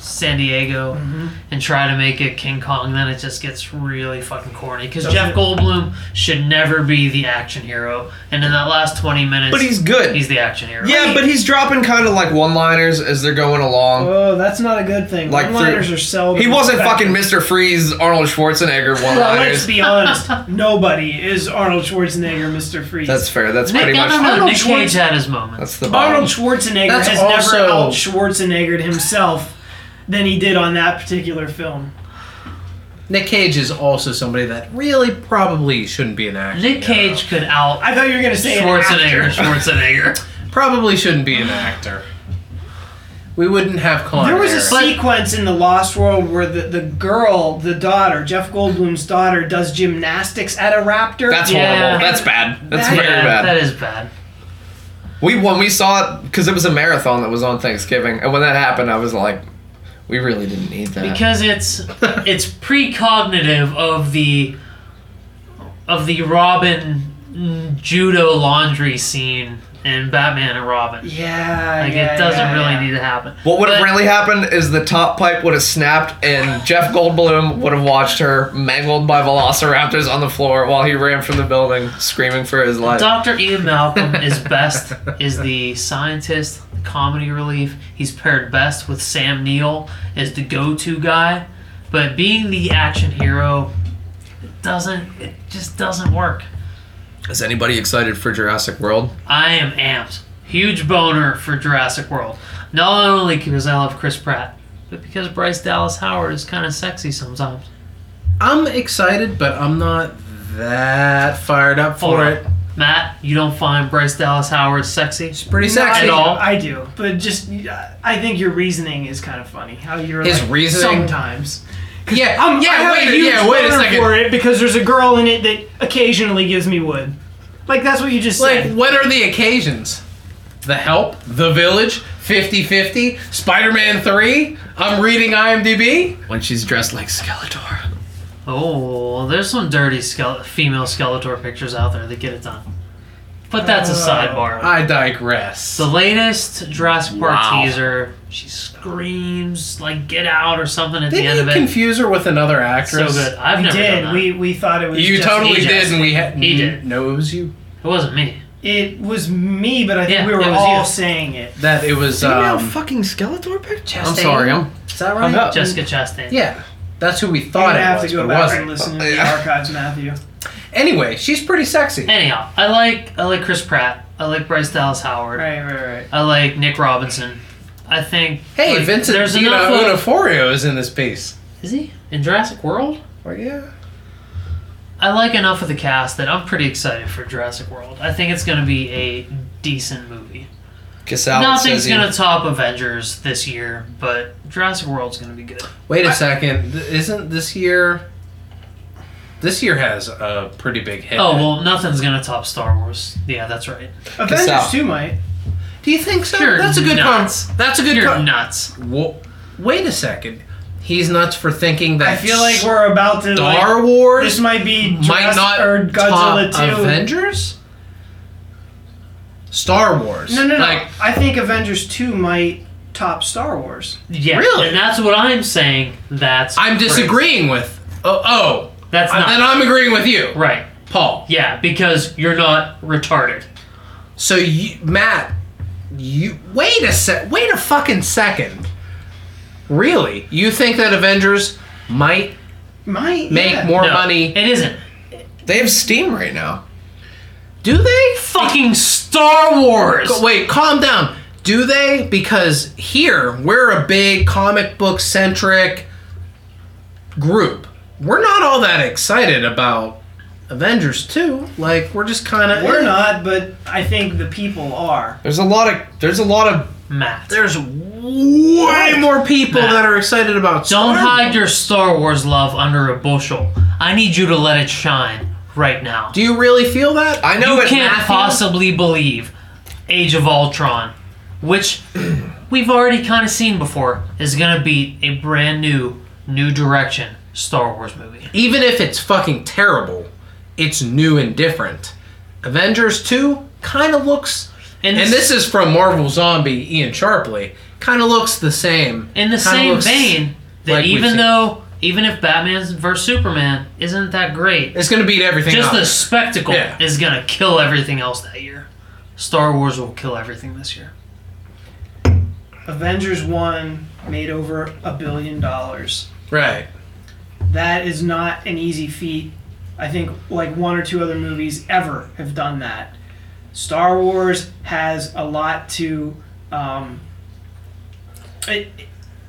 Speaker 1: San Diego
Speaker 2: Mm-hmm.
Speaker 1: and try to make it King Kong, then it just gets really fucking corny. Because Jeff Goldblum should never be the action hero, and in that last twenty minutes,
Speaker 2: But he's good.
Speaker 1: he's the action hero.
Speaker 2: yeah, but he's dropping kind of like one-liners as they're going along.
Speaker 4: Oh, that's not a good thing.
Speaker 2: Like
Speaker 4: Like,
Speaker 2: through-
Speaker 4: are seldom.
Speaker 2: He wasn't
Speaker 4: effective.
Speaker 2: fucking Mr. Freeze, Arnold Schwarzenegger
Speaker 4: Oh, Well, let's
Speaker 2: one-liners.
Speaker 4: be honest. Nobody is Arnold Schwarzenegger, Mr. Freeze.
Speaker 2: That's fair. That's
Speaker 1: Nick,
Speaker 2: pretty
Speaker 1: I don't
Speaker 2: much.
Speaker 1: know.
Speaker 4: Arnold
Speaker 1: Nick Cage
Speaker 4: Schwarz-
Speaker 1: had his moments.
Speaker 2: That's the bottom.
Speaker 4: Arnold Schwarzenegger
Speaker 3: That's
Speaker 4: has
Speaker 3: also-
Speaker 4: never out Schwarzeneggered himself than he did on that particular film.
Speaker 3: Nick Cage is also somebody that really probably shouldn't be an actor.
Speaker 1: Nick Cage could out
Speaker 4: I thought you were gonna say an
Speaker 1: Schwarzenegger.
Speaker 4: actor.
Speaker 1: Schwarzenegger.
Speaker 3: Probably shouldn't be an actor. We wouldn't have Con
Speaker 4: There was a
Speaker 3: Air.
Speaker 4: sequence in The Lost World where the, the girl, the daughter, Jeff Goldblum's daughter, does gymnastics at a raptor.
Speaker 2: That's
Speaker 1: Yeah.
Speaker 2: horrible. That's bad. That's
Speaker 4: That-
Speaker 2: very
Speaker 1: yeah,
Speaker 2: bad.
Speaker 1: that is bad.
Speaker 2: We when we saw it because it was a marathon that was on Thanksgiving, and when that happened, I was like, we really didn't need that.
Speaker 1: because it's it's precognitive of the of the Robin mm, judo laundry scene in Batman and Robin.
Speaker 4: Yeah,
Speaker 1: Like
Speaker 4: yeah,
Speaker 1: it doesn't
Speaker 4: yeah,
Speaker 1: really
Speaker 4: yeah.
Speaker 1: need to happen.
Speaker 2: what would have
Speaker 1: But-
Speaker 2: really happened is the top pipe would have snapped, and Jeff Goldblum would have watched her mangled by velociraptors on the floor while he ran from the building, screaming for his life.
Speaker 1: Dr. Ian Malcolm is best is the scientist, the comedy relief. He's paired best with Sam Neill as the go-to guy, but being the action hero it doesn't it just doesn't work.
Speaker 2: Is anybody excited for Jurassic World?
Speaker 1: I am amped. Huge boner for Jurassic World. Not only because I love Chris Pratt, but because Bryce Dallas Howard is kind of sexy sometimes.
Speaker 3: I'm excited, but I'm not that fired up for
Speaker 1: Hold
Speaker 3: it.
Speaker 1: on. Matt, you don't find Bryce Dallas Howard sexy?
Speaker 3: It's pretty
Speaker 4: No,
Speaker 3: sexy.
Speaker 4: I
Speaker 1: At
Speaker 4: do,
Speaker 1: all.
Speaker 4: I do, but just I think your reasoning is kind of funny. How you're
Speaker 3: His
Speaker 4: like,
Speaker 3: reasoning?
Speaker 4: sometimes.
Speaker 3: Yeah,
Speaker 4: Um, I
Speaker 3: yeah,
Speaker 4: have
Speaker 3: wait,
Speaker 4: a
Speaker 3: a-
Speaker 4: huge
Speaker 3: yeah, wait a
Speaker 4: boner
Speaker 3: second.
Speaker 4: for it because there's a girl in it that occasionally gives me wood. Like that's what you just
Speaker 3: Like,
Speaker 4: said.
Speaker 3: what are the occasions? The Help, The Village, 50 50, Spider Man 3, I'm reading IMDb.
Speaker 2: When she's dressed like Skeletor.
Speaker 1: Oh, there's some dirty skele- female Skeletor pictures out there that get it done. But that's a sidebar.
Speaker 3: Uh, I digress.
Speaker 1: The latest Jurassic Park
Speaker 2: Wow.
Speaker 1: teaser, she screams like "Get out" or something at the end
Speaker 3: Didn't
Speaker 1: of
Speaker 3: you
Speaker 1: it.
Speaker 3: confuse her with another
Speaker 1: so
Speaker 3: actress?
Speaker 1: good. I've
Speaker 4: we
Speaker 1: never done
Speaker 4: did.
Speaker 1: that.
Speaker 4: We we thought it was
Speaker 3: You
Speaker 4: just- E
Speaker 3: totally
Speaker 1: he
Speaker 3: did,
Speaker 1: just-
Speaker 3: and we had.
Speaker 1: he did.
Speaker 3: No, it was you.
Speaker 1: It wasn't me.
Speaker 4: It was me, but I think
Speaker 1: Yeah,
Speaker 4: we
Speaker 1: it
Speaker 4: were
Speaker 1: was
Speaker 4: all
Speaker 1: you.
Speaker 4: saying it.
Speaker 3: That it was.
Speaker 2: Female
Speaker 3: Um,
Speaker 2: fucking Skeletor picture. I'm
Speaker 3: Chastain.
Speaker 2: sorry. I'm.
Speaker 3: is that
Speaker 2: I'm
Speaker 3: right?
Speaker 2: not-
Speaker 1: Jessica Chastain.
Speaker 3: Yeah. That's who we
Speaker 4: You're
Speaker 3: thought
Speaker 4: gonna
Speaker 3: it
Speaker 4: have
Speaker 3: was,
Speaker 4: to go
Speaker 3: but it
Speaker 4: back
Speaker 3: wasn't.
Speaker 4: and listen to the
Speaker 2: Yeah.
Speaker 4: archives, Matthew.
Speaker 3: Anyway, she's pretty sexy.
Speaker 1: Anyhow, I like I like Chris Pratt. I like Bryce Dallas Howard.
Speaker 4: Right, right, right.
Speaker 1: I like Nick Robinson. I think.
Speaker 3: Hey,
Speaker 1: like,
Speaker 3: Vincent
Speaker 1: there's
Speaker 3: Dino
Speaker 1: enough of-
Speaker 3: Unaforio is in this piece.
Speaker 1: Is he in Jurassic World?
Speaker 3: Well, yeah.
Speaker 1: I like enough of the cast that I'm pretty excited for Jurassic World. I think it's going to be a decent movie.
Speaker 2: Casal says
Speaker 1: Nothing's
Speaker 2: he-
Speaker 1: going to top Avengers this year, but Jurassic World's going to be good.
Speaker 3: Wait a second. Th- Isn't this year? This year has a pretty big hit.
Speaker 1: Oh well, nothing's going to top Star Wars. Yeah, that's right.
Speaker 2: Casal.
Speaker 4: Avengers 2 might.
Speaker 3: do you think so?
Speaker 1: You're
Speaker 3: That's a good con.
Speaker 1: nuts.
Speaker 3: That's a good
Speaker 1: You're
Speaker 3: con.
Speaker 1: nuts.
Speaker 3: Wo- Wait a second. he's nuts for thinking that
Speaker 4: I feel like we're about to. like,
Speaker 3: Star Wars
Speaker 4: This might be
Speaker 3: might
Speaker 4: Jurassic-
Speaker 3: not
Speaker 4: or Godzilla
Speaker 3: top
Speaker 4: too.
Speaker 3: Avengers. Star Wars.
Speaker 4: No, no, no.
Speaker 3: Like,
Speaker 4: I think Avengers two might top Star Wars.
Speaker 1: Yeah,
Speaker 3: Really?
Speaker 1: And that's what I'm saying. That's
Speaker 3: I'm
Speaker 1: crazy.
Speaker 3: disagreeing with. Oh, oh.
Speaker 1: That's
Speaker 3: Uh,
Speaker 1: not
Speaker 3: then I'm agreeing with you,
Speaker 1: right.
Speaker 3: Paul.
Speaker 1: Yeah, because you're not retarded.
Speaker 3: So you, Matt, you wait a sec. Wait a fucking second. Really? You think that Avengers might
Speaker 4: Might
Speaker 3: make
Speaker 4: yeah.
Speaker 3: more
Speaker 1: No,
Speaker 3: money?
Speaker 1: It isn't.
Speaker 2: They have Steam right now.
Speaker 3: Do they?
Speaker 1: Fucking Star Wars.
Speaker 3: Go- Wait, calm down. Do they? Because here we're a big comic book centric group. We're not all that excited about Avengers 2. Like we're just kind of
Speaker 4: We're not, but I think the people are.
Speaker 2: There's a lot of there's a lot of
Speaker 1: Matt.
Speaker 3: There's way more people
Speaker 1: Matt.
Speaker 3: that are excited about.
Speaker 1: Don't
Speaker 3: Star
Speaker 1: hide
Speaker 3: Wars.
Speaker 1: your Star Wars love under a bushel. I need you to let it shine right now.
Speaker 3: Do you really feel that?
Speaker 2: I know
Speaker 1: you
Speaker 2: it
Speaker 1: can't
Speaker 2: Matthew-
Speaker 1: possibly believe Age of Ultron, which we've already kind of seen before, is gonna beat a brand new, new direction Star Wars movie.
Speaker 3: Even if it's fucking terrible, it's new and different. Avengers 2 kind of looks And this is from Marvel Zombie Ian Sharpley. Kind of looks the same.
Speaker 1: in the
Speaker 3: Kinda
Speaker 1: same
Speaker 3: looks-
Speaker 1: vein that
Speaker 3: like we've
Speaker 1: even
Speaker 3: seen.
Speaker 1: though even if Batman vs Superman isn't that great,
Speaker 3: It's gonna beat everything.
Speaker 1: just
Speaker 3: up.
Speaker 1: the spectacle
Speaker 3: Yeah.
Speaker 1: is gonna kill everything else that year. Star Wars will kill everything this year.
Speaker 4: Avengers one made over a billion dollars.
Speaker 3: right.
Speaker 4: That is not an easy feat. I think like one or two other movies ever have done that. Star Wars has a lot to, um, it,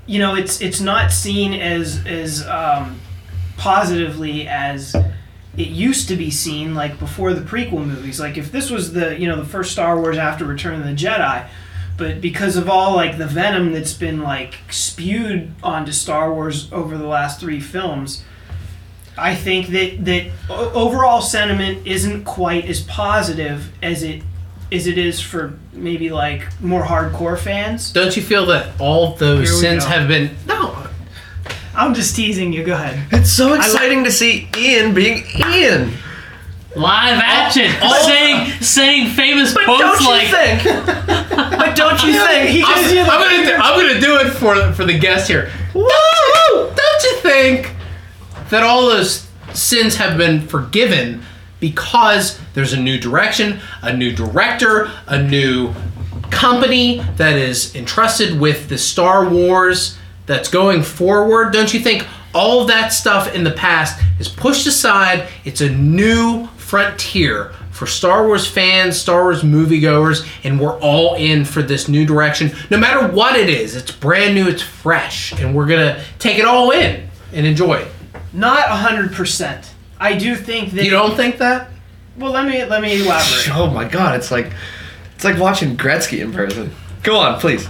Speaker 4: you know, it's it's not seen as as um, positively as it used to be seen like before the prequel movies like if this was the you know the first star wars after return of the jedi but because of all like the venom that's been like spewed onto star wars over the last three films i think that that o- overall sentiment isn't quite as positive as it as it is for maybe like more hardcore fans
Speaker 3: Don't you feel that all
Speaker 4: Here we
Speaker 3: those sins
Speaker 4: go.
Speaker 3: have been no?
Speaker 4: i'm just teasing you go ahead
Speaker 2: It's so exciting to see Ian being Ian.
Speaker 1: Live action, saying saying famous
Speaker 2: Oh. But don't
Speaker 1: quotes
Speaker 2: you
Speaker 1: like
Speaker 2: think? but don't you think?
Speaker 4: he
Speaker 3: I'm,
Speaker 4: gives you the
Speaker 3: I'm gonna do, I'm gonna do it for for the guest here. Don't you, don't you think that all those sins have been forgiven because there's a new direction, a new director, a new company that is entrusted with the Star Wars that's going forward? Don't you think all that stuff in the past is pushed aside? It's a new frontier for Star Wars fans, Star Wars moviegoers, and we're all in for this new direction. No matter what it is, it's brand new, it's fresh, and we're gonna take it all in and enjoy it.
Speaker 4: not 100% i do think that
Speaker 3: You don't think that?
Speaker 4: well let me let me elaborate
Speaker 2: Oh my god, it's like it's like watching Gretzky in person. Go on, please.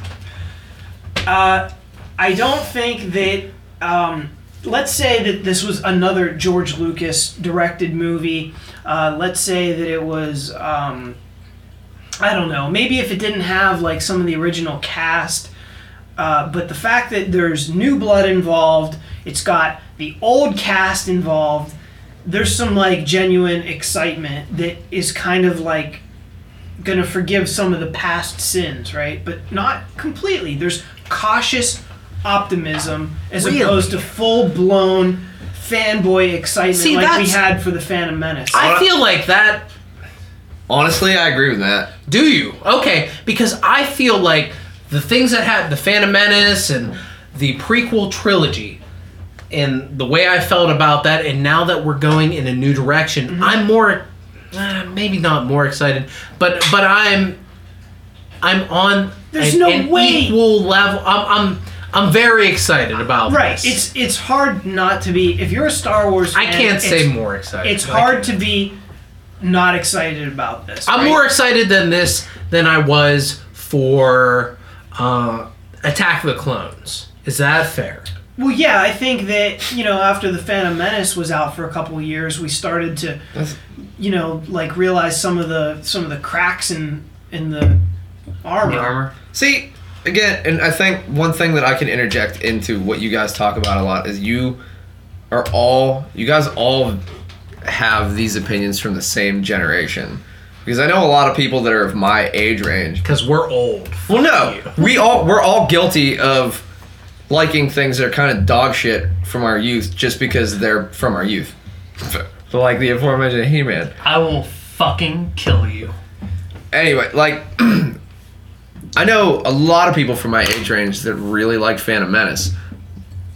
Speaker 4: Uh, I don't think that. Um, let's say that this was another George Lucas directed movie. Uh, let's say that it was. Um, I don't know. Maybe if it didn't have like some of the original cast, uh, but the fact that there's new blood involved, it's got the old cast involved. There's some like genuine excitement that is kind of like gonna forgive some of the past sins, right? But not completely. There's cautious optimism as
Speaker 3: Really?
Speaker 4: opposed to full blown fanboy excitement
Speaker 3: See,
Speaker 4: like we
Speaker 3: that's-
Speaker 4: had for the Phantom Menace.
Speaker 3: I feel like that
Speaker 2: Honestly, I agree with that.
Speaker 3: Do you? Okay, because I feel like the things that had the Phantom Menace and the prequel trilogy and the way I felt about that, and now that we're going in a new direction,
Speaker 4: Mm-hmm.
Speaker 3: I'm more, uh, maybe not more excited, but but I'm I'm on
Speaker 4: There's
Speaker 3: an,
Speaker 4: no
Speaker 3: an
Speaker 4: way.
Speaker 3: equal level. I'm I'm I'm very excited about
Speaker 4: right.
Speaker 3: this.
Speaker 4: It's it's hard not to be if you're a Star Wars fan,
Speaker 3: I can't say
Speaker 4: it's,
Speaker 3: more excited.
Speaker 4: It's
Speaker 3: but I
Speaker 4: hard to be not excited about this.
Speaker 3: I'm
Speaker 4: right?
Speaker 3: more excited than this than I was for uh, Attack of the Clones. Is that fair?
Speaker 4: Well, yeah, I think that you know after the Phantom Menace was out for a couple of years, we started to, you know, like realize some of the some of the cracks in in the armor.
Speaker 1: armor.
Speaker 2: See, again, and I think one thing that I can interject into what you guys talk about a lot is you are all you guys all have these opinions from the same generation. Because I know a lot of people that are of my age range.
Speaker 3: Because we're old.
Speaker 2: Well, no, we all we're all guilty of liking things that are kind of dog shit from our youth, just because they're from our youth. So like the aforementioned He-Man.
Speaker 1: I will fucking kill you.
Speaker 2: Anyway, like I know a lot of people from my age range that really like Phantom Menace.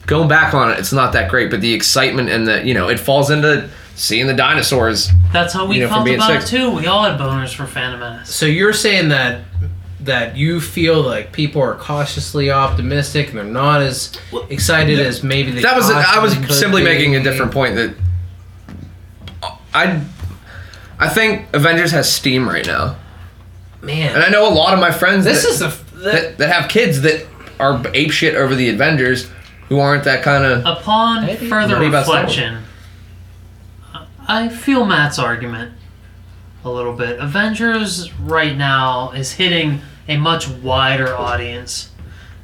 Speaker 2: Going back on it, it's not that great, but the excitement and the you know it falls into seeing the dinosaurs.
Speaker 1: That's how we
Speaker 2: You know, from
Speaker 1: felt
Speaker 2: being
Speaker 1: about
Speaker 2: sick.
Speaker 1: it too. We all had boners for Phantom Menace.
Speaker 3: So you're saying that that you feel like people are cautiously optimistic and they're not as excited as maybe they
Speaker 2: That was I was
Speaker 3: possibly could
Speaker 2: simply
Speaker 3: be.
Speaker 2: making a different point that I I think Avengers has steam right now.
Speaker 3: man.
Speaker 2: And I know a lot of my friends
Speaker 3: this
Speaker 2: that,
Speaker 3: is the f- that,
Speaker 2: that, that have kids that are ape shit over the Avengers who aren't that kind of
Speaker 1: Upon
Speaker 3: Maybe.
Speaker 1: further
Speaker 2: What about Star Wars?
Speaker 1: reflection, I feel Matt's argument a little bit. Avengers right now is hitting a much wider audience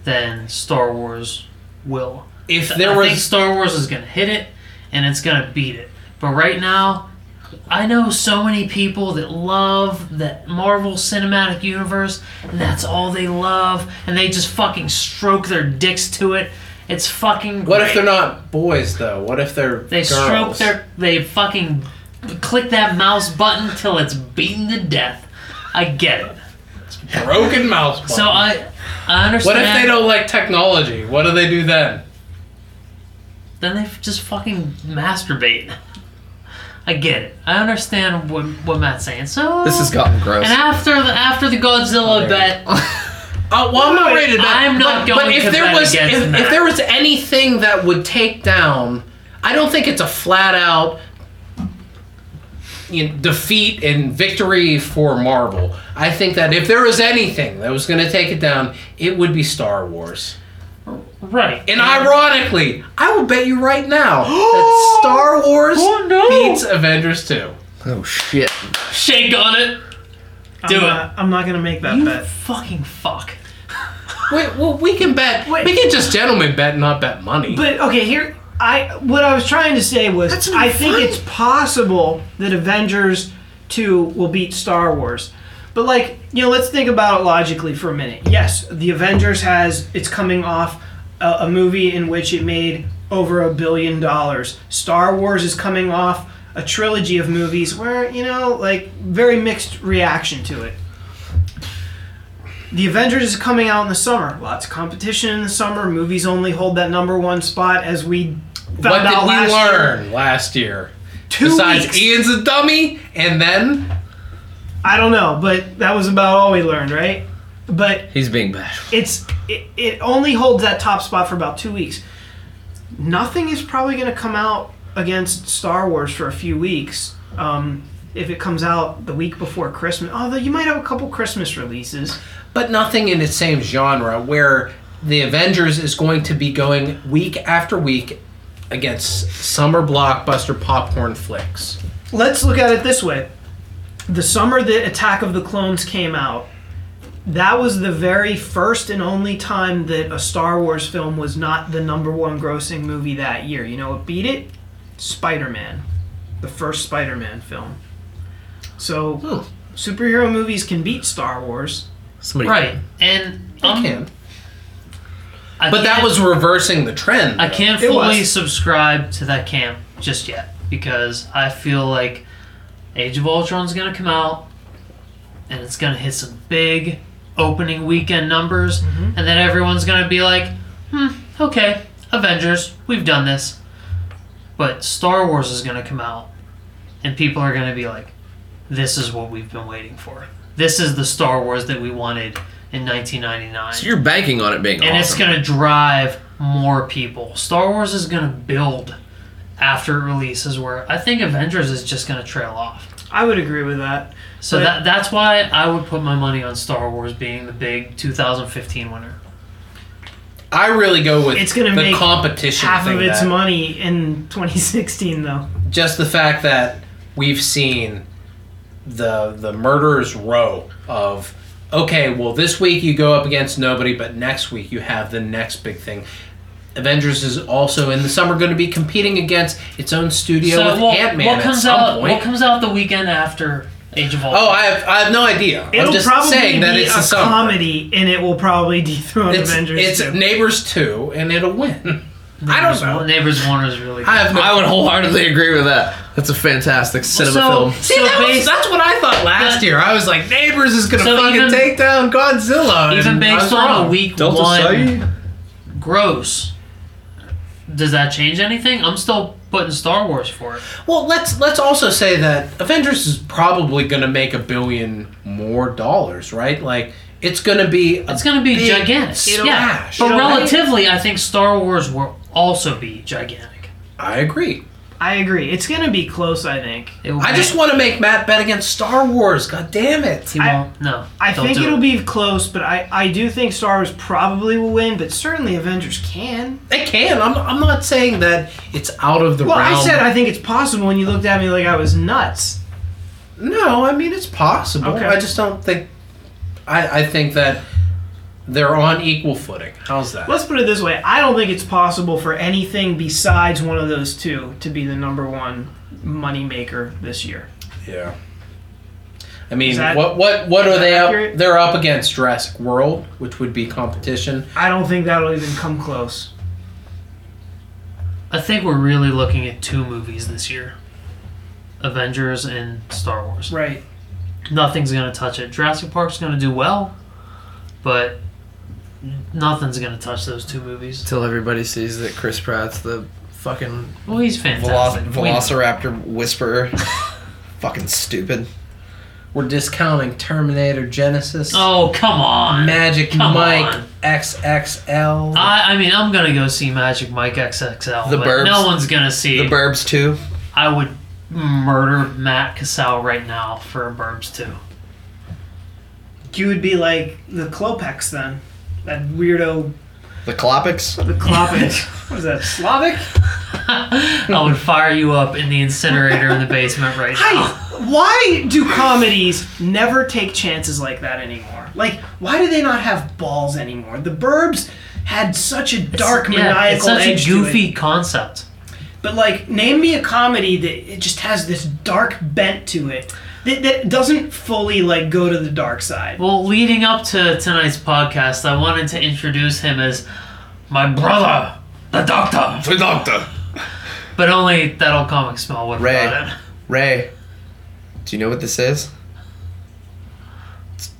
Speaker 1: than Star Wars will.
Speaker 3: if there
Speaker 1: I
Speaker 3: was
Speaker 1: think Star Wars is gonna hit it and it's gonna beat it. But right now, I know so many people that love the Marvel Cinematic Universe and that's all they love, and they just fucking stroke their dicks to it. It's fucking.
Speaker 3: what
Speaker 1: great.
Speaker 3: if they're not boys though? What if they're
Speaker 1: They stroke
Speaker 3: girls?
Speaker 1: their. They fucking click that mouse button till it's beaten to death. I get it.
Speaker 3: broken mouse. Button.
Speaker 1: So uh, I, I
Speaker 3: what
Speaker 1: understand.
Speaker 3: if they don't like technology? What do they do then?
Speaker 1: then they just fucking masturbate. I get it. I understand what what Matt's saying. So
Speaker 2: this has gotten gross.
Speaker 1: and after the after the Godzilla bet,
Speaker 3: Uh, well, I'm not
Speaker 1: Wait,
Speaker 3: ready to. bet,
Speaker 1: I'm not
Speaker 3: but,
Speaker 1: going
Speaker 3: But if
Speaker 1: to
Speaker 3: there
Speaker 1: bet
Speaker 3: was,
Speaker 1: against
Speaker 3: if,
Speaker 1: Matt.
Speaker 3: if there was anything that would take down, I don't think it's a flat out you know, defeat and victory for Marvel. I think that if there was anything that was going to take it down, it would be Star Wars.
Speaker 1: right?
Speaker 3: And ironically, I will bet you right now that Star Wars
Speaker 1: Oh, no.
Speaker 3: beats Avengers 2.
Speaker 2: oh shit.
Speaker 1: shake on it. Do
Speaker 4: I'm
Speaker 1: it.
Speaker 4: Not, I'm not gonna make that
Speaker 1: You
Speaker 4: bet.
Speaker 1: fucking fuck.
Speaker 3: Wait, well, we can bet.
Speaker 4: Wait.
Speaker 3: We can just gentlemen bet, not bet money.
Speaker 4: But okay, here I what I was trying to say was I think it's possible that Avengers 2 will beat Star Wars. But like, you know, let's think about it logically for a minute. Yes, the Avengers has it's coming off a, a movie in which it made over a billion dollars. Star Wars is coming off a trilogy of movies where, you know, like very mixed reaction to it. The Avengers is coming out in the summer. Lots of competition in the summer. Movies only hold that number one spot, as we found
Speaker 3: what
Speaker 4: out
Speaker 3: did we
Speaker 4: last year.
Speaker 3: learn last year?
Speaker 4: Two
Speaker 3: Besides, E-
Speaker 4: weeks.
Speaker 3: Ian's a dummy, and then
Speaker 4: I don't know, but that was about all we learned, right? But
Speaker 2: He's being bad.
Speaker 4: it's it, it only holds that top spot for about two weeks. Nothing is probably going to come out against Star Wars for a few weeks. Um, if it comes out the week before Christmas, although you might have a couple Christmas releases.
Speaker 3: but nothing in the same genre where the Avengers is going to be going week after week against summer blockbuster popcorn flicks.
Speaker 4: let's look at it this way the summer that attack of the clones came out that was the very first and only time that a star wars film was not the number one grossing movie that year you know what beat it spider-man the first spider-man film so superhero movies can beat star wars
Speaker 2: Somebody
Speaker 1: Right. And um,
Speaker 3: Can.
Speaker 1: I
Speaker 3: But that
Speaker 1: can't-
Speaker 3: was reversing the trend.
Speaker 1: I
Speaker 3: though.
Speaker 1: can't
Speaker 4: It
Speaker 1: fully
Speaker 4: was.
Speaker 1: subscribe to that camp just yet because I feel like Age of Ultron's gonna come out and it's gonna hit some big opening weekend numbers,
Speaker 4: Mm-hmm.
Speaker 1: and then everyone's gonna be like, "Hmm, okay, Avengers, we've done this." But Star Wars is gonna come out, and people are gonna be like, "This is what we've been waiting for. This is the Star Wars that we wanted in 1999."
Speaker 2: So you're banking on it being
Speaker 1: and it's
Speaker 2: awesome.
Speaker 1: going to drive more people. Star Wars is going to build after it releases, where I think Avengers is just going to trail off.
Speaker 4: i would agree with that
Speaker 1: So
Speaker 4: But-
Speaker 1: that that's why I would put my money on Star Wars being the big 2015 winner.
Speaker 3: I really go with
Speaker 4: It's gonna
Speaker 3: the
Speaker 4: make
Speaker 3: competition
Speaker 4: half
Speaker 3: thing
Speaker 4: of its
Speaker 3: that-
Speaker 4: money in 2016 though
Speaker 3: just the fact that we've seen the the murderers row of okay, well, this week you go up against nobody, but next week you have the next big thing. Avengers is also in the summer going to be competing against its own studio
Speaker 1: So
Speaker 3: with
Speaker 1: what,
Speaker 3: Ant Man
Speaker 1: what
Speaker 3: at
Speaker 1: comes
Speaker 3: some
Speaker 1: out?
Speaker 3: point.
Speaker 1: What comes out the weekend after Age of Ultron?
Speaker 3: oh, I have, I have no idea.
Speaker 4: It'll
Speaker 3: I'm just
Speaker 4: probably
Speaker 3: saying that
Speaker 4: be
Speaker 3: it's
Speaker 4: a
Speaker 3: the summer.
Speaker 4: comedy, and it will probably dethrone
Speaker 3: it's,
Speaker 4: Avengers.
Speaker 3: it's
Speaker 4: too.
Speaker 3: Neighbors 2, and it'll win. I don't know.
Speaker 1: Neighbors One is really. Good.
Speaker 3: I have no
Speaker 2: I would wholeheartedly agree with that. That's a fantastic cinema
Speaker 1: so,
Speaker 2: film.
Speaker 3: See,
Speaker 1: so
Speaker 3: that was-
Speaker 1: based,
Speaker 3: that's what I thought last
Speaker 1: that-
Speaker 3: year. I was like, Neighbors is going to
Speaker 1: So
Speaker 3: fucking
Speaker 1: even-
Speaker 3: take down Godzilla. and
Speaker 1: even
Speaker 3: I was
Speaker 1: based on a
Speaker 3: wrong.
Speaker 1: week one gross, does that change anything? I'm still putting Star Wars for it.
Speaker 3: Well, let's let's also say that Avengers is probably going to make a billion more dollars, right? Like it's going to be a
Speaker 1: It's going to be
Speaker 3: big
Speaker 1: gigantic.
Speaker 3: Smash.
Speaker 1: Yeah, but
Speaker 3: It'll-
Speaker 1: relatively, I think Star Wars will also be gigantic.
Speaker 3: I agree.
Speaker 4: I agree. It's gonna be close. I think.
Speaker 1: It will
Speaker 3: I
Speaker 1: be-
Speaker 3: just want to make Matt bet against Star Wars. God damn it!
Speaker 1: He won't. no,
Speaker 4: I
Speaker 1: don't
Speaker 4: think
Speaker 1: do
Speaker 4: it'll
Speaker 1: it.
Speaker 4: be close, but I, I do think Star Wars probably will win, but certainly Avengers can.
Speaker 3: They can. I'm, I'm not saying that it's out of the
Speaker 4: Well,
Speaker 3: realm.
Speaker 4: I said I think it's possible, and you looked at me like I was nuts.
Speaker 3: no. I mean, it's possible.
Speaker 4: Okay.
Speaker 3: I just don't think. I I think that they're on equal footing. How's that?
Speaker 4: Let's put it this way I don't think it's possible for anything besides one of those two to be the number one moneymaker this year.
Speaker 3: Yeah. I mean,
Speaker 4: Is that-
Speaker 3: what what what are
Speaker 4: that
Speaker 3: they
Speaker 4: accurate?
Speaker 3: up? They're up against Jurassic World, which would be competition.
Speaker 4: I don't think that'll even come close.
Speaker 1: I think we're really looking at two movies this year: Avengers and Star Wars.
Speaker 4: Right.
Speaker 1: Nothing's going to touch it. Jurassic Park's going to do well, but nothing's going to touch those two movies.
Speaker 2: Until everybody sees that Chris Pratt's the fucking
Speaker 1: Well, he's fantastic.
Speaker 2: veloc-
Speaker 1: We know.
Speaker 2: Velociraptor whisperer. fucking stupid.
Speaker 3: We're discounting Terminator Genesis,
Speaker 1: Oh come on,
Speaker 3: Magic
Speaker 1: Come
Speaker 3: Mike
Speaker 1: on.
Speaker 3: XXL.
Speaker 1: I, I mean, I'm gonna go see Magic Mike XXL.
Speaker 2: The
Speaker 1: but
Speaker 2: Burbs.
Speaker 1: No one's gonna see.
Speaker 2: The Burbs too.
Speaker 1: I would murder Matt Casal right now for Burbs too.
Speaker 4: You would be like the Klopex then. That weirdo,
Speaker 2: The Klopics.
Speaker 4: the Klopex. what is that, Slavic?
Speaker 1: I would fire you up in the incinerator in the basement right now.
Speaker 4: Hey, why do comedies never take chances like that anymore? Like, why do they not have balls anymore? The Burbs had such a dark, maniacal
Speaker 1: it's such
Speaker 4: edge
Speaker 1: a
Speaker 4: to it.
Speaker 1: goofy concept.
Speaker 4: But like, name me a comedy that it just has this dark bent to it that, that doesn't fully like go to the dark side.
Speaker 1: Well, leading up to tonight's podcast, I wanted to introduce him as my brother, the Doctor.
Speaker 2: The Doctor.
Speaker 1: But only that old comic smell would
Speaker 2: Ray.
Speaker 1: have brought it.
Speaker 2: Ray, do you know what this is? It's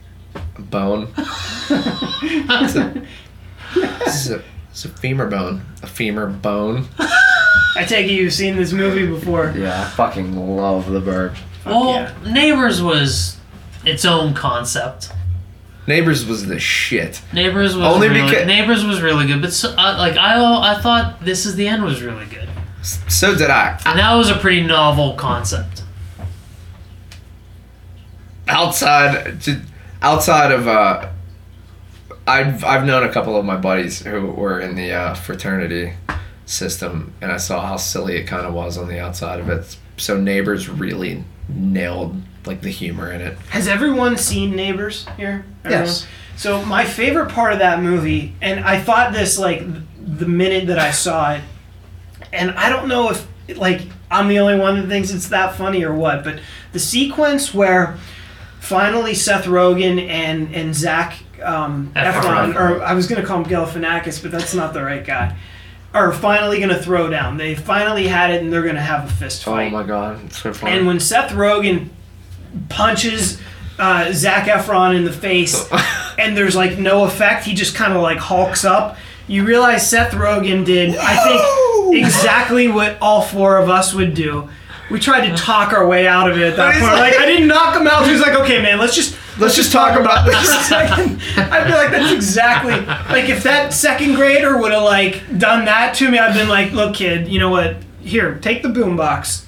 Speaker 2: a bone. it's a, this is a, it's a femur bone. A femur bone.
Speaker 4: I take it you've seen this movie before.
Speaker 2: Yeah, I fucking love the Burbs.
Speaker 1: Well, Neighbors was its own concept.
Speaker 2: Neighbors was the shit.
Speaker 1: Neighbors was
Speaker 2: Only
Speaker 1: really,
Speaker 2: beca-
Speaker 1: Neighbors was really good, but so, uh, like I, I thought This Is the End was really good,
Speaker 2: So did I.
Speaker 1: and that was a pretty novel concept.
Speaker 2: outside to outside of uh I've I've known a couple of my buddies who were in the uh, fraternity system and I saw how silly it kind of was on the outside of it. So neighbors really nailed like the humor in it.
Speaker 4: Has everyone seen Neighbors here? Everyone?
Speaker 3: Yes.
Speaker 4: So my favorite part of that movie, and I thought this like th- the minute that I saw it, and I don't know if like I'm the only one that thinks it's that funny or what, but the sequence where finally Seth Rogen and and Zach um,
Speaker 1: Efron.
Speaker 4: Efron, or I was gonna call him Galifianakis, but that's not the right guy, are finally gonna throw down. They finally had it, and they're gonna have a fist fight.
Speaker 2: Oh my god, it's so funny.
Speaker 4: And when Seth Rogen punches uh, Zach Efron in the face, and there's like no effect, he just kind of like hulks up. You realize Seth Rogen did, I think, exactly what all four of us would do. We tried to talk our way out of it at that
Speaker 2: he's
Speaker 4: point. Like,
Speaker 2: like-
Speaker 4: I didn't knock him out. He was like, okay, man, let's just.
Speaker 2: Let's just talk about
Speaker 4: For
Speaker 2: this.
Speaker 4: a second, I feel like that's exactly like if that second grader would have like done that to me, I'd been like, "Look, kid, you know what? Here, take the boombox.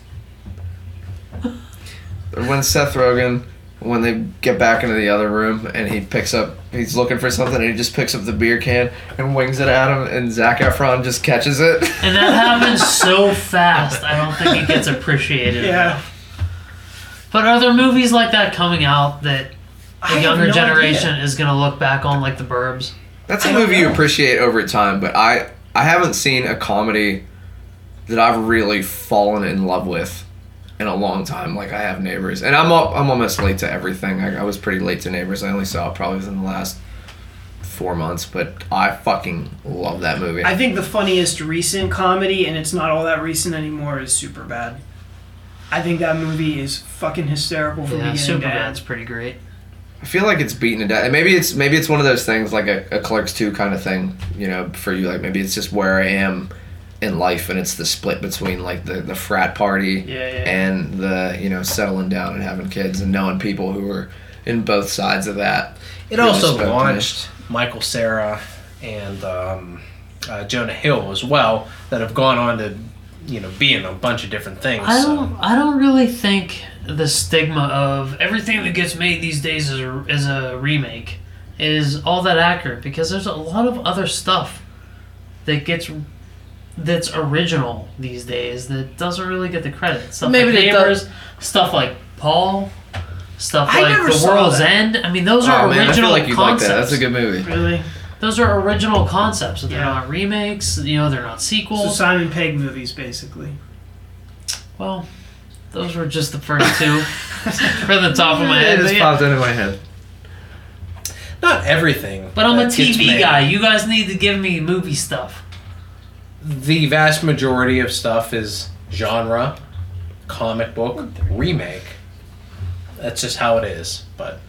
Speaker 2: when Seth Rogen when they get back into the other room and he picks up he's looking for something and he just picks up the beer can and wings it at him and Zach Efron just catches it.
Speaker 1: And that happens so fast. I don't think it gets appreciated.
Speaker 4: Yeah.
Speaker 1: But are there movies like that coming out that
Speaker 4: I have
Speaker 1: younger
Speaker 4: no
Speaker 1: generation
Speaker 4: idea.
Speaker 1: is gonna look back on like the Burbs.
Speaker 2: That's
Speaker 4: I
Speaker 2: a
Speaker 4: don't
Speaker 2: movie you
Speaker 4: know.
Speaker 2: appreciate over time, but I I haven't seen a comedy that I've really fallen in love with in a long time. Like I have Neighbors, and I'm al- I'm almost late to everything. I, I was pretty late to Neighbors. I only saw it probably within the last four months, but I fucking love that movie.
Speaker 4: I think the funniest recent comedy, and it's not all that recent anymore, is Super Bad. I think that movie is fucking hysterical from
Speaker 1: Yeah,
Speaker 4: beginning to
Speaker 1: Superman's
Speaker 4: end.
Speaker 1: pretty great.
Speaker 2: I feel like it's beaten to death. And Maybe it's maybe it's one of those things like a, a Clerks two kind of thing. You know, for you like maybe it's just where I am in life, and it's the split between like the the frat party
Speaker 4: Yeah, yeah.
Speaker 2: and the you know settling down and having kids and knowing people who are in both sides of that.
Speaker 3: It also
Speaker 2: Respect,
Speaker 3: launched Michael Sarah and um, uh, Jonah Hill as well, that have gone on to, you know, be in a bunch of different things.
Speaker 1: I
Speaker 3: so.
Speaker 1: don't. I don't really think the stigma of everything that gets made these days is a, is a remake is all that accurate because there's a lot of other stuff that gets that's original these days that doesn't really get the credit. Stuff
Speaker 3: Maybe
Speaker 1: like
Speaker 3: they don't-
Speaker 1: neighbors, stuff like Paul, stuff
Speaker 4: I
Speaker 1: like
Speaker 4: never
Speaker 1: The
Speaker 4: saw
Speaker 1: World's
Speaker 4: that.
Speaker 1: End. I mean, those are
Speaker 2: Oh man, I feel
Speaker 1: original
Speaker 2: like you like
Speaker 1: concepts.
Speaker 2: that. That's a good movie.
Speaker 4: Really?
Speaker 1: Those are original concepts. They're
Speaker 4: Yeah.
Speaker 1: not remakes. You know, they're not
Speaker 4: So
Speaker 1: sequels.
Speaker 4: Simon Pegg movies, basically.
Speaker 1: Well, those were just the first two from the top of my head.
Speaker 2: It
Speaker 1: But,
Speaker 2: just
Speaker 1: yeah.
Speaker 2: popped into my head.
Speaker 3: Not everything.
Speaker 1: But I'm a
Speaker 3: that gets
Speaker 1: TV
Speaker 3: made.
Speaker 1: guy. You guys need to give me movie stuff.
Speaker 3: The vast majority of stuff is genre, comic book, remake. That's just how it is. But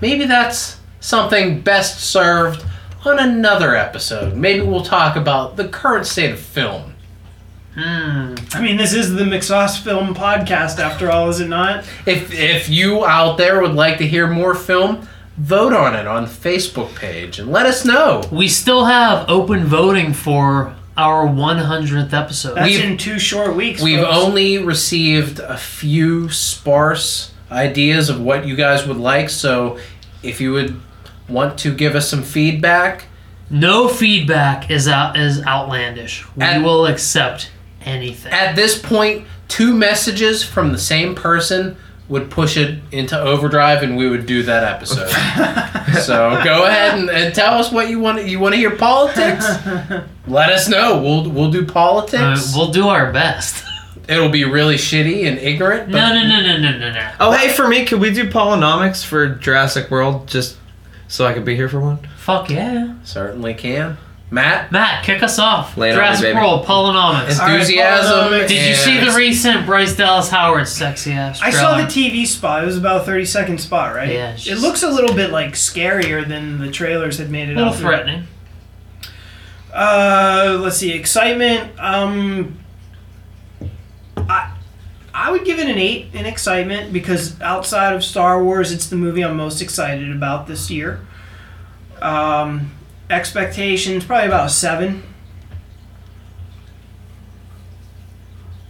Speaker 3: maybe that's something best served on another episode. Maybe we'll talk about the current state of film.
Speaker 1: Hmm.
Speaker 4: I mean, this is the McSauce Film Podcast, after all, is it not?
Speaker 3: If if you out there would like to hear more film, vote on it on the Facebook page and let us know.
Speaker 1: We still have open voting for our 100th episode.
Speaker 4: That's
Speaker 3: We've-
Speaker 4: in two short weeks.
Speaker 3: We've
Speaker 4: folks.
Speaker 3: only received a few sparse ideas of what you guys would like, so if you would want to give us some feedback,
Speaker 1: no feedback is out is outlandish. We
Speaker 3: At-
Speaker 1: will accept anything.
Speaker 3: at this point, two messages from the same person would push it into overdrive and we would do that episode. so go ahead and, and tell us what you want you want to hear politics? Let us know. We'll we'll do
Speaker 1: Uh,
Speaker 3: politics.
Speaker 1: we'll do our best.
Speaker 3: It'll be really shitty and ignorant, but
Speaker 1: no, no, no, no, no, no, no.
Speaker 2: Oh hey, for me, could we do Polynomics for Jurassic World just so I could be here for one?
Speaker 1: Fuck yeah.
Speaker 3: certainly can. Matt,
Speaker 1: Matt, kick us off.
Speaker 2: Lay it on me,
Speaker 1: Jurassic
Speaker 2: baby.
Speaker 1: World, Polynomics.
Speaker 4: right,
Speaker 3: enthusiasm.
Speaker 4: Polynomics.
Speaker 1: Did you see the
Speaker 3: and-
Speaker 1: recent Bryce Dallas Howard sexy ass?
Speaker 4: I saw the
Speaker 1: trailer?
Speaker 4: TV spot. It was about a 30 second spot, right?
Speaker 1: Yeah, it's
Speaker 4: It
Speaker 1: just-
Speaker 4: looks a little bit like scarier than the trailers had made it
Speaker 1: A little
Speaker 4: out to be.
Speaker 1: threatening.
Speaker 4: Uh, let's see, excitement. Um, I I would give it an eight in excitement because outside of Star Wars, it's the movie I'm most excited about this year. Um, expectations probably about a seven.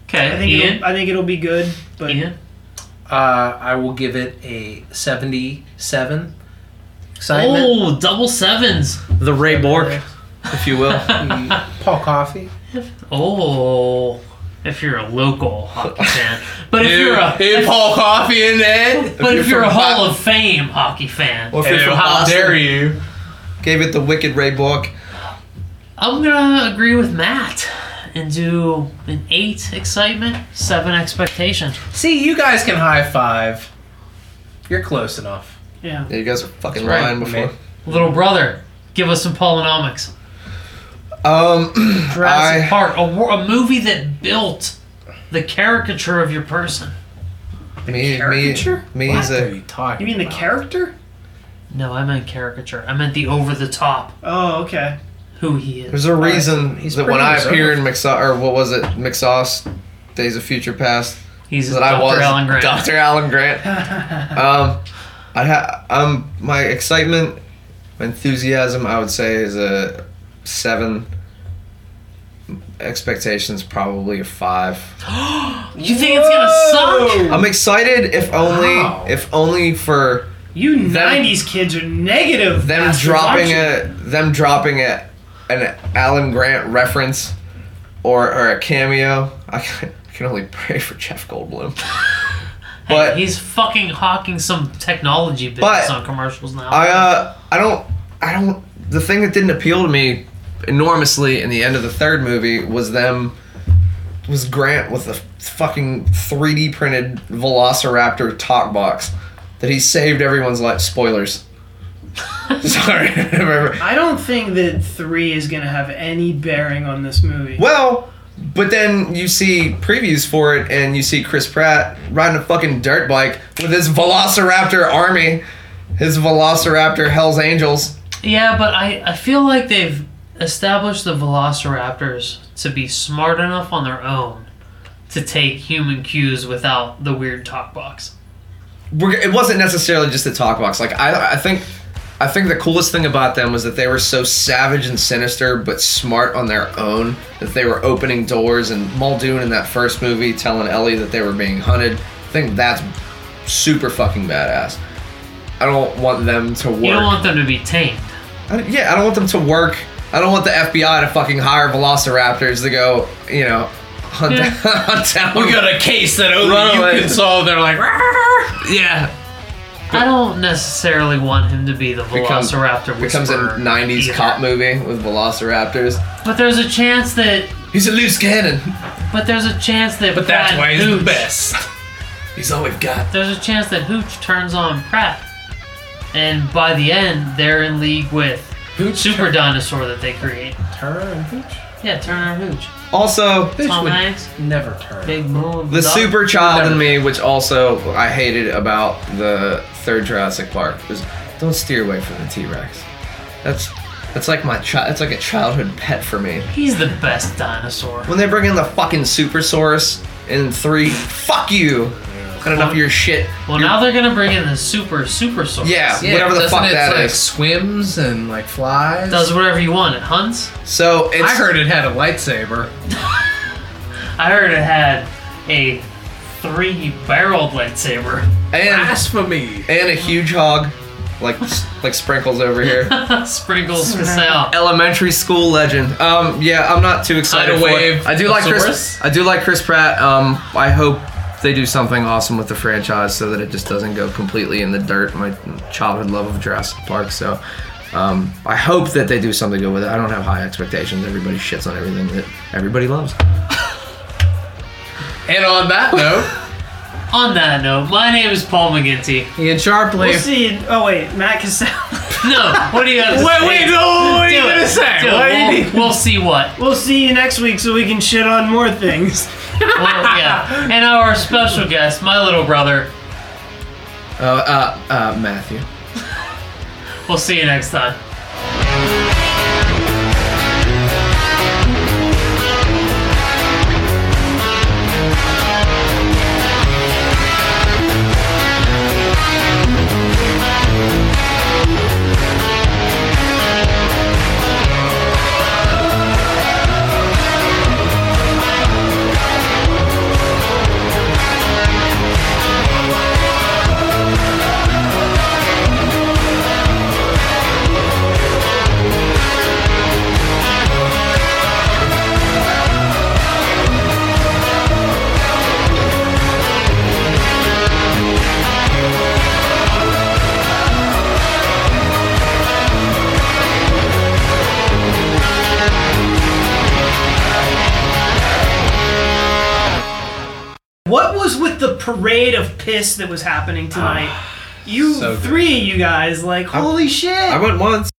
Speaker 1: Okay,
Speaker 4: I think
Speaker 1: Ian.
Speaker 4: it'll, I think it'll be good, but
Speaker 1: Ian.
Speaker 3: Uh, I will give it a 77. Excitement.
Speaker 1: Oh, double sevens.
Speaker 2: The Ray Bork, if you will.
Speaker 3: Paul Coffey.
Speaker 1: Oh, if you're a local hockey fan, but if you're a
Speaker 3: Paul Coffey in Ed.
Speaker 1: but if you're a
Speaker 2: from
Speaker 1: Hall
Speaker 2: Bo-
Speaker 1: of Fame hockey fan,
Speaker 2: Or if you're from
Speaker 1: how
Speaker 2: Boston.
Speaker 1: dare you?
Speaker 3: you?
Speaker 2: Gave it the wicked Ray Bork.
Speaker 1: I'm gonna agree with Matt and do an eight excitement, seven expectation.
Speaker 3: See, you guys can high five. You're close enough.
Speaker 4: yeah.
Speaker 2: Yeah, you guys were fucking
Speaker 3: That's right,
Speaker 2: lying before.
Speaker 3: man.
Speaker 1: Little brother, give us some polynomics.
Speaker 2: Um,
Speaker 1: Jurassic
Speaker 2: I-
Speaker 1: Park, a, wor- a movie that built the caricature of your person.
Speaker 2: me, me,
Speaker 4: caricature?
Speaker 2: me as
Speaker 3: What are
Speaker 2: a
Speaker 3: you talking
Speaker 4: You mean the
Speaker 3: about?
Speaker 4: character?
Speaker 1: No, I meant caricature. I meant the over the top
Speaker 4: Oh, okay.
Speaker 1: who he is.
Speaker 2: There's a reason
Speaker 3: he's
Speaker 2: that
Speaker 3: pretty
Speaker 2: when I
Speaker 3: reserved.
Speaker 2: appeared in McSauce, or what was it, McSauce, Days of Future Past,
Speaker 1: He's
Speaker 2: that
Speaker 1: Dr.
Speaker 2: I was
Speaker 1: Alan Grant.
Speaker 2: Dr. Alan Grant. um, I ha- um, my excitement, enthusiasm, I would say, is a seven. Expectations probably a five.
Speaker 1: You think it's gonna suck?
Speaker 2: I'm excited if only
Speaker 3: Wow.
Speaker 2: if only for
Speaker 4: You '90s kids are negative.
Speaker 2: them
Speaker 4: bastards,
Speaker 2: dropping
Speaker 4: aren't you?
Speaker 2: a them dropping a an Alan Grant reference or or a cameo. I can, I can only pray for Jeff Goldblum. But
Speaker 1: he's fucking hawking some technology business
Speaker 2: But-
Speaker 1: on commercials now.
Speaker 2: I uh, I don't I don't the thing that didn't appeal to me enormously in the end of the third movie was them was Grant with the fucking 3D printed Velociraptor talk box that he saved everyone's life. Spoilers. Sorry.
Speaker 4: I don't think that three is gonna have any bearing on this movie.
Speaker 2: well, but then you see previews for it and you see Chris Pratt riding a fucking dirt bike with his Velociraptor army, his Velociraptor Hell's Angels.
Speaker 1: yeah, but I, I feel like they've established the Velociraptors to be smart enough on their own to take human cues without the weird talk box.
Speaker 2: we're, it wasn't necessarily just the talk box. Like I, I think, I think the coolest thing about them was that they were so savage and sinister, but smart on their own. That they were opening doors, and Muldoon in that first movie telling Ellie that they were being hunted. I think that's super fucking badass. I don't want them to work.
Speaker 1: You don't want them to be tamed.
Speaker 2: I- yeah, I don't want them to work. I don't want the FBI to fucking hire Velociraptors to go, you know, hunt,
Speaker 1: Yeah.
Speaker 2: hunt down.
Speaker 3: We got a case that only
Speaker 2: Run
Speaker 3: you
Speaker 2: away.
Speaker 3: can solve. They're like, "Rah."
Speaker 2: yeah.
Speaker 1: I don't necessarily want him to be the
Speaker 2: Become-
Speaker 1: Velociraptor
Speaker 2: Becomes a
Speaker 1: whisperer
Speaker 2: '90s
Speaker 1: either.
Speaker 2: cop movie with Velociraptors.
Speaker 1: But there's a chance that.
Speaker 2: He's a loose cannon.
Speaker 1: But there's a chance that.
Speaker 3: but that's
Speaker 1: Brad
Speaker 3: why he's the
Speaker 1: Hooch-
Speaker 3: best.
Speaker 2: He's all we've got.
Speaker 1: There's a chance that Hooch turns on Pratt, and by the end, they're in league with Super Dinosaur that they create.
Speaker 3: Turner and Hooch.
Speaker 1: Yeah, Turner and Hooch.
Speaker 2: Also,
Speaker 1: Tom
Speaker 3: would
Speaker 1: Hanks,
Speaker 3: never turn.
Speaker 1: Big Bull.
Speaker 2: the super child in me, which also I hated about the third Jurassic Park, was don't steer away from the T Rex. That's that's like my child. It's like a childhood pet for me.
Speaker 1: He's the best dinosaur.
Speaker 2: When they bring in the fucking Super Source in three, fuck you. Got enough of your shit.
Speaker 1: Well,
Speaker 2: Your-
Speaker 1: now they're gonna bring in the super super source.
Speaker 2: Yeah. Whatever the
Speaker 3: doesn't
Speaker 2: fuck
Speaker 3: it,
Speaker 2: that
Speaker 3: like,
Speaker 2: is.
Speaker 3: Swims and like flies.
Speaker 1: Does whatever you want. It hunts.
Speaker 2: so it's
Speaker 3: I heard it had a lightsaber.
Speaker 1: I heard it had a three-barreled lightsaber.
Speaker 2: and
Speaker 3: Blasphemy.
Speaker 2: and a huge hog, like like sprinkles over here.
Speaker 1: Sprinkles for sale.
Speaker 2: elementary school legend. Um, yeah, I'm not too excited
Speaker 3: Tidal
Speaker 2: for
Speaker 3: wave
Speaker 2: it. I do like
Speaker 3: thesaurus?
Speaker 2: Chris. I do like Chris Pratt. Um, I hope they do something awesome with the franchise so that it just doesn't go completely in the dirt. My childhood love of Jurassic Park. So, um, I hope that they do something good with it. I don't have high expectations. Everybody shits on everything that everybody loves.
Speaker 3: And on that note,
Speaker 1: On that note, my name is Paul McGinty.
Speaker 3: Ian Sharpley.
Speaker 4: We'll see. in- Oh wait, Matt Cassell.
Speaker 1: No, what do you have to
Speaker 3: Wait,
Speaker 1: say?
Speaker 3: wait, no, what are
Speaker 1: Do
Speaker 3: you
Speaker 1: it.
Speaker 3: gonna say?
Speaker 1: Do it.
Speaker 3: What do you
Speaker 1: We'll-
Speaker 3: need-
Speaker 1: we'll see what.
Speaker 4: we'll see you next week so we can shit on more things.
Speaker 1: Well, yeah. And our special guest, my little brother.
Speaker 2: Uh,
Speaker 3: Oh,
Speaker 2: uh, uh, Matthew.
Speaker 1: We'll see you next time.
Speaker 4: What was with the parade of piss that was happening tonight? You
Speaker 3: so good.
Speaker 4: three, you guys, like holy shit!
Speaker 2: I went once.